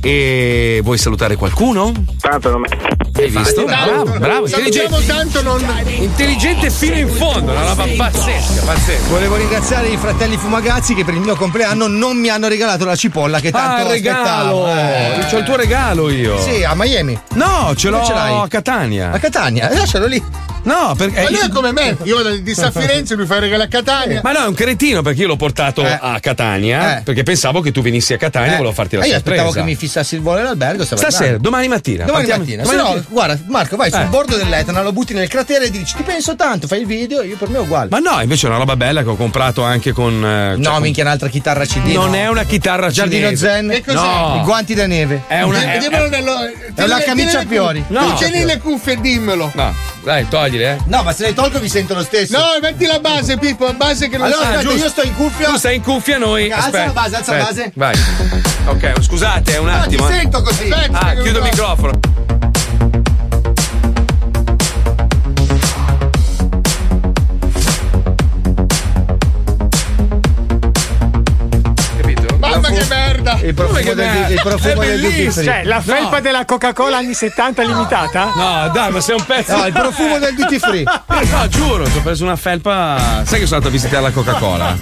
Speaker 5: e vuoi salutare qualcuno?
Speaker 18: Tanto non
Speaker 5: Hai visto?
Speaker 6: Tanto-
Speaker 5: Bravo, bravo,
Speaker 6: Salutiamo
Speaker 5: intelligente.
Speaker 6: tanto non.
Speaker 8: Eh,
Speaker 5: Intelligente fino in fondo, una roba pazzesca, pazzesca.
Speaker 8: Volevo ringraziare i fratelli Fumagazzi che per il mio compleanno non mi hanno regalato la cipolla che
Speaker 5: Ah,
Speaker 8: tanto
Speaker 5: il regalo!
Speaker 8: aspettavo. Eh.
Speaker 5: C'ho il tuo regalo io.
Speaker 8: Sì, a Miami.
Speaker 5: No, ce
Speaker 8: Dove
Speaker 5: l'ho
Speaker 8: ce l'hai?
Speaker 5: a Catania.
Speaker 8: A Catania, eh, lascialo lì.
Speaker 5: No, perché. Eh.
Speaker 6: Ma lui è come me, io vado di San Firenze, mi fai regalare a Catania.
Speaker 5: Ma no, è un cretino perché io l'ho portato a Catania perché pensavo che tu venissi a Catania e volevo farti la
Speaker 8: Eh. Eh, io
Speaker 5: sorpresa.
Speaker 8: aspettavo che mi fissassi il volo all'albergo. stavo
Speaker 5: Stasera,
Speaker 8: andando.
Speaker 5: domani mattina.
Speaker 8: Domani
Speaker 5: partiamo-
Speaker 8: mattina.
Speaker 5: domani
Speaker 8: Se no,
Speaker 5: mattina.
Speaker 8: guarda, Marco, vai
Speaker 5: Eh.
Speaker 8: sul bordo dell'Etna, lo butti nel cratere e dici: Ti penso tanto, fai il video, io per me è uguale.
Speaker 5: Ma no, invece è una roba bella che ho comprato anche con. eh,
Speaker 8: No,
Speaker 5: cioè, con-
Speaker 8: minchia, un'altra chitarra CD.
Speaker 5: Non
Speaker 8: no.
Speaker 5: è una chitarra
Speaker 8: Giardino
Speaker 5: cinese.
Speaker 8: Zen.
Speaker 5: Che cos'è? No.
Speaker 8: I guanti da neve.
Speaker 5: È una- è-
Speaker 6: Dimmelo nello- tienile-
Speaker 8: la camicia
Speaker 6: tienile
Speaker 8: a fiori.
Speaker 6: cu-
Speaker 5: No.
Speaker 6: tieni le cuffie e dimmelo.
Speaker 5: No, dai, togliele, eh.
Speaker 8: No, ma se le tolgo vi sento lo stesso.
Speaker 6: No, metti la base, Pippo, la base che non
Speaker 8: Allora,
Speaker 6: si-
Speaker 8: aspetta,
Speaker 5: giusto.
Speaker 8: io sto in cuffia.
Speaker 5: Tu stai in cuffia noi.
Speaker 8: Alza
Speaker 5: aspetta,
Speaker 8: la base, alza la
Speaker 5: aspetta, Vai. Ok, scusate, un
Speaker 8: No, ti
Speaker 5: attimo. eh.
Speaker 8: sento così.
Speaker 5: Ah, chiudo il microfono.
Speaker 19: profumo del- il profumo del duty free.
Speaker 16: Cioè, la felpa della Coca-Cola anni 70 limitata?
Speaker 5: No, dai, ma sei un pezzo.
Speaker 16: No, il profumo del duty free.
Speaker 5: Ah, No, giuro, ti ho preso una felpa. Sai che sono andato a visitare la Coca-Cola?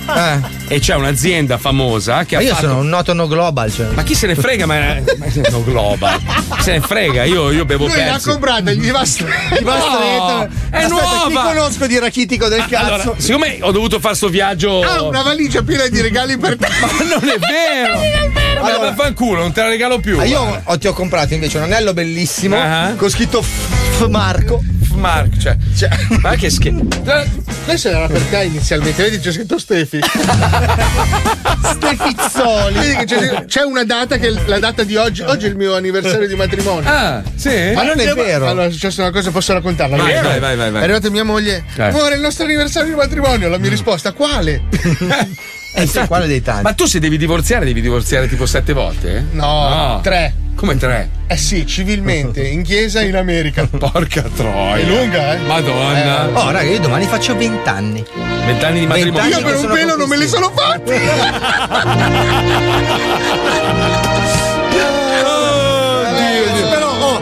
Speaker 5: E c'è un'azienda famosa che
Speaker 8: Eh. Ma
Speaker 5: ha
Speaker 8: io
Speaker 5: fatto.
Speaker 8: sono un noto no global. Cioè.
Speaker 5: Ma chi se ne frega? Ma, ma no, Global. Se ne frega, io, io bevo
Speaker 6: Lui l'ha
Speaker 5: pezzi.
Speaker 6: comprata, gli va stretto. Gli va
Speaker 5: No,
Speaker 6: stretto.
Speaker 5: è
Speaker 6: Aspetta, Chi
Speaker 5: nuova.
Speaker 6: conosco di rachitico del cazzo?
Speaker 5: Allora, siccome ho dovuto fare sto viaggio.
Speaker 6: Ha una valigia piena di regali per te.
Speaker 5: Ma non è
Speaker 6: Ah,
Speaker 5: vero!
Speaker 8: Allora-
Speaker 5: Allora, fanculo, non te la regalo più. Ah.
Speaker 8: Ah, io ho- ti ho comprato invece un anello bellissimo con scritto F Marco.
Speaker 5: F Marco, cioè. Ma che schifo.
Speaker 6: Questa era per te inizialmente, vedi c'è scritto Stefi. Stefizzoli. Vedi che c'è, c'è una data che è la data di oggi, oggi è il mio anniversario di matrimonio.
Speaker 5: Ah, sì?
Speaker 6: Ma
Speaker 5: Ma
Speaker 6: non è vero. Allora è
Speaker 20: Allora,
Speaker 6: successa una cosa, posso raccontarla?
Speaker 20: Vai,
Speaker 6: Vero?
Speaker 20: vai, vai, vai, vai.
Speaker 6: È arrivata mia moglie.
Speaker 20: Eh.
Speaker 6: Amore, il nostro anniversario di matrimonio. La mia
Speaker 5: Mm.
Speaker 6: risposta, quale?
Speaker 5: Eh, infatti. Ma tu se devi divorziare, devi divorziare tipo sette volte?
Speaker 6: No, tre.
Speaker 5: Come tre?
Speaker 6: Eh sì, civilmente, in chiesa in America.
Speaker 5: Porca troia.
Speaker 6: È lunga, eh?
Speaker 5: Madonna.
Speaker 6: Eh.
Speaker 8: Oh, raga, io domani faccio 20 anni.
Speaker 5: Vent'anni di matrimonio.
Speaker 6: Io per un pelo non me li sono fatti.
Speaker 19: Dio, Dio.
Speaker 8: Però, oh,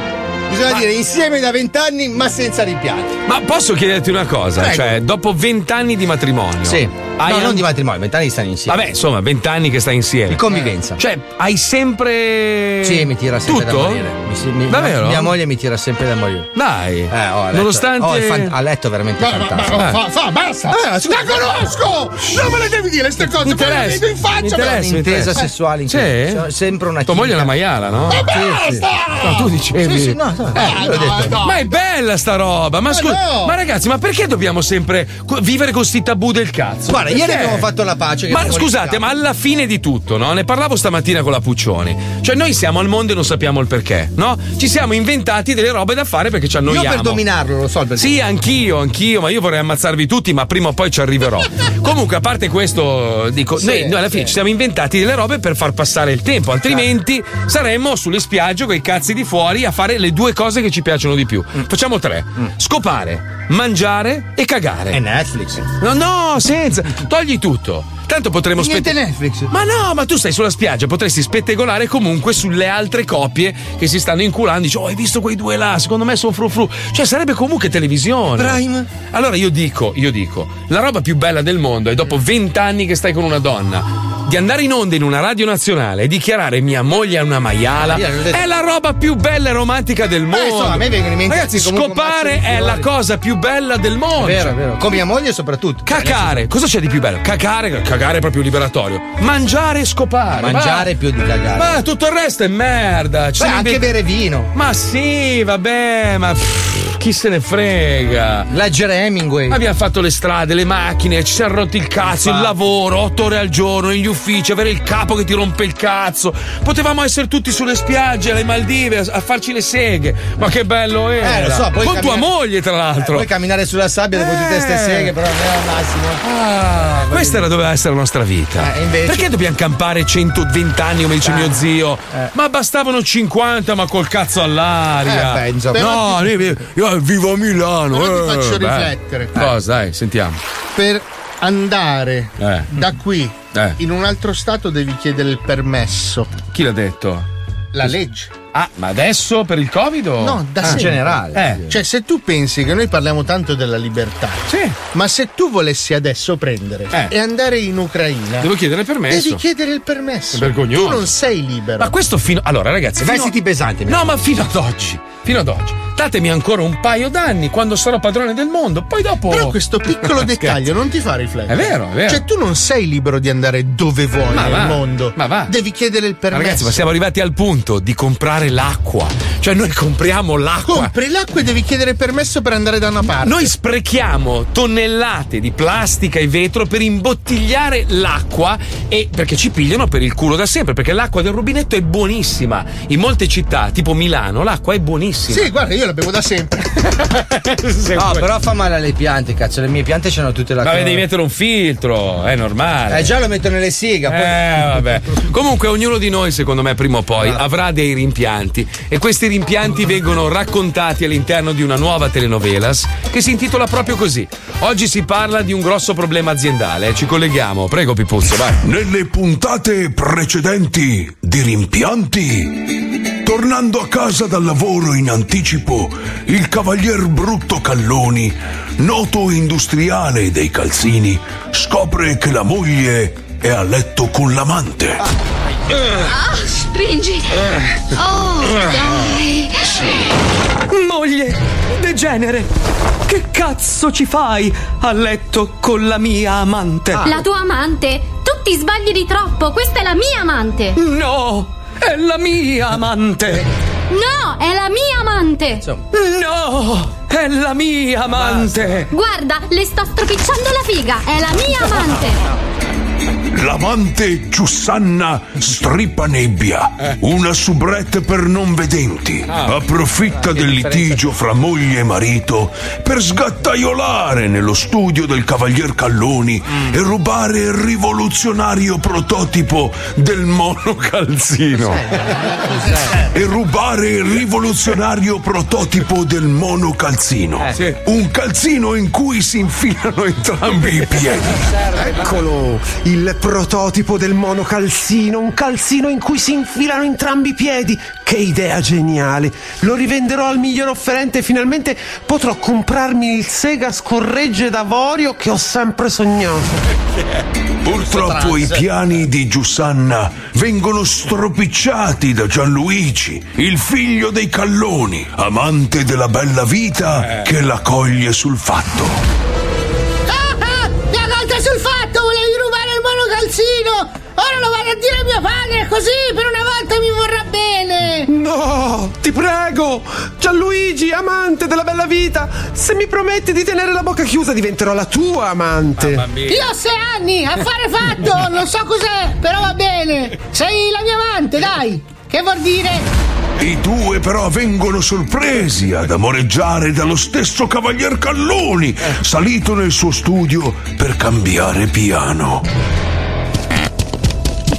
Speaker 8: bisogna dire insieme da vent'anni, ma senza rimpianti.
Speaker 5: Ma posso chiederti una cosa?
Speaker 8: Prego.
Speaker 5: Cioè, dopo vent'anni di matrimonio.
Speaker 8: Sì.
Speaker 5: Hai
Speaker 8: no,
Speaker 5: an-
Speaker 8: non di matrimonio, vent'anni che stanno insieme.
Speaker 5: Vabbè, insomma, vent'anni che stai insieme.
Speaker 8: Di convivenza.
Speaker 5: Cioè, hai sempre.
Speaker 8: Sì, mi tira sempre
Speaker 5: Tutto?
Speaker 8: da morire. Mi si- mi-
Speaker 5: Davvero?
Speaker 8: Mia moglie mi tira sempre da morire.
Speaker 5: Dai.
Speaker 8: Eh, oh, a letto-
Speaker 5: Nonostante- Eh.
Speaker 8: oh, è fan- a letto veramente
Speaker 6: Ma, ma- ma-
Speaker 8: fantastico.
Speaker 6: ma- fa, fa, basta! la conosco! Non me le devi dire queste cose, me le vedo in
Speaker 8: Cioè,
Speaker 6: faccia! me le-
Speaker 8: un'intesa sessuale. in cui c'è Sempre una
Speaker 5: Tua moglie è una maiala, no?
Speaker 8: Ma
Speaker 6: basta!
Speaker 5: No, tu dicevi.
Speaker 8: Sì, sì, no, no,
Speaker 5: Eh,
Speaker 8: io l'ho detto.
Speaker 5: Ma è bella sta roba! Ma
Speaker 8: Ma
Speaker 5: scusa,
Speaker 8: no!
Speaker 5: ma ragazzi, ma perché dobbiamo sempre co- vivere con sti tabù del cazzo?
Speaker 8: Guarda, ieri
Speaker 5: Perché?
Speaker 8: abbiamo fatto la pace. che
Speaker 5: Ma
Speaker 8: abbiamo
Speaker 5: scusate, ma alla fine di tutto, no? Ne parlavo stamattina con la Puccioni. Cioè, noi siamo al mondo e non sappiamo il perché, no? Ci siamo inventati delle robe da fare perché ci annoiamo.
Speaker 8: Io per dominarlo, lo so. il perché.
Speaker 5: Sì, anch'io, anch'io, ma io vorrei ammazzarvi tutti, ma prima o poi ci arriverò. Comunque, a parte questo, dico, noi, noi alla fine ci siamo inventati delle robe per far passare il tempo, altrimenti saremmo sulle spiagge con i cazzi di fuori a fare le due cose che ci piacciono di più. Facciamo tre: scopare, mangiare e cagare. E
Speaker 8: Netflix.
Speaker 5: No, no, senza. Togli tutto. Tanto potremmo
Speaker 6: Niente Netflix.
Speaker 5: Ma no, ma tu stai sulla spiaggia, potresti spettegolare comunque sulle altre coppie che si stanno inculando. Dici, oh, hai visto quei due là? Secondo me sono fru fru. Cioè, sarebbe comunque televisione.
Speaker 8: Prime.
Speaker 5: Allora io dico, io dico, la roba più bella del mondo è dopo vent'anni che stai con una donna. Di andare in onda in una radio nazionale e dichiarare mia moglie è una maiala
Speaker 8: Ah, Io l'ho detto.
Speaker 5: è la roba più bella e romantica del mondo.
Speaker 8: insomma, a me vengono in mente
Speaker 5: Ragazzi,
Speaker 8: anche comunque un
Speaker 5: scopare
Speaker 8: mazzo di
Speaker 5: è la
Speaker 8: fiori.
Speaker 5: cosa più bella del mondo.
Speaker 8: Vero,
Speaker 5: Cioè,
Speaker 8: vero. Con mia moglie soprattutto.
Speaker 5: Cacare, cosa c'è di più bello? Cacare, cagare è proprio liberatorio. Mangiare e scopare.
Speaker 8: Mangiare più di cagare.
Speaker 5: Ma tutto il resto è merda. Ci
Speaker 8: Beh,
Speaker 5: sono i
Speaker 8: anche
Speaker 5: be-
Speaker 8: bere vino.
Speaker 5: Ma sì, vabbè, ma pff, chi se ne frega.
Speaker 8: Leggere Hemingway.
Speaker 5: Abbiamo fatto le strade, le macchine, ci siamo rotti il cazzo, il lavoro, otto ore al giorno, negli uffici, avere il capo che ti rompe il cazzo. Potevamo essere tutti sulle spiagge, alle Maldive, a, a farci le seghe. Ma che bello era.
Speaker 8: Eh, lo so, poi
Speaker 5: Con tua
Speaker 8: camminare-
Speaker 5: moglie, tra l'altro.
Speaker 8: Puoi camminare sulla sabbia dopo tutte queste seghe, però non è al massimo.
Speaker 5: Ah, Questa era doveva essere la nostra vita.
Speaker 8: Eh, invece-
Speaker 5: Perché dobbiamo campare 120 anni, come dice
Speaker 6: Eh,
Speaker 5: mio zio? Ma bastavano 50, ma col cazzo all'aria.
Speaker 6: Eh, beh, insomma.
Speaker 5: no,
Speaker 6: Però
Speaker 5: io, io vivo a Milano.
Speaker 6: Però ti
Speaker 5: eh,
Speaker 6: faccio
Speaker 5: beh.
Speaker 6: riflettere. Eh.
Speaker 5: Cosa, dai, sentiamo.
Speaker 6: Per andare
Speaker 5: Eh.
Speaker 6: da qui
Speaker 5: Eh.
Speaker 6: in un altro stato devi chiedere il permesso.
Speaker 5: Chi l'ha detto?
Speaker 6: La legge.
Speaker 5: Ah, ma adesso per il Covid o?
Speaker 6: No, da
Speaker 5: Ah.
Speaker 6: sempre.
Speaker 5: Eh.
Speaker 6: Cioè, se tu pensi che noi parliamo tanto della libertà, ma se tu volessi adesso prendere
Speaker 5: Eh.
Speaker 6: e andare in Ucraina,
Speaker 5: Devo chiedere il permesso.
Speaker 6: Devi chiedere il permesso.
Speaker 5: È vergognoso.
Speaker 6: Tu non sei libero.
Speaker 5: Ma questo fino. Allora, ragazzi. fino-
Speaker 8: Vestiti pesanti.
Speaker 5: No, ma fino ad oggi. Fino ad oggi. Datemi ancora un paio d'anni quando sarò padrone del mondo. Poi dopo.
Speaker 6: Però questo piccolo dettaglio non ti fa riflettere.
Speaker 5: È vero, è vero.
Speaker 6: Cioè, tu non sei libero di andare dove vuoi
Speaker 5: Ma
Speaker 6: nel
Speaker 5: va,
Speaker 6: mondo. Ma va. Devi chiedere il
Speaker 5: Ma
Speaker 6: permesso.
Speaker 5: Ragazzi, ma siamo arrivati al punto di comprare l'acqua. Cioè, noi compriamo l'acqua.
Speaker 6: Compri l'acqua e devi chiedere permesso per andare da una parte.
Speaker 5: Noi sprechiamo tonnellate di plastica e vetro per imbottigliare l'acqua e perché ci pigliano per il culo da sempre, perché l'acqua del rubinetto è buonissima. In molte città, tipo Milano, l'acqua è buonissima.
Speaker 6: Sì, guarda, io la bevo da sempre.
Speaker 8: No, però fa male alle piante, cazzo. Le mie piante c'hanno tutte la
Speaker 5: Ma
Speaker 8: cloro.
Speaker 5: devi mettere un filtro, è normale.
Speaker 8: Eh, già lo metto nelle siga. Poi...
Speaker 5: Eh, vabbè. Comunque, ognuno di noi, secondo me, prima o
Speaker 8: Ah.
Speaker 5: poi avrà dei rimpianti. E questi rimpianti vengono raccontati all'interno di una nuova telenovelas che si intitola proprio così. Oggi si parla di un grosso problema aziendale. Ci colleghiamo. Prego, Pipuzzo, vai.
Speaker 13: Nelle puntate precedenti di rimpianti, tornando a casa dal lavoro in anticipo, il cavalier Brutto Calloni, noto industriale dei calzini, scopre che la moglie è a letto con l'amante.
Speaker 16: Ah, spingi.
Speaker 18: Eh.
Speaker 16: Oh, dai.
Speaker 2: Moglie, degenere, che cazzo ci fai a letto con la mia amante?
Speaker 21: La tua amante? Tu ti sbagli di troppo, questa è la mia amante!
Speaker 2: No, è la mia amante!
Speaker 21: No, è la mia amante!
Speaker 2: No, è la mia amante!
Speaker 21: Guarda, le sta stropicciando la figa, è la mia amante!
Speaker 13: L'amante Giussanna Stripanebbia, una soubrette per non vedenti, approfitta del litigio fra moglie e marito per sgattaiolare nello studio del cavalier Calloni e rubare il rivoluzionario prototipo del monocalzino. e rubare il rivoluzionario prototipo del monocalzino. Un calzino in cui si infilano entrambi i piedi.
Speaker 22: Eccolo, il prototipo del monocalzino, un calzino in cui si infilano entrambi i piedi. Che idea geniale! Lo rivenderò al miglior offerente e finalmente potrò comprarmi il Sega scorregge d'avorio che ho sempre sognato.
Speaker 13: Purtroppo i piani di Giusanna vengono stropicciati da Gianluigi, il figlio dei Calloni, amante della bella vita che la coglie sul fatto.
Speaker 16: Ah, ah, la volta sul fatto volevi rubare il monocalzino. Ora lo vado a dire a mio padre, così per una volta mi vorrà bene.
Speaker 22: No, Oh, ti prego! Gianluigi, amante della bella vita, se mi prometti di tenere la bocca chiusa diventerò la tua amante.
Speaker 16: Io ho sei anni, affare fatto, non so cos'è, però va bene. Sei la mia amante, dai. Che vuol dire?
Speaker 13: I due però vengono sorpresi ad amoreggiare dallo stesso cavalier Calloni, salito nel suo studio per cambiare piano.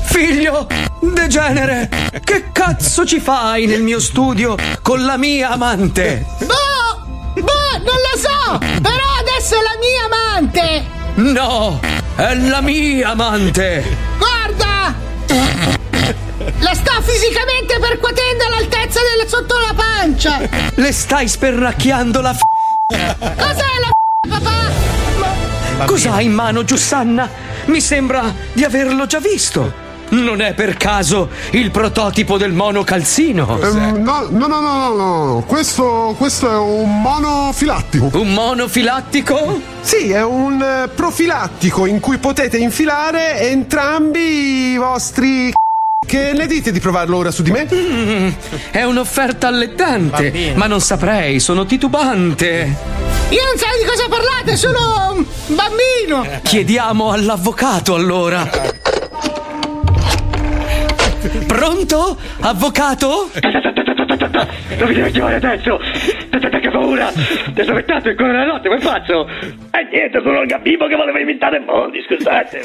Speaker 2: Figlio, degenere, che cazzo ci fai nel mio studio con la mia amante?
Speaker 16: Boh! Boh, non lo so! Però adesso è la mia amante!
Speaker 2: No, è la mia amante!
Speaker 16: Guarda! La sto fisicamente percuotendo all'altezza del sotto la pancia!
Speaker 2: Le stai sperracchiando la f...
Speaker 16: Cos'è la f- papà?
Speaker 2: Cos'ha in mano, Giussanna? Mi sembra di averlo già visto. Non è per caso il prototipo del monocalzino?
Speaker 23: Ehm, no, no, no, no, no, no. Questo, questo è un monofilattico.
Speaker 2: Un monofilattico?
Speaker 22: Sì, è un eh, profilattico in cui potete infilare entrambi i vostri. c***i. Che ne dite di provarlo ora su di me?
Speaker 2: Mm, è un'offerta allettante, ma non saprei, sono titubante.
Speaker 16: Io non so di cosa parlate, sono un bambino!
Speaker 2: Chiediamo all'avvocato allora. Pronto? Avvocato?
Speaker 24: Dove devo chiamare adesso? Aspetta che paura! Ti sono mettato ancora la notte, come faccio? E niente, sono il gabibbo che voleva invitare il mondo, scusate!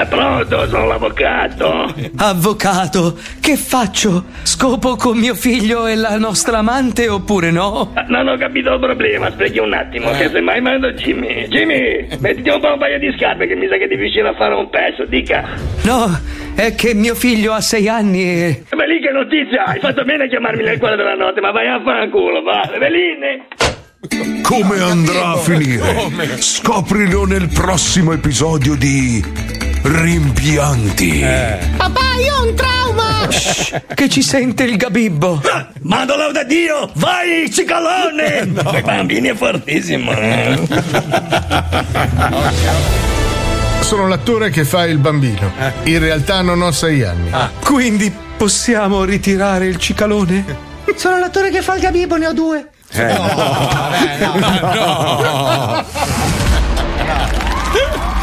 Speaker 24: È pronto, sono l'avvocato!
Speaker 2: Avvocato, che faccio? Scopo con mio figlio e la nostra amante oppure no?
Speaker 24: Non ho capito il problema, spieghi un attimo, che semmai mando Jimmy. Jimmy, mettiti un po' un paio di scarpe che mi sa che ti riuscirà a fare un pezzo, dica.
Speaker 2: No, è che mio figlio ha sei anni e...
Speaker 24: Eh, Ma lì che notizia! Hai fatto bene a chiamarmi nel cuore della notte, ma vai a fanculo, va! Eveline!
Speaker 13: Come andrà a finire? Scoprilo nel prossimo episodio di Rimpianti.
Speaker 16: Papà, io ho un trauma!
Speaker 2: Che ci sente il gabibbo?
Speaker 24: Ah, Mando lauda a Dio! Vai, cicalone! Quei bambini è fortissimo! eh.
Speaker 6: Sono l'attore che fa il bambino.
Speaker 5: Eh.
Speaker 6: In realtà non ho sei anni.
Speaker 5: Ah.
Speaker 2: Quindi possiamo ritirare il cicalone?
Speaker 25: Sono l'attore che fa il gabibbo, ne ho due.
Speaker 16: No, vabbè, no, no.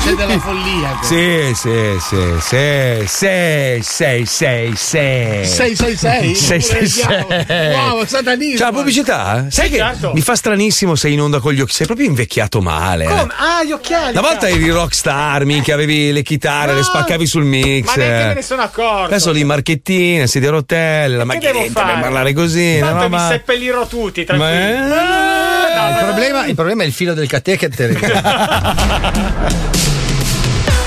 Speaker 24: c'è della follia.
Speaker 5: Sì, sì, sì, sì, sì, sì, sì, sì.
Speaker 24: 666?
Speaker 5: Sei, sei, sei.
Speaker 24: Wow, satanismo.
Speaker 5: C'è la pubblicità? Sai
Speaker 24: Sì,
Speaker 5: che
Speaker 24: certo.
Speaker 5: mi fa stranissimo sei in onda con gli occhi, sei proprio invecchiato male. eh.
Speaker 24: Come? Ah, gli occhiali.
Speaker 5: Una volta
Speaker 24: cazzo.
Speaker 5: eri rockstar, minchia, avevi le chitarre,
Speaker 24: No.
Speaker 5: le spaccavi sul mix.
Speaker 24: Ah. Ma neanche
Speaker 5: eh.
Speaker 24: me ne sono accorto.
Speaker 5: Adesso lì marchettina, sedia a rotelle, la
Speaker 24: che devo
Speaker 5: macchinetta per
Speaker 24: fare?
Speaker 5: parlare così. una
Speaker 24: Tanto mi Ah,
Speaker 5: roba-
Speaker 24: seppe-
Speaker 16: Pellirò tutti,
Speaker 5: Ma-
Speaker 16: tranquilli.
Speaker 8: Il problema, il problema è il filo del catecheter.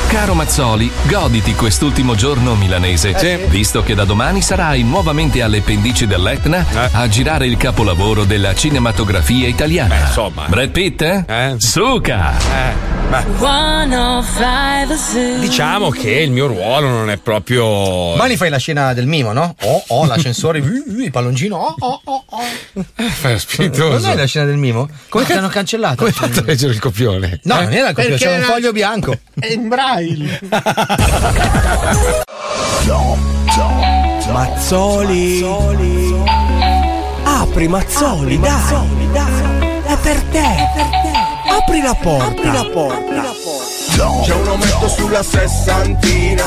Speaker 1: Caro Mazzoli, goditi quest'ultimo giorno milanese,
Speaker 5: Sì.
Speaker 1: visto che da domani sarai nuovamente alle pendici dell'Etna a girare il capolavoro della cinematografia italiana. insomma. Brad Pitt? Eh? Suca!
Speaker 5: Eh, Diciamo che il mio ruolo non è proprio.
Speaker 8: Ma li fai la scena del mimo, no? Oh, oh, l'ascensore, uh, uh, il palloncino, oh, oh, oh, oh.
Speaker 5: Fai
Speaker 8: Non è la scena del mimo? Come l'hanno cancellato? Come
Speaker 5: fatto a leggere il copione?
Speaker 8: No, non era il copione,
Speaker 24: Perché
Speaker 8: c'era un
Speaker 24: era-
Speaker 8: foglio bianco.
Speaker 24: È in braille.
Speaker 3: Mazzoli. Apri Mazzoli, dai. È per te. Apri la porta. Apri la porta. C'è un ometto sulla sessantina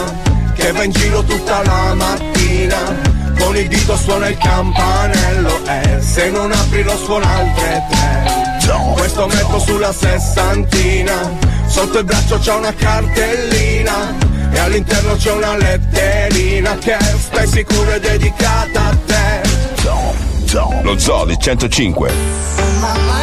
Speaker 3: che va in giro tutta la mattina. Con il dito suona il campanello e se non apri lo suona altre tre. Questo ometto sulla sessantina, sotto il braccio c'è una cartellina e all'interno c'è una letterina che stai sicuro è dedicata a te.
Speaker 13: Lo Zodi 105.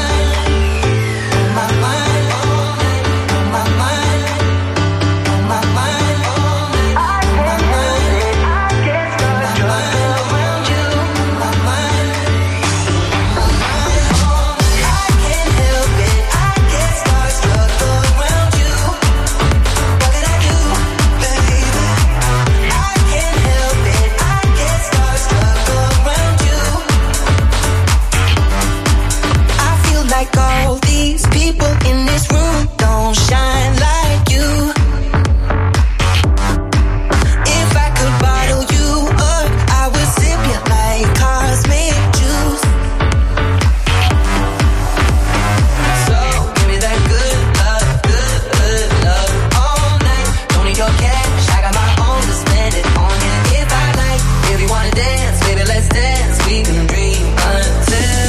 Speaker 26: I feel like all these people in this room don't shine like you. If I could bottle you up, I would sip you like cosmic juice. So give me that good love, good, good love all night. Don't need your cash, I got my own to spend it on you if I like. If you wanna dance, baby, let's dance. We can dream until.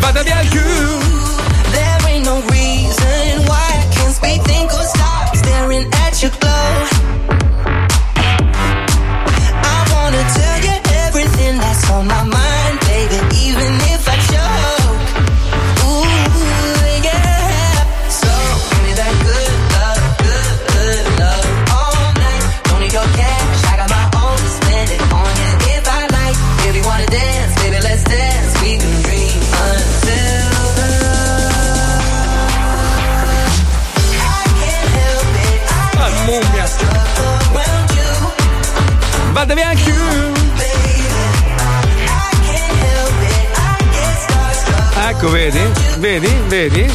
Speaker 5: Vada via il
Speaker 26: There ain't no reason why I can't speak, think or stop staring at your glow. I wanna tell you everything that's on my mind, baby, even if I choke. Ooh, yeah. So give me that good love, good, good love all night. Don't need your cash, I got my own to spend it on you if I like. If you wanna dance, baby, let's dance. We can dream until
Speaker 5: Mummia. Vada via anche Ecco, vedi? Vedi? Vedi?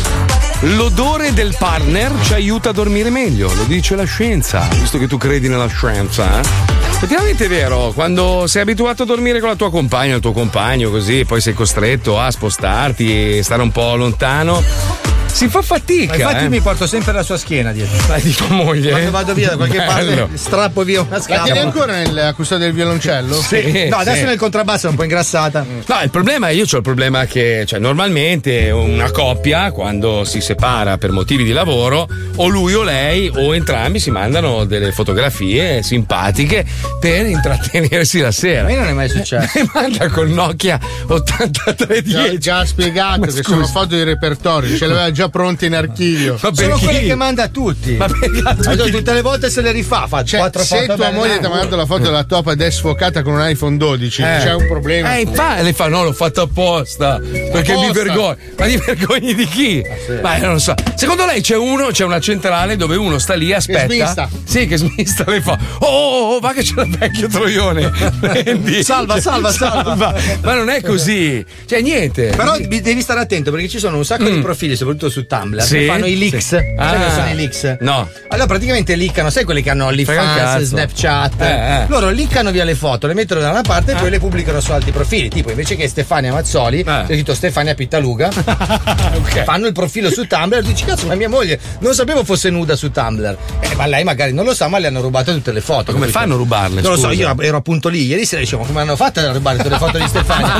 Speaker 5: L'odore del partner ci aiuta a dormire meglio, lo dice la scienza, visto che tu credi nella scienza, eh? Effettivamente è vero, quando sei abituato a dormire con la tua compagna, il tuo compagno, così, poi sei costretto a spostarti e stare un po' lontano, si fa fatica.
Speaker 8: Ma infatti
Speaker 5: eh.
Speaker 8: io mi porto sempre la sua schiena dietro.
Speaker 5: Dai, di tua moglie.
Speaker 8: Quando vado
Speaker 6: eh.
Speaker 8: via da qualche
Speaker 5: Bello.
Speaker 8: parte, strappo via una
Speaker 5: La tieni
Speaker 8: scatola.
Speaker 5: ancora
Speaker 8: nella custodia del violoncello?
Speaker 5: Sì,
Speaker 8: no, adesso
Speaker 5: sì.
Speaker 8: nel contrabbasso è un po' ingrassata.
Speaker 5: No, il problema, io ho il problema che, cioè, normalmente una coppia, quando si separa per motivi di lavoro, o lui o lei, o entrambi si mandano delle fotografie simpatiche per intrattenersi la sera.
Speaker 8: A me non è mai successo.
Speaker 5: Mi manda col Nokia 8310.
Speaker 6: Già, ha spiegato
Speaker 5: Ma
Speaker 6: che
Speaker 5: scusa.
Speaker 6: sono foto di repertorio, ce l'aveva già pronte in archivio.
Speaker 5: Ma
Speaker 8: Sono
Speaker 6: perché?
Speaker 8: quelle che manda a tutti.
Speaker 6: Ma perché a tutti?
Speaker 8: Allora, tutte le volte se le rifà, fa
Speaker 6: Cioè,
Speaker 8: quattro
Speaker 6: se
Speaker 8: foto.
Speaker 6: tua
Speaker 8: belle.
Speaker 6: moglie ti ha mandato la foto della top ed è sfocata con un iPhone 12,
Speaker 5: Eh.
Speaker 6: c'è un problema.
Speaker 5: Eh, infatti, le fa, no, l'ho fatto apposta. Perché mi
Speaker 6: Apposta.
Speaker 5: vergogno. Ma ti vergogni di chi?
Speaker 8: Ah,
Speaker 5: Ma io non so. Secondo lei c'è uno, c'è una centrale dove uno sta lì, aspetta.
Speaker 6: smista.
Speaker 5: Sì, che smista le fa. Oh, oh, oh, va che c'è il vecchio troione. Prendi.
Speaker 8: Salva, salva, salva.
Speaker 5: Ma non è così. Cioè, niente.
Speaker 8: Però bi- devi stare attento perché ci sono un sacco di profili, soprattutto su Tumblr
Speaker 7: Mm. Sì?
Speaker 8: che fanno i leaks.
Speaker 7: Sì.
Speaker 8: Sai
Speaker 7: Ah.
Speaker 8: che sono i leaks?
Speaker 5: No.
Speaker 8: Allora praticamente leakano, sai quelli che hanno
Speaker 7: Frega un
Speaker 8: l'e-fans,
Speaker 7: cazzo.
Speaker 8: Snapchat.
Speaker 7: Eh, Ah. eh.
Speaker 8: Loro leakano via le foto, le mettono da una parte e poi le pubblicano su altri profili. Tipo invece che Stefania Mazzoli,
Speaker 7: Eh.
Speaker 8: c'è scritto Stefania Pittaluga, fanno il profilo su Tumblr e dici cazzo ma mia moglie non sapevo fosse nuda su Tumblr. Eh, ma lei magari non lo sa ma le hanno rubato tutte le foto.
Speaker 5: come
Speaker 8: capito?
Speaker 5: fanno a rubarle?
Speaker 8: Non lo so,
Speaker 5: Scusa.
Speaker 8: io ero appunto lì ieri sera dicevo come hanno fatto a rubare tutte le foto di Stefania?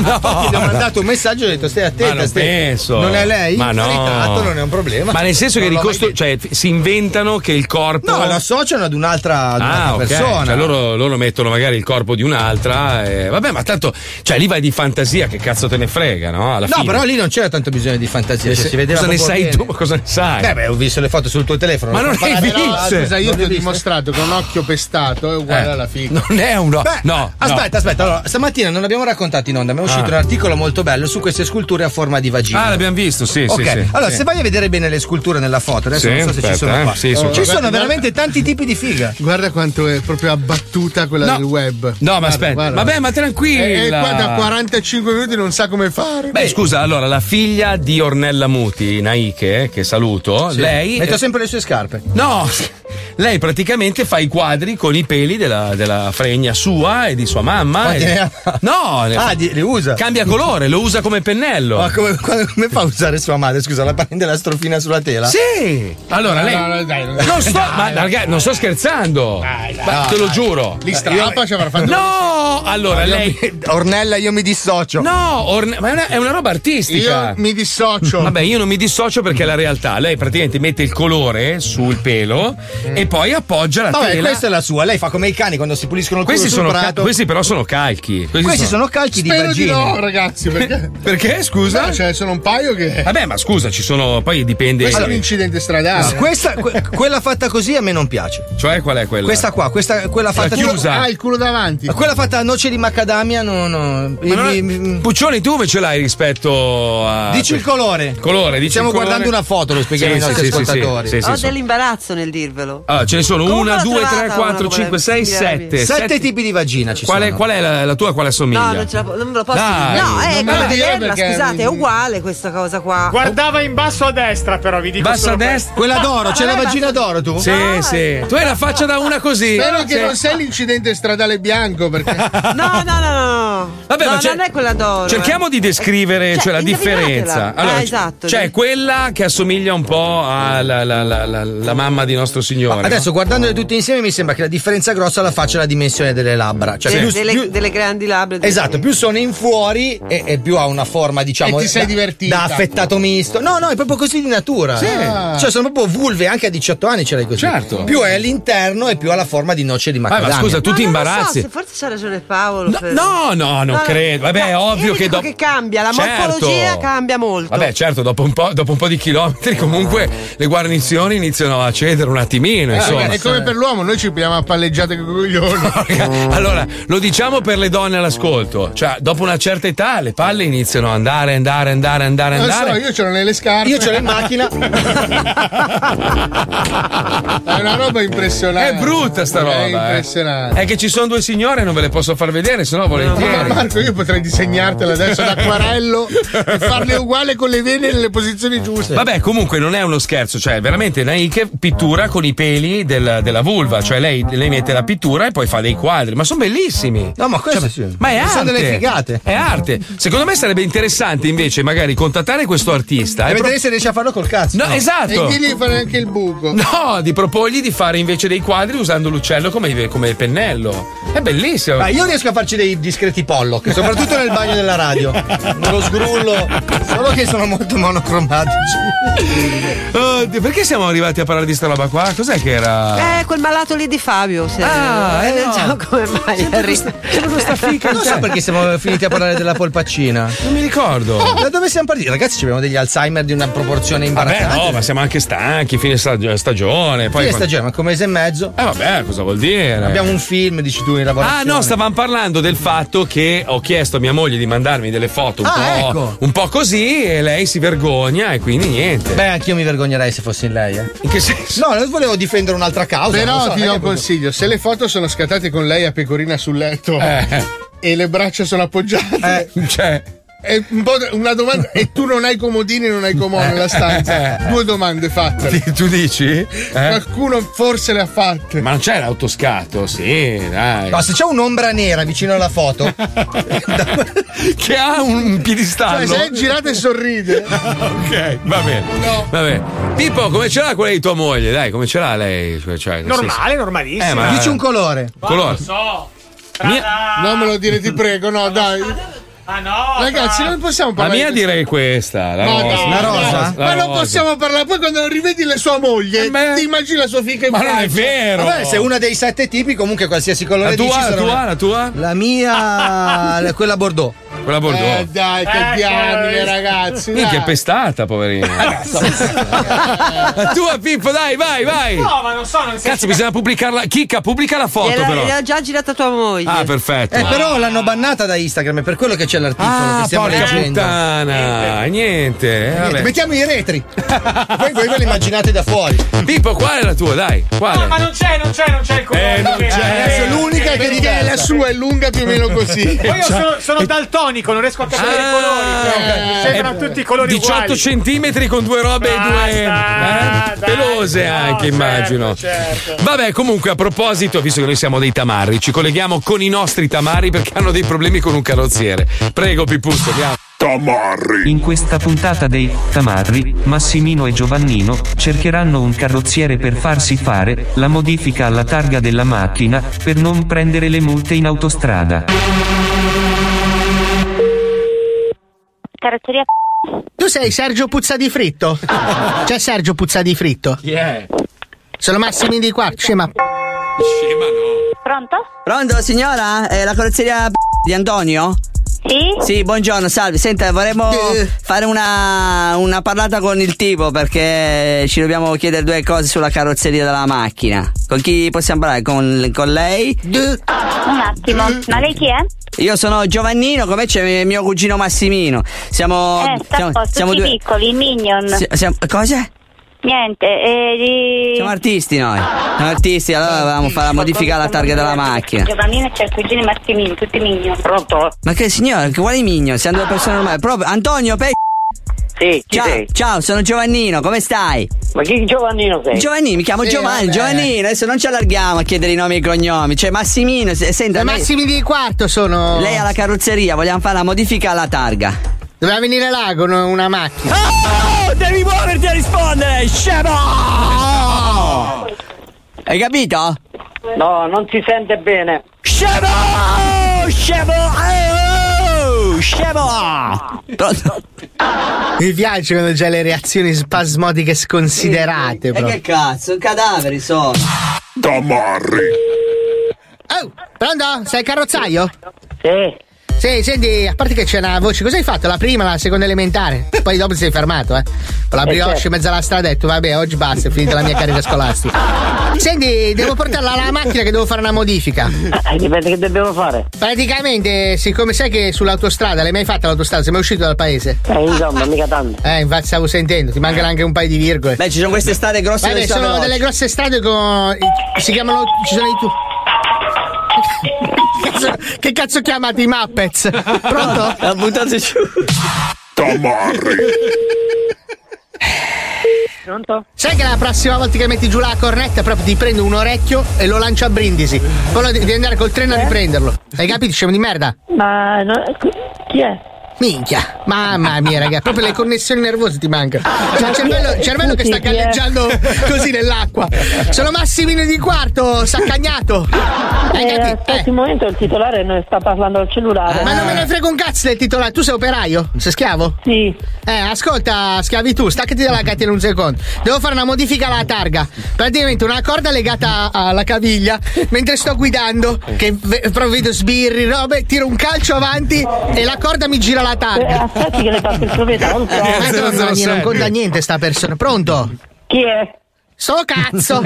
Speaker 5: Ma no,
Speaker 8: Infatti gli ho
Speaker 5: no.
Speaker 8: mandato un messaggio e ho detto stai attenta,
Speaker 5: Ma non
Speaker 8: stai-
Speaker 5: penso.
Speaker 8: non è lei?
Speaker 5: Ma no.
Speaker 8: Il ritratto non è un problema.
Speaker 5: Ma nel senso
Speaker 8: Non
Speaker 5: che
Speaker 8: l'ho mai
Speaker 5: ricosto- cioè, f- si inventano che il corpo.
Speaker 8: No, lo associano ad un'altra, ad un'altra
Speaker 5: Ah, ok.
Speaker 8: persona.
Speaker 5: Cioè, loro, loro mettono magari il corpo di un'altra. e- Vabbè, ma tanto. Cioè, lì vai di fantasia, che cazzo te ne frega, no? Alla
Speaker 8: no,
Speaker 5: fine.
Speaker 8: però lì non c'era tanto bisogno di fantasia.
Speaker 5: Eh,
Speaker 8: cioè,
Speaker 5: se-
Speaker 8: si vedeva
Speaker 5: cosa ne
Speaker 8: proprio
Speaker 5: sai
Speaker 8: bene.
Speaker 5: tu? Cosa ne sai?
Speaker 8: Beh, beh, ho visto le foto sul tuo telefono.
Speaker 6: Però, Scusa, io
Speaker 8: Non
Speaker 6: ti
Speaker 8: le
Speaker 6: ho
Speaker 8: hai viste?
Speaker 6: dimostrato che un occhio pestato è uguale
Speaker 8: Eh.
Speaker 6: alla figa.
Speaker 8: Beh, Aspetta, aspetta. Allora, stamattina non abbiamo raccontato in onda, ma è uscito
Speaker 6: Ah.
Speaker 8: un articolo molto bello su queste sculture a forma di vagina.
Speaker 5: Ah, l'abbiamo visto, sì,
Speaker 8: Ok,
Speaker 5: sì, sì.
Speaker 8: Allora,
Speaker 5: Sì.
Speaker 8: se vai a vedere bene le sculture nella foto,
Speaker 5: Sì,
Speaker 8: adesso non so se ci
Speaker 5: aspetta,
Speaker 8: sono
Speaker 5: eh.
Speaker 8: qua.
Speaker 5: Sì, sono
Speaker 8: ci
Speaker 5: qua.
Speaker 8: sono
Speaker 5: Guarda,
Speaker 8: veramente tanti tipi di figa.
Speaker 6: Guarda quanto è proprio abbattuta quella del web.
Speaker 5: No, ma aspetta. Vabbè, ma tranquilla.
Speaker 6: E, e qua da 45 minuti non sa come fare.
Speaker 5: Beh, scusa, allora, la figlia di Ornella Muti, Naike, che saluto,
Speaker 8: Sì.
Speaker 5: Oh, lei. Eh.
Speaker 8: Metto sempre le sue scarpe.
Speaker 5: No, lei praticamente fa i quadri con i peli della, della fregna sua e di sua mamma.
Speaker 8: Quanti
Speaker 5: E-
Speaker 8: ne ha?
Speaker 5: No, ne-
Speaker 8: Ah, di- le usa.
Speaker 5: Cambia colore, lo usa come pennello.
Speaker 8: Ma come, come- come fa a usare sua madre? Scusa, la prende la strofina sulla tela?
Speaker 5: Sì! Allora, lei. non sto, ma, raga, non sto scherzando. Ma
Speaker 8: dai,
Speaker 5: te lo
Speaker 8: dai.
Speaker 5: giuro.
Speaker 8: Li strappa,
Speaker 5: Io-
Speaker 8: ci avrà fatto-
Speaker 5: No! Allora,
Speaker 8: Io
Speaker 5: lei.
Speaker 8: mi- Ornella, io mi dissocio.
Speaker 5: No, Orne- ma è una, è una roba artistica.
Speaker 6: Io mi dissocio.
Speaker 5: Vabbè, io non mi dissocio perché è la realtà. Lei praticamente mette il colore sul pelo e poi appoggia la
Speaker 8: Vabbè,
Speaker 5: tela.
Speaker 8: questa è la sua. Lei fa come i cani quando si puliscono il
Speaker 5: Questi,
Speaker 8: culo sul
Speaker 5: sono ca-
Speaker 8: prato.
Speaker 5: questi però sono calchi. Questi,
Speaker 8: Questi sono calchi di
Speaker 6: Spero di
Speaker 8: vagine.
Speaker 6: no, ragazzi, perché?
Speaker 5: Perché? Scusa?
Speaker 6: No, cioè, sono un paio che.
Speaker 5: Vabbè, ma scusa, ci sono. Poi dipende.
Speaker 6: Questo è un incidente stradale.
Speaker 8: Ah, Questa, que- quella fatta così a me non piace.
Speaker 5: Cioè, qual è quella?
Speaker 8: Questa qua, questa, quella fatta
Speaker 6: Ah, il culo davanti.
Speaker 8: Quella fatta a noce di macadamia, no, no.
Speaker 5: Ma non
Speaker 8: Mi-
Speaker 5: è- Puccioni, tu come ce l'hai rispetto a.
Speaker 8: Dici il colore.
Speaker 5: Colore, dici
Speaker 8: Stiamo
Speaker 5: il colore.
Speaker 8: guardando una foto, lo spieghiamo
Speaker 5: Sì,
Speaker 8: ai
Speaker 5: sì,
Speaker 8: nostri
Speaker 5: sì, sì,
Speaker 8: ascoltatori.
Speaker 5: sì, sì,
Speaker 9: Ho
Speaker 5: sì.
Speaker 9: dell'imbarazzo nel dirvelo.
Speaker 5: Ah, ce ne sono
Speaker 9: Come
Speaker 5: una,
Speaker 9: l'ho
Speaker 5: due,
Speaker 9: trovata
Speaker 5: tre,
Speaker 9: una
Speaker 5: quattro,
Speaker 9: come
Speaker 5: cinque,
Speaker 9: la-
Speaker 5: sei,
Speaker 9: mi chiami?
Speaker 5: sette.
Speaker 9: Sette
Speaker 8: tipi di vagina ci
Speaker 5: qual è,
Speaker 8: sono.
Speaker 5: Qual è la, la tua? Quale assomiglia?
Speaker 9: No, non, ce la, po- non me lo posso
Speaker 5: Dai.
Speaker 9: dire. No,
Speaker 5: Non me
Speaker 9: eh,
Speaker 5: lo
Speaker 9: come
Speaker 5: dire
Speaker 9: vederla,
Speaker 5: perché-
Speaker 9: scusate, è uguale questa cosa qua.
Speaker 27: Guardava in basso a destra, però vi dico.
Speaker 5: Bassa a destra?
Speaker 27: Quella d'oro, c'è la
Speaker 8: vagina d'oro tu?
Speaker 5: Sì, sì. Tu hai la faccia da una così.
Speaker 6: Spero che
Speaker 5: Sì.
Speaker 6: non sei l'incidente stradale bianco perché.
Speaker 9: No, no, no, no.
Speaker 5: Vabbè,
Speaker 9: no,
Speaker 5: ma c'è-
Speaker 9: non è quella d'oro. eh.
Speaker 5: Cerchiamo di descrivere
Speaker 9: Cioè,
Speaker 5: cioè, la
Speaker 9: indovinatela.
Speaker 5: differenza.
Speaker 9: Ah, esatto.
Speaker 5: C'è quella che assomiglia un po' alla alla- alla- alla- alla mamma di Nostro Signore. no?
Speaker 8: Adesso guardandole tutte insieme mi sembra che la differenza grossa la faccia la dimensione delle labbra. Cioè,
Speaker 9: De-
Speaker 8: più-
Speaker 9: delle,
Speaker 8: più-
Speaker 9: delle grandi
Speaker 5: Eh,
Speaker 9: labbra. delle-
Speaker 8: Esatto, più sono in fuori e, e più ha una forma, diciamo,
Speaker 9: E ti sei
Speaker 8: da-
Speaker 9: divertita.
Speaker 8: da affettato misto. No, no, è proprio così di natura.
Speaker 9: Sì.
Speaker 8: Ah. Cioè, sono proprio vulve, anche a 18 anni ce l'hai così.
Speaker 5: Certo.
Speaker 8: Più è all'interno e più ha la forma di noce di
Speaker 5: ma
Speaker 8: macadamia.
Speaker 5: scusa, tu
Speaker 9: Ma
Speaker 5: ti
Speaker 9: non lo
Speaker 5: imbarazzi.
Speaker 9: so, se forse c'ha ragione Paolo. per-
Speaker 5: no, no, non credo. Vabbè, è
Speaker 9: io
Speaker 5: ovvio
Speaker 9: vi
Speaker 5: che
Speaker 9: dico
Speaker 5: do-
Speaker 9: che cambia, la
Speaker 5: Certo.
Speaker 9: morfologia cambia molto.
Speaker 5: Vabbè, certo, dopo un, po', dopo un po' di chilometri, comunque le guarnizioni iniziano a cedere un attimino.
Speaker 6: Eh,
Speaker 5: insomma.
Speaker 6: è come per l'uomo, noi ci prendiamo a palleggiate con i coglioni.
Speaker 5: Allora, lo diciamo per le donne all'ascolto. Cioè, dopo una certa età le palle iniziano a andare, andare, andare, andare,
Speaker 6: Non
Speaker 5: andare.
Speaker 6: so, io ce l'ho nelle scarpe.
Speaker 8: Io ce l'ho in macchina.
Speaker 6: È una roba impressionante.
Speaker 5: È brutta sta roba.
Speaker 6: È
Speaker 5: eh.
Speaker 6: impressionante.
Speaker 5: È che ci sono due signore, non ve le posso far vedere, sennò
Speaker 6: Ma
Speaker 5: volentieri.
Speaker 6: Marco, io potrei disegnartela adesso ad acquarello e farle uguale con le vene nelle posizioni giuste.
Speaker 5: Vabbè, comunque non è uno scherzo, cioè veramente Nike pittura con i peli del- della vulva, cioè lei, lei mette la pittura e poi fa dei quadri, ma sono bellissimi.
Speaker 8: No, ma questo
Speaker 5: Cioè,
Speaker 8: sì.
Speaker 5: Ma è
Speaker 8: Sono
Speaker 5: arte.
Speaker 8: delle figate.
Speaker 5: È arte. Secondo me sarebbe interessante invece magari contattare questo artista.
Speaker 8: E
Speaker 5: e
Speaker 8: vedere
Speaker 5: pro-
Speaker 8: se riesci a farlo col cazzo.
Speaker 5: No, esatto.
Speaker 6: E quindi devi fare anche il buco.
Speaker 5: No, di proporgli di fare invece dei quadri usando l'uccello come, come pennello. È bellissimo.
Speaker 8: Ma io riesco a farci dei discreti pollock, soprattutto nel bagno della radio. Nello sgrullo. Solo che sono molto monocromatici.
Speaker 5: Oddio, Oh, perché siamo arrivati a parlare di sta roba qua? Cos'è che era?
Speaker 9: Eh, quel malato lì di Fabio. Se...
Speaker 5: Ah, eh,
Speaker 9: non
Speaker 5: no.
Speaker 9: so come mai.
Speaker 8: Non
Speaker 5: cioè.
Speaker 8: so perché siamo finiti a parlare della polpaccina.
Speaker 5: Non mi ricordo.
Speaker 8: Da dove siamo partiti? Ragazzi, abbiamo degli Alzheimer di una proporzione
Speaker 5: Vabbè,
Speaker 8: imbarazzante.
Speaker 5: no, ma siamo anche stanchi, fine stag- stagione. Poi
Speaker 8: Fine
Speaker 5: quando-
Speaker 8: stagione, ma come mese e mezzo.
Speaker 5: Eh vabbè, cosa vuol dire?
Speaker 8: Abbiamo un film, dici tu, in lavorazione.
Speaker 5: Ah no, stavamo parlando del fatto che ho chiesto a mia moglie di mandarmi delle foto un,
Speaker 8: Ah,
Speaker 5: po',
Speaker 8: ecco.
Speaker 5: un po' così e lei si vergogna e quindi niente.
Speaker 8: Beh, anch'io mi vergognerei se fossi in lei. Eh.
Speaker 5: In che senso?
Speaker 8: No, non volevo difendere un'altra
Speaker 5: Ah,
Speaker 8: causa.
Speaker 6: Però
Speaker 8: non so,
Speaker 6: ti
Speaker 8: non
Speaker 6: do
Speaker 8: è
Speaker 6: un
Speaker 8: che-
Speaker 6: consiglio: se le foto sono scattate con lei a pecorina sul letto
Speaker 5: Eh.
Speaker 6: e le braccia sono appoggiate,
Speaker 5: Cioè,
Speaker 6: è un po' da- una domanda. E tu non hai comodini, non hai comodi nella stanza. Due domande fatte.
Speaker 5: Eh. Tu dici? Eh?
Speaker 6: Qualcuno forse le ha fatte.
Speaker 5: Ma non c'è l'autoscatto? Sì, dai.
Speaker 8: Ma se c'è un'ombra nera vicino alla foto,
Speaker 5: che ha un
Speaker 6: Cioè,
Speaker 5: piedistallo.
Speaker 6: se è girata e sorride.
Speaker 5: ok, va bene. Va bene. Pippo, come ce l'ha quella di tua moglie? Dai, come ce l'ha lei? Cioè, nel
Speaker 27: Normale,
Speaker 5: senso-
Speaker 27: normalissimo.
Speaker 5: Eh, ma-
Speaker 8: dici un colore.
Speaker 5: Colore.
Speaker 27: so.
Speaker 6: Non me lo dire, ti prego, no, dai.
Speaker 27: Ah no!
Speaker 6: Ragazzi, non possiamo
Speaker 5: La
Speaker 6: parlare.
Speaker 5: mia
Speaker 6: di
Speaker 5: direi questa. La
Speaker 6: No,
Speaker 5: rosa.
Speaker 6: no,
Speaker 5: La
Speaker 6: no,
Speaker 5: rosa.
Speaker 6: Ma non possiamo parlare. Poi quando rivedi la sua moglie, ti immagini la sua fica in
Speaker 5: Eh, Ma non è
Speaker 6: Francia.
Speaker 5: vero.
Speaker 8: Vabbè, se è una dei sette tipi, comunque qualsiasi colore
Speaker 5: La tua,
Speaker 8: dici
Speaker 5: la
Speaker 8: sarà
Speaker 5: tua,
Speaker 8: una-
Speaker 5: la tua?
Speaker 8: La mia, la- quella Bordeaux.
Speaker 5: Quella Bordeaux.
Speaker 6: Eh, dai, che
Speaker 8: Eh,
Speaker 6: diamine,
Speaker 8: che-
Speaker 6: ragazzi. dai.
Speaker 5: Minchia, è pestata, poverina. La tua, Pippo, dai, vai, vai.
Speaker 9: No, ma non so, non si-
Speaker 5: Cazzo, bisogna pubblicarla. Chicca, pubblica la foto,
Speaker 9: Gliela-
Speaker 5: però.
Speaker 9: gliel'ha già girata tua moglie.
Speaker 5: Ah, perfetto.
Speaker 8: Eh, però l'hanno bannata da Instagram, è per quello che c'è l'articolo
Speaker 5: Ah,
Speaker 8: che stiamo
Speaker 5: porca
Speaker 8: leggendo.
Speaker 5: puttana. Niente. eh, vabbè.
Speaker 8: Mettiamo i retri. Poi voi ve li immaginate da fuori.
Speaker 5: Pippo, qual è la tua? Dai, quale?
Speaker 27: No, ma non c'è, non c'è, non c'è il colore.
Speaker 5: Eh, non
Speaker 27: Vabbè,
Speaker 5: c'è.
Speaker 27: eh,
Speaker 5: Adesso
Speaker 6: L'unica che
Speaker 27: vedi
Speaker 6: è la sua è lunga più o meno così.
Speaker 27: Poi io
Speaker 5: Cioè,
Speaker 27: sono,
Speaker 5: eh,
Speaker 27: sono daltonico, non riesco a capire i colori. però Mi sembrano tutti i colori
Speaker 5: 18
Speaker 27: uguali.
Speaker 5: eh, centimetri con due robe e due eh? pelose
Speaker 27: certo,
Speaker 5: anche immagino vabbè comunque a proposito visto che noi siamo dei tamari ci colleghiamo con i nostri tamari perché hanno dei problemi con un carrozziere prego Pippusto andiamo
Speaker 2: Tamarri. In questa puntata dei Tamarri, Massimino e Giovannino cercheranno un carrozziere per farsi fare la modifica alla targa della macchina per non prendere le multe in autostrada.
Speaker 28: Carrozzeria. Tu sei Sergio Puzza di Fritto? C'è Sergio Puzza di Fritto?
Speaker 5: Yeah.
Speaker 28: Sono Massimi di qua, scema.
Speaker 5: Scema no.
Speaker 28: Pronto?
Speaker 11: Pronto signora? È la carrozzeria di Antonio? Sì? Sì, buongiorno, salve. Senta, vorremmo fare una, una parlata con il tipo perché ci dobbiamo chiedere due cose sulla carrozzeria della macchina. Con chi possiamo parlare? Con, con lei?
Speaker 28: Un attimo, ma lei chi è?
Speaker 11: Io sono Giovannino, come c'è mio cugino Massimino. Oh, Siamo.
Speaker 28: Eh, sta a posto, tutti piccoli, minion.
Speaker 11: si- siamo- cosa?
Speaker 28: Niente, eh, di...
Speaker 11: Siamo artisti noi. Siamo artisti, allora volevamo fare la modifica alla targa della macchina.
Speaker 28: Giovannino c'è il cugino Massimino, tutti minion.
Speaker 11: Pronto? Ma che signore, che quali migno? Siamo due persone normali. Proprio Antonio Pe. Sì, ciao, sei? ciao, sono Giovannino, come stai? Ma chi Giovannino sei? Giovannino, mi chiamo Sì, Giovanni, vabbè. Giovannino, adesso non ci allarghiamo a chiedere i nomi e i cognomi. Cioè Massimino, se- senta.
Speaker 28: I
Speaker 11: lei-
Speaker 28: Massimi di quarto sono...
Speaker 11: Lei ha la carrozzeria, vogliamo fare la modifica alla targa.
Speaker 28: Doveva venire là con una macchina.
Speaker 11: Oh, devi muoverti a rispondere, scemo! Hai capito?
Speaker 24: No, non si sente bene.
Speaker 11: Scemo! Scemo! Oh, scemo! Pronto?
Speaker 28: Mi piace quando c'è le reazioni spasmodiche sconsiderate.
Speaker 11: E che cazzo, un cadavere sono.
Speaker 28: Tamarri. Oh, pronto? Sei il carrozzaio? Sì. Sì, senti, a parte che c'è una voce, cosa hai fatto? La prima, la seconda elementare? Poi dopo ti sei fermato, eh? Con la Eh, brioche certo. in mezzo alla strada hai detto, vabbè, oggi basta, è finita la mia carriera scolastica. Senti, devo portarla alla macchina che devo fare una modifica.
Speaker 24: Eh, Dipende che dobbiamo fare.
Speaker 28: Praticamente, siccome sai che sull'autostrada, l'hai mai fatta l'autostrada? Sei mai uscito dal paese?
Speaker 24: Eh, insomma, mica tanto.
Speaker 28: Eh, infatti stavo sentendo, ti mancano anche un paio di virgole.
Speaker 11: Beh, ci sono queste strade grosse
Speaker 28: Vabbè,
Speaker 11: dove sono
Speaker 28: sono
Speaker 11: veloci.
Speaker 28: delle grosse strade con. si chiamano. ci sono i tu. Che cazzo- che cazzo chiamate i Muppets? Pronto?
Speaker 11: Ha buttato giù.
Speaker 28: Pronto? Sai che la prossima volta che metti giù la cornetta proprio ti prendo un orecchio e lo lancio a brindisi. Poi lo de- devi andare col treno a riprenderlo. Hai capito? Scemo di merda. Ma chi è? Minchia, mamma mia, raga, proprio le connessioni nervose ti mancano. C'è il cervello, il cervello che sta galleggiando così nell'acqua. Sono Massimino di quarto, saccagnato. Hai capito? Eh.
Speaker 24: In questo momento il titolare non sta parlando al cellulare. Eh.
Speaker 28: Ma non me ne frega un cazzo del titolare, tu sei operaio? Sei schiavo? Sì. Eh, ascolta, schiavitù, staccati dalla catena un secondo. Devo fare una modifica alla targa. Praticamente una corda legata alla caviglia, mentre sto guidando, che ve- provvedo sbirri, robe, tiro un calcio avanti e la corda mi gira la targa.
Speaker 24: Eh,
Speaker 28: Eh,
Speaker 24: Aspetti
Speaker 8: Ah,
Speaker 5: Eh,
Speaker 24: che le passo il proprietario.
Speaker 28: Madonna mia, non conta niente sta persona. Pronto?
Speaker 24: Chi è?
Speaker 28: So cazzo!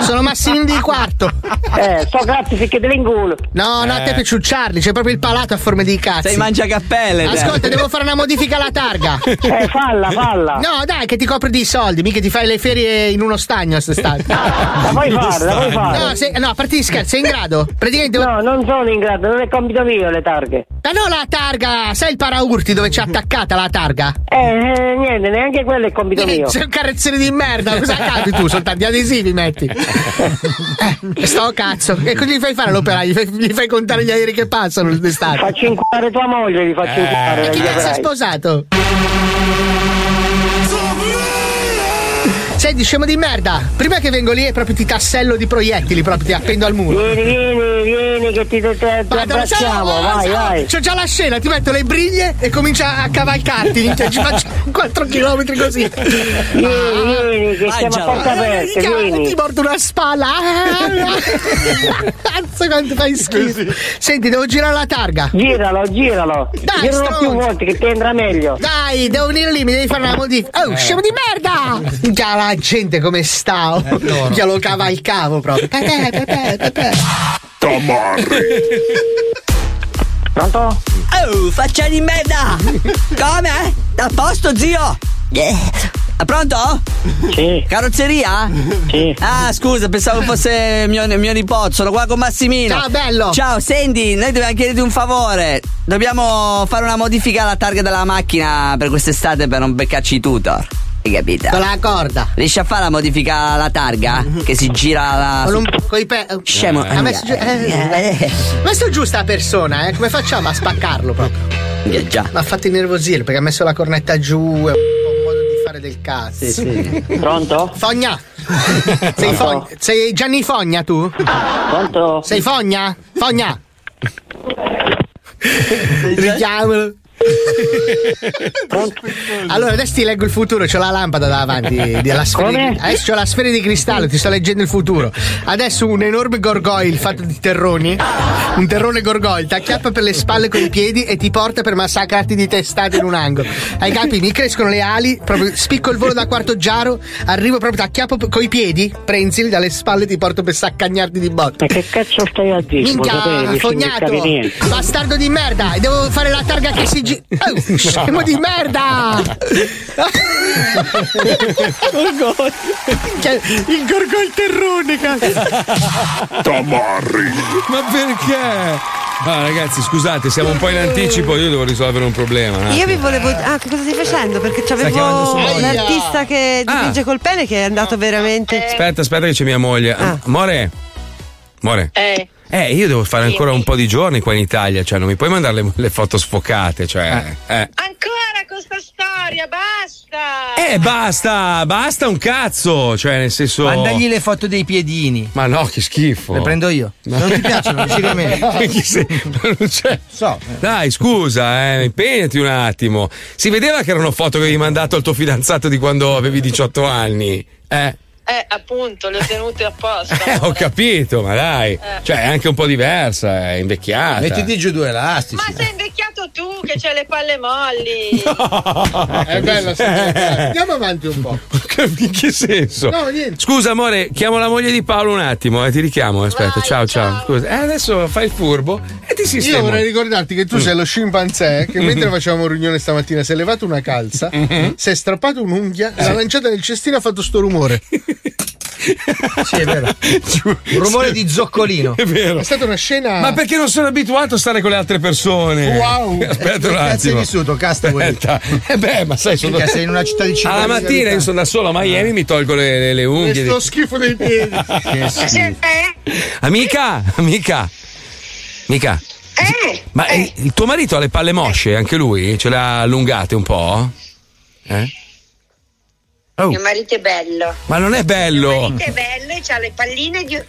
Speaker 28: Sono Massimino di quarto! Eh, so cazzo perché te l'ingulo! No, no, a te
Speaker 11: Eh.
Speaker 28: per ciucciarli, c'è proprio il palato a forma di cazzo.
Speaker 11: Sei mangiacappelle, dai.
Speaker 28: Ascolta, devo fare una modifica alla targa!
Speaker 11: Eh, falla, falla.
Speaker 28: No, dai, che ti copri di soldi, mica ti fai le ferie in uno stagno a quest'estate! La
Speaker 12: puoi fare, la puoi fare.
Speaker 28: No, se- no, a parte gli scherzi, sei in grado? Praticamente.
Speaker 12: No, non sono in grado, non è compito mio le targhe.
Speaker 28: Ma no la targa! Sai il paraurti dove c'è attaccata la targa?
Speaker 12: Eh, niente, neanche quello è compito mio.
Speaker 28: Sei un carrozzone di merda, cosa capi tu? Soltanto gli adesivi metti. Eh, sto cazzo. Che cosa gli fai fare all'operaio? Gli fai, gli fai contare gli aerei che passano d'estate? Faccio inculare tua moglie, gli faccio
Speaker 12: inculare
Speaker 28: E chi
Speaker 12: dagli
Speaker 28: cazzo è
Speaker 12: operai.
Speaker 28: sposato? Senti, scemo di merda! Prima che vengo lì e proprio ti tassello di proiettili, proprio ti appendo al muro.
Speaker 12: Vieni, vieni, vieni che ti, ti, ti abbracciamo, vai, vai.
Speaker 28: C'ho già la scena, ti metto le briglie e comincia a cavalcarti. minchia, Ci faccio 4 km così. Ah.
Speaker 12: Vieni, vieni, che siamo a porta aperta,
Speaker 28: Minchia,
Speaker 12: vieni.
Speaker 28: Ti mordo una spalla. Cazzo quanto fai schifo. Senti, devo girare la targa.
Speaker 12: Giralo, giralo.
Speaker 28: Dai,
Speaker 12: Giralo
Speaker 28: stronzo.
Speaker 12: più volte che ti entra meglio.
Speaker 28: Dai, devo venire lì, mi devi fare una modifica. Oh,
Speaker 12: Eh.
Speaker 28: scemo di merda! Minchia, la gente come sta? Oh, Minchia, lo cavalcavo proprio. Pepe, pepe, pepe.
Speaker 12: Pronto?
Speaker 11: Oh, faccia di merda! Come? A posto, zio? Eh, Pronto?
Speaker 12: Sì.
Speaker 11: Carrozzeria?
Speaker 12: Sì.
Speaker 11: Ah, scusa, pensavo fosse mio, mio nipote. Sono qua con Massimino.
Speaker 28: Ciao, bello.
Speaker 11: Ciao, senti, noi dobbiamo chiederti un favore. Dobbiamo fare una modifica alla targa della macchina per quest'estate per non beccarci i tutor. Hai capito?
Speaker 28: Con la corda. Mm-hmm.
Speaker 11: Riesci a fare la modifica alla targa? Che si gira la.
Speaker 28: Con un po' i pe...
Speaker 11: Scemo.
Speaker 28: Ah, ma, eh, eh. ma sto giusta persona, eh? Come facciamo a spaccarlo proprio?
Speaker 11: Che già.
Speaker 28: Ma ha fatto innervosire perché ha messo la cornetta giù. È un po' un modo di fare del cazzo.
Speaker 12: Sì, sì. Pronto?
Speaker 28: Fogna! Sei,
Speaker 12: Pronto?
Speaker 28: Fog- sei Gianni Fogna tu?
Speaker 12: Pronto?
Speaker 28: Sei Fogna? Fogna! Richiamalo. Allora, adesso ti leggo il futuro, c'ho la lampada davanti. della sfera di-
Speaker 12: Come?
Speaker 28: adesso c'ho la sfera di cristallo, ti sto leggendo il futuro. Adesso un enorme gorgoil fatto di terroni. Un terrone gorgoil ti acchiappa per le spalle con i piedi e ti porta per massacrarti di testate in un angolo. Ai capi mi crescono le ali, proprio spicco il volo da quarto giaro, arrivo proprio ti acchiappo coi piedi, prenzili dalle spalle e ti porto per saccagnarti di botte.
Speaker 12: Ma che cazzo stai a dire?
Speaker 28: Minchia,
Speaker 12: Potevi,
Speaker 28: fognato!
Speaker 12: significavi niente.
Speaker 28: Bastardo di merda! e Devo fare la targa che si gira. Oh, scemo di merda! Minchia, Il gorgol terrone, cazzo!
Speaker 5: Ma perché? Ah, ragazzi, scusate, siamo un po' in anticipo. Io devo risolvere un problema. un
Speaker 14: Io
Speaker 5: attimo.
Speaker 14: vi volevo. Ah, che cosa stai facendo? Perché
Speaker 5: chiamando
Speaker 14: c'avevo
Speaker 5: sua moglie. Ah.
Speaker 14: l'artista che dipinge col pene che è andato veramente.
Speaker 5: Aspetta, aspetta, che c'è mia moglie.
Speaker 8: Ah.
Speaker 5: More, More.
Speaker 14: Eh.
Speaker 5: Eh, io devo fare ancora un po' di giorni qua in Italia, cioè non mi puoi mandare le, le foto sfocate, cioè.
Speaker 8: Ah.
Speaker 5: Eh.
Speaker 14: Ancora con sta storia, basta!
Speaker 5: Eh, basta, basta un cazzo, cioè nel senso.
Speaker 8: Mandagli le foto dei piedini.
Speaker 5: Ma no, che schifo.
Speaker 8: Le prendo io. Non ti piacciono, giri a me.
Speaker 5: Oh. Chi sei? Ma non c'è. Dai, scusa, eh, impegnati un attimo. Si vedeva che erano foto che avevi mandato al tuo fidanzato di quando avevi 18 anni. Eh.
Speaker 14: Eh, appunto, le ho tenute apposta.
Speaker 5: Eh, ho capito, ma dai, cioè è anche un po' diversa, è invecchiata.
Speaker 8: Mettiti giù due elastici.
Speaker 14: Ma sei invecchiato tu che c'hai le palle molli!
Speaker 5: È
Speaker 28: bella Andiamo avanti un po'.
Speaker 5: In Eh, che senso?
Speaker 28: No, niente.
Speaker 5: Scusa, amore, chiamo la moglie di Paolo un attimo, eh, ti richiamo. Aspetta, ciao, ciao. Scusa. Eh, adesso fai il furbo e ti Mm. sistemo.
Speaker 6: Io vorrei ricordarti che tu sei lo scimpanzé che
Speaker 5: Mhm.
Speaker 6: mentre facevamo riunione stamattina si è levato una calza,
Speaker 5: Mm-hmm.
Speaker 6: si è strappato un'unghia, l'ha lanciata nel cestino e ha fatto sto rumore.
Speaker 8: Sì, è vero. Un rumore di zoccolino.
Speaker 5: È vero.
Speaker 6: È stata una scena.
Speaker 5: Ma perché non sono abituato a stare con le altre persone?
Speaker 6: Wow.
Speaker 5: Aspetta un
Speaker 8: Che cazzo
Speaker 5: attimo.
Speaker 8: hai vissuto,
Speaker 5: Castaway? Aspetta. Eh beh, ma sai, sono
Speaker 8: Mica sei in una città di cinque
Speaker 5: Alla
Speaker 8: milioni di
Speaker 5: mattina io
Speaker 8: abitanti.
Speaker 5: sono da solo a Miami, mi tolgo le, le- le unghie.
Speaker 6: Questo schifo dei piedi.
Speaker 5: Che schifo. Amica, amica. Amica. Ma eh, il tuo marito ha le palle mosce, anche lui? Ce le ha allungate un po'? Eh? Oh,
Speaker 14: Mio marito è bello.
Speaker 5: ma non è bello.
Speaker 14: È bello e ha le palline di.
Speaker 5: Eh.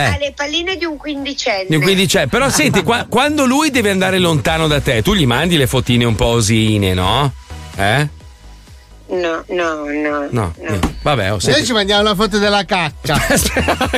Speaker 14: Ha le palline di un quindicenne.
Speaker 5: Quindi c'è, però senti, qua- quando lui deve andare lontano da te, tu gli mandi le fotine un po' osine, no? Eh?
Speaker 14: No, no, no.
Speaker 5: No. niente. Vabbè, oh, ho
Speaker 6: Noi ci
Speaker 5: sentito.
Speaker 6: mandiamo la foto della caccia.
Speaker 14: Quella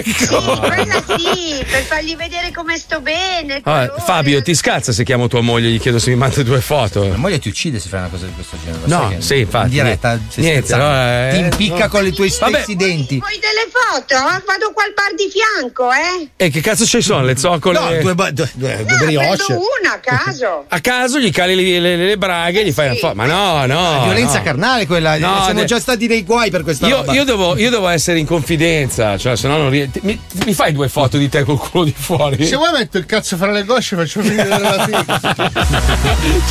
Speaker 14: sì, per fargli vedere come sto bene.
Speaker 5: Ah, Fabio, ti scazza se chiamo tua moglie e gli chiedo se mi manda due foto. La moglie ti uccide se fai una cosa di questo genere. No,
Speaker 8: sai che-
Speaker 5: sì, infatti.
Speaker 8: in diretta,
Speaker 5: niente,
Speaker 8: sei
Speaker 5: niente,
Speaker 8: spezzato.
Speaker 5: allora,
Speaker 8: Ti
Speaker 5: eh,
Speaker 8: impicca
Speaker 5: no.
Speaker 8: con i tuoi stessi denti.
Speaker 14: Vuoi delle foto? Vado qua al bar di fianco, eh?
Speaker 5: E che cazzo ci sono? Le zoccole?
Speaker 14: No, due
Speaker 5: due, due,
Speaker 14: No, prendo una a caso.
Speaker 5: A caso gli cali le, le- le braghe e gli fai una foto. Ma no, no.
Speaker 8: La violenza
Speaker 5: Ah, no.
Speaker 8: carnale quella. eh,
Speaker 5: No,
Speaker 8: Siamo
Speaker 5: de-
Speaker 8: già stati dei guai per questa
Speaker 5: Io,
Speaker 8: roba.
Speaker 5: io devo, io devo essere in confidenza, cioè, se no non rie- ti- mi, mi fai due foto di te col culo di fuori?
Speaker 6: Se vuoi metto il cazzo fra le gosce e faccio finire la figa.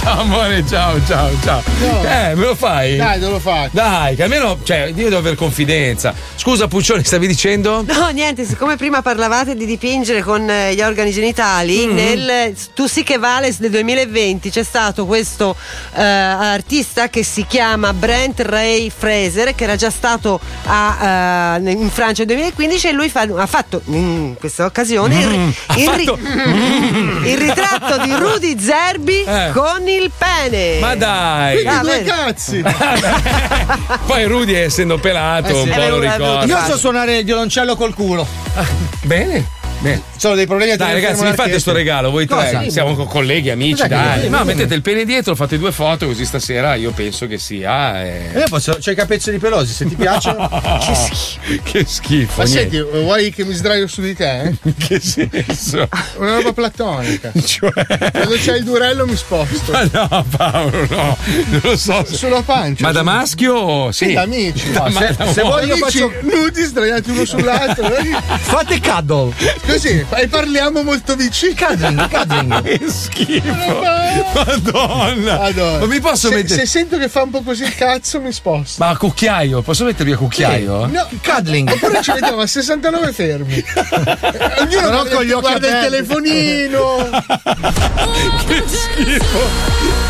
Speaker 5: ciao amore, ciao, ciao, ciao. Eh, me lo fai?
Speaker 6: Dai, te lo faccio.
Speaker 5: Dai, che almeno, cioè, io devo aver confidenza. Scusa, Puccioni, stavi dicendo?
Speaker 9: No, niente, siccome prima parlavate di dipingere con eh, gli organi genitali,
Speaker 5: Mhm.
Speaker 9: nel Tu sì che vales del 2020 c'è stato questo eh, artista che si chiama Brent Ray Fraser, che era già stato a, eh, in Francia nel 2015 e lui fa- ha fatto in questa occasione il,
Speaker 5: Mm-hmm.
Speaker 10: Mm, ha
Speaker 9: il ri-
Speaker 10: fatto-
Speaker 9: il ritratto di Rudy Zerbi
Speaker 5: Eh.
Speaker 9: con il pene.
Speaker 5: Ma dai!
Speaker 9: Ah,
Speaker 5: Quindi due
Speaker 9: vedi?
Speaker 8: Eh,
Speaker 5: Poi Rudy, essendo
Speaker 6: Eh
Speaker 5: pelato, Eh, un po' lo ricordo.
Speaker 8: Io so suonare il violoncello col culo.
Speaker 5: bene.
Speaker 8: Sono dei problemi a
Speaker 5: Dai
Speaker 8: tenere
Speaker 5: ragazzi,
Speaker 8: fermo
Speaker 5: mi fate
Speaker 8: l'archetto.
Speaker 5: sto regalo, voi tre.
Speaker 8: Cosa?
Speaker 5: Siamo co- colleghi, amici,
Speaker 8: Cos'è che
Speaker 5: dai.
Speaker 8: devo
Speaker 5: No,
Speaker 8: dire?
Speaker 5: mettete il pene dietro, fate due foto, così stasera io penso che sia. eh.
Speaker 8: Io posso, c'ho i capezzoli pelosi, se ti piacciono.
Speaker 5: Che schifo. Che schifo.
Speaker 6: Ma
Speaker 5: niente.
Speaker 6: senti, vuoi che mi sdraio su di te? eh?
Speaker 5: Mm. che senso?
Speaker 6: Una roba platonica.
Speaker 5: Cioè...
Speaker 6: Quando c'è il durello mi sposto.
Speaker 5: Ma no, Paolo, no, non lo so.
Speaker 6: Sulla pancia.
Speaker 5: Ma da maschio? Sì.
Speaker 6: Sì, da amici.
Speaker 5: Da
Speaker 6: No,
Speaker 5: ma-
Speaker 6: se
Speaker 5: da
Speaker 6: se
Speaker 5: uomo.
Speaker 6: voglio faccio nudi sdraiati uno sull'altro.
Speaker 8: Fate
Speaker 5: Oh.
Speaker 8: cuddle.
Speaker 6: Così, e parliamo molto vicino.
Speaker 8: Cuddling, cuddling.
Speaker 5: Che schifo. Madonna. Ma mi posso
Speaker 6: se,
Speaker 5: mettere-
Speaker 6: Se sento che fa un po' così il cazzo mi sposto.
Speaker 5: Ma a cucchiaio, posso mettervi a cucchiaio?
Speaker 6: No,
Speaker 8: cuddling.
Speaker 6: Oppure ci mettiamo a 69 fermi. Ognuno
Speaker 10: Però
Speaker 6: guarda-
Speaker 10: con gli occhi
Speaker 6: guarda il
Speaker 10: aperti.
Speaker 6: telefonino.
Speaker 5: Che schifo.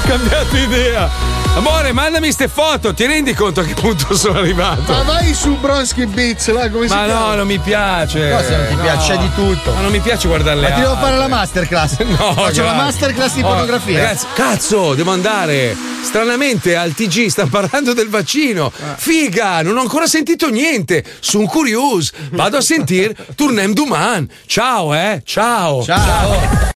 Speaker 5: Cambiato idea. Amore, mandami ste foto, ti rendi conto a che punto sono arrivato?
Speaker 6: Ma vai su Bronski Beats, là, come si
Speaker 5: Ma
Speaker 6: chiama?
Speaker 5: no, non mi piace.
Speaker 6: Cosa non ti piace? C'è di
Speaker 8: tutto.
Speaker 5: Ma non mi piace guardare le
Speaker 8: Ma ti devo
Speaker 5: altre.
Speaker 8: fare la masterclass.
Speaker 5: No,
Speaker 8: Faccio la
Speaker 5: grazie.
Speaker 8: masterclass di
Speaker 5: Oh,
Speaker 8: fotografia.
Speaker 5: Ragazzi, cazzo, devo andare. Stranamente al TG stanno parlando del vaccino.
Speaker 8: Ah.
Speaker 5: Figa, non ho ancora sentito niente. Sono curioso. Vado a sentire Tournem Duman. Ciao, eh. Ciao. Ciao.